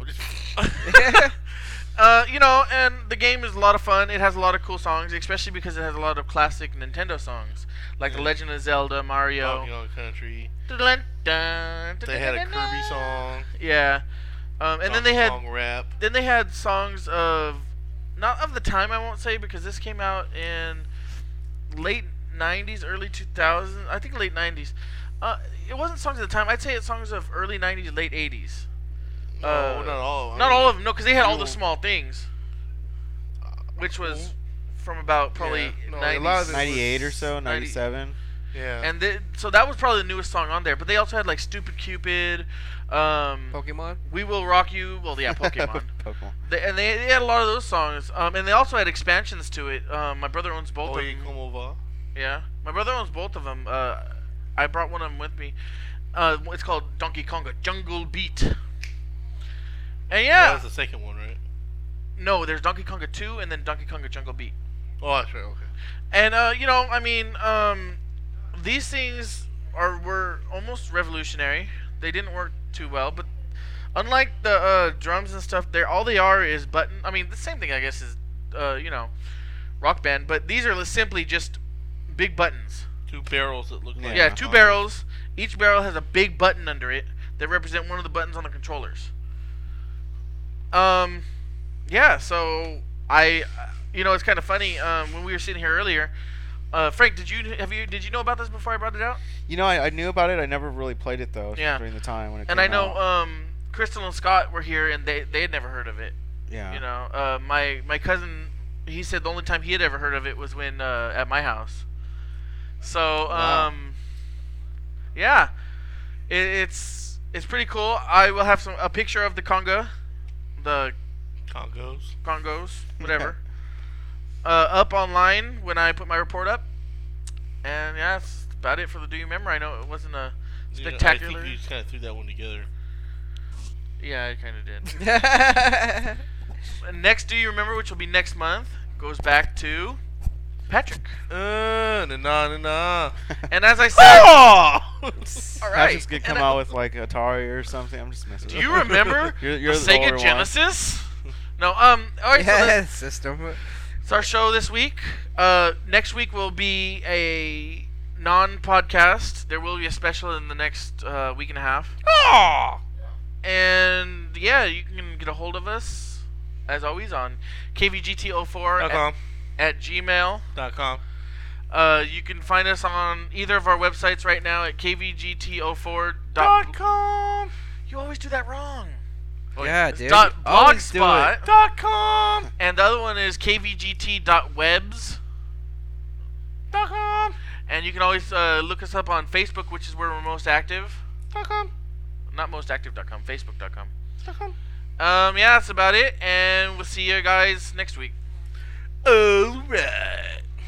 S2: I'm just-
S1: uh, you know, and the game is a lot of fun. It has a lot of cool songs, especially because it has a lot of classic Nintendo songs, like The
S2: Yeah.
S1: Legend of Zelda,
S2: Donkey
S1: Mario.
S2: Kong Country.
S1: Dun, dun, dun,
S2: They had a
S1: dun, dun,
S2: Kirby
S1: dun.
S2: song.
S1: Yeah, um, and then
S2: Donkey
S1: they had
S2: Kong rap.
S1: then they had songs of not of the time I won't say because this came out in late '90s, early 2000s. I think late '90s. Uh, it wasn't songs at the time. I'd say it's songs of early '90s, late '80s.
S2: No,
S1: Uh,
S2: not all. I
S1: Not
S2: mean,
S1: all of them, no, because they had all the
S2: No.
S1: small things, which was from about probably
S2: Yeah, no, a
S1: 90s.
S2: lot of it was
S5: 98 or so,
S1: 90.
S5: 97.
S2: Yeah.
S1: And th- so that was probably the newest song on there. But they also had like "Stupid Cupid," um,
S4: Pokemon.
S1: "We Will Rock You." Well, yeah, Pokemon.
S5: Pokemon.
S1: they, and they, they had a lot of those songs. Um, and they also had expansions to it. Um, my brother owns both of
S2: Oye,
S1: them.
S2: ¿cómo va?
S1: Yeah, my brother owns both of them. Uh, I brought one of them with me. Uh, it's called Donkey Konga Jungle Beat. And
S2: That
S1: yeah,
S2: was Oh, the second one, right?
S1: no, there's Donkey Konga 2 and then Donkey Konga Jungle Beat.
S2: Oh, that's right. Okay.
S1: And uh, you know, I mean, um, these things are were almost revolutionary. They didn't work too well, but unlike the uh, drums and stuff, there all they are is button. I mean, the same thing I guess is uh, you know, rock band, but these are simply just big buttons.
S2: Two barrels that look like.
S1: Yeah,
S5: Yeah.
S1: two barrels. Each barrel has a big button under it that represent one of the buttons on the controllers. Um, yeah. So I, you know, it's kind of funny. Um, when we were sitting here earlier, uh, Frank, did you have you did you know about this before I brought it out?
S5: You know, I, I knew about it. I never really played it though
S1: Yeah.
S5: during the time when it
S1: And I
S5: came
S1: know
S5: out.
S1: um, Crystal and Scott were here, and they they had never heard of it.
S5: yeah.
S1: You know, uh, my my cousin, he said the only time he had ever heard of it was when uh, at my house. So,
S5: Wow.
S1: um, yeah, it, it's it's pretty cool. I will have some a picture of the conga, the
S2: Congos.
S1: congos, whatever, uh, up online when I put my report up. And yeah, that's about it for the Do You Remember? I know it wasn't a
S2: You know, I
S1: spectacular.
S2: think you just kind of threw that one together.
S1: yeah, I kind of did.
S4: uh,
S1: next Do You Remember, which will be next month, goes back to Patrick.
S2: Uh, na na na na.
S1: And as I said,
S5: Oh!
S1: all right.
S5: Patrick's gonna come
S1: and I-
S5: out with like Atari or something. I'm just messing.
S1: Do
S5: with
S1: you
S5: you.
S1: remember
S5: You're- you're
S1: the
S5: the older
S1: Sega
S5: one.
S1: Genesis? No. Um. All right. So
S4: yeah,
S1: that's,
S4: system.
S1: that's our show this week. Uh, next week will be a non-podcast. There will be a special in the next uh, week and a half. And yeah, you can get a hold of us as always on kvgt04
S2: Dot
S1: at,
S2: com.
S1: at Gmail.
S2: Dot com.
S1: Uh, you can find us on either of our websites right now at kvgt04.
S2: Dot com.
S1: You always do that wrong. Oh,
S4: Yeah,
S1: it's
S4: dude.
S1: Dot
S4: You always do it.
S1: blogspot.
S2: Dot com.
S1: And the other one is kvgt.webs.
S2: Dot com.
S1: And you can always uh, look us up on Facebook, which is where we're most active.
S2: Dot com.
S1: Not mostactive.com, facebook.com.
S2: Dot com.
S1: Um, yeah, that's about it. And we'll see you guys next week. All right.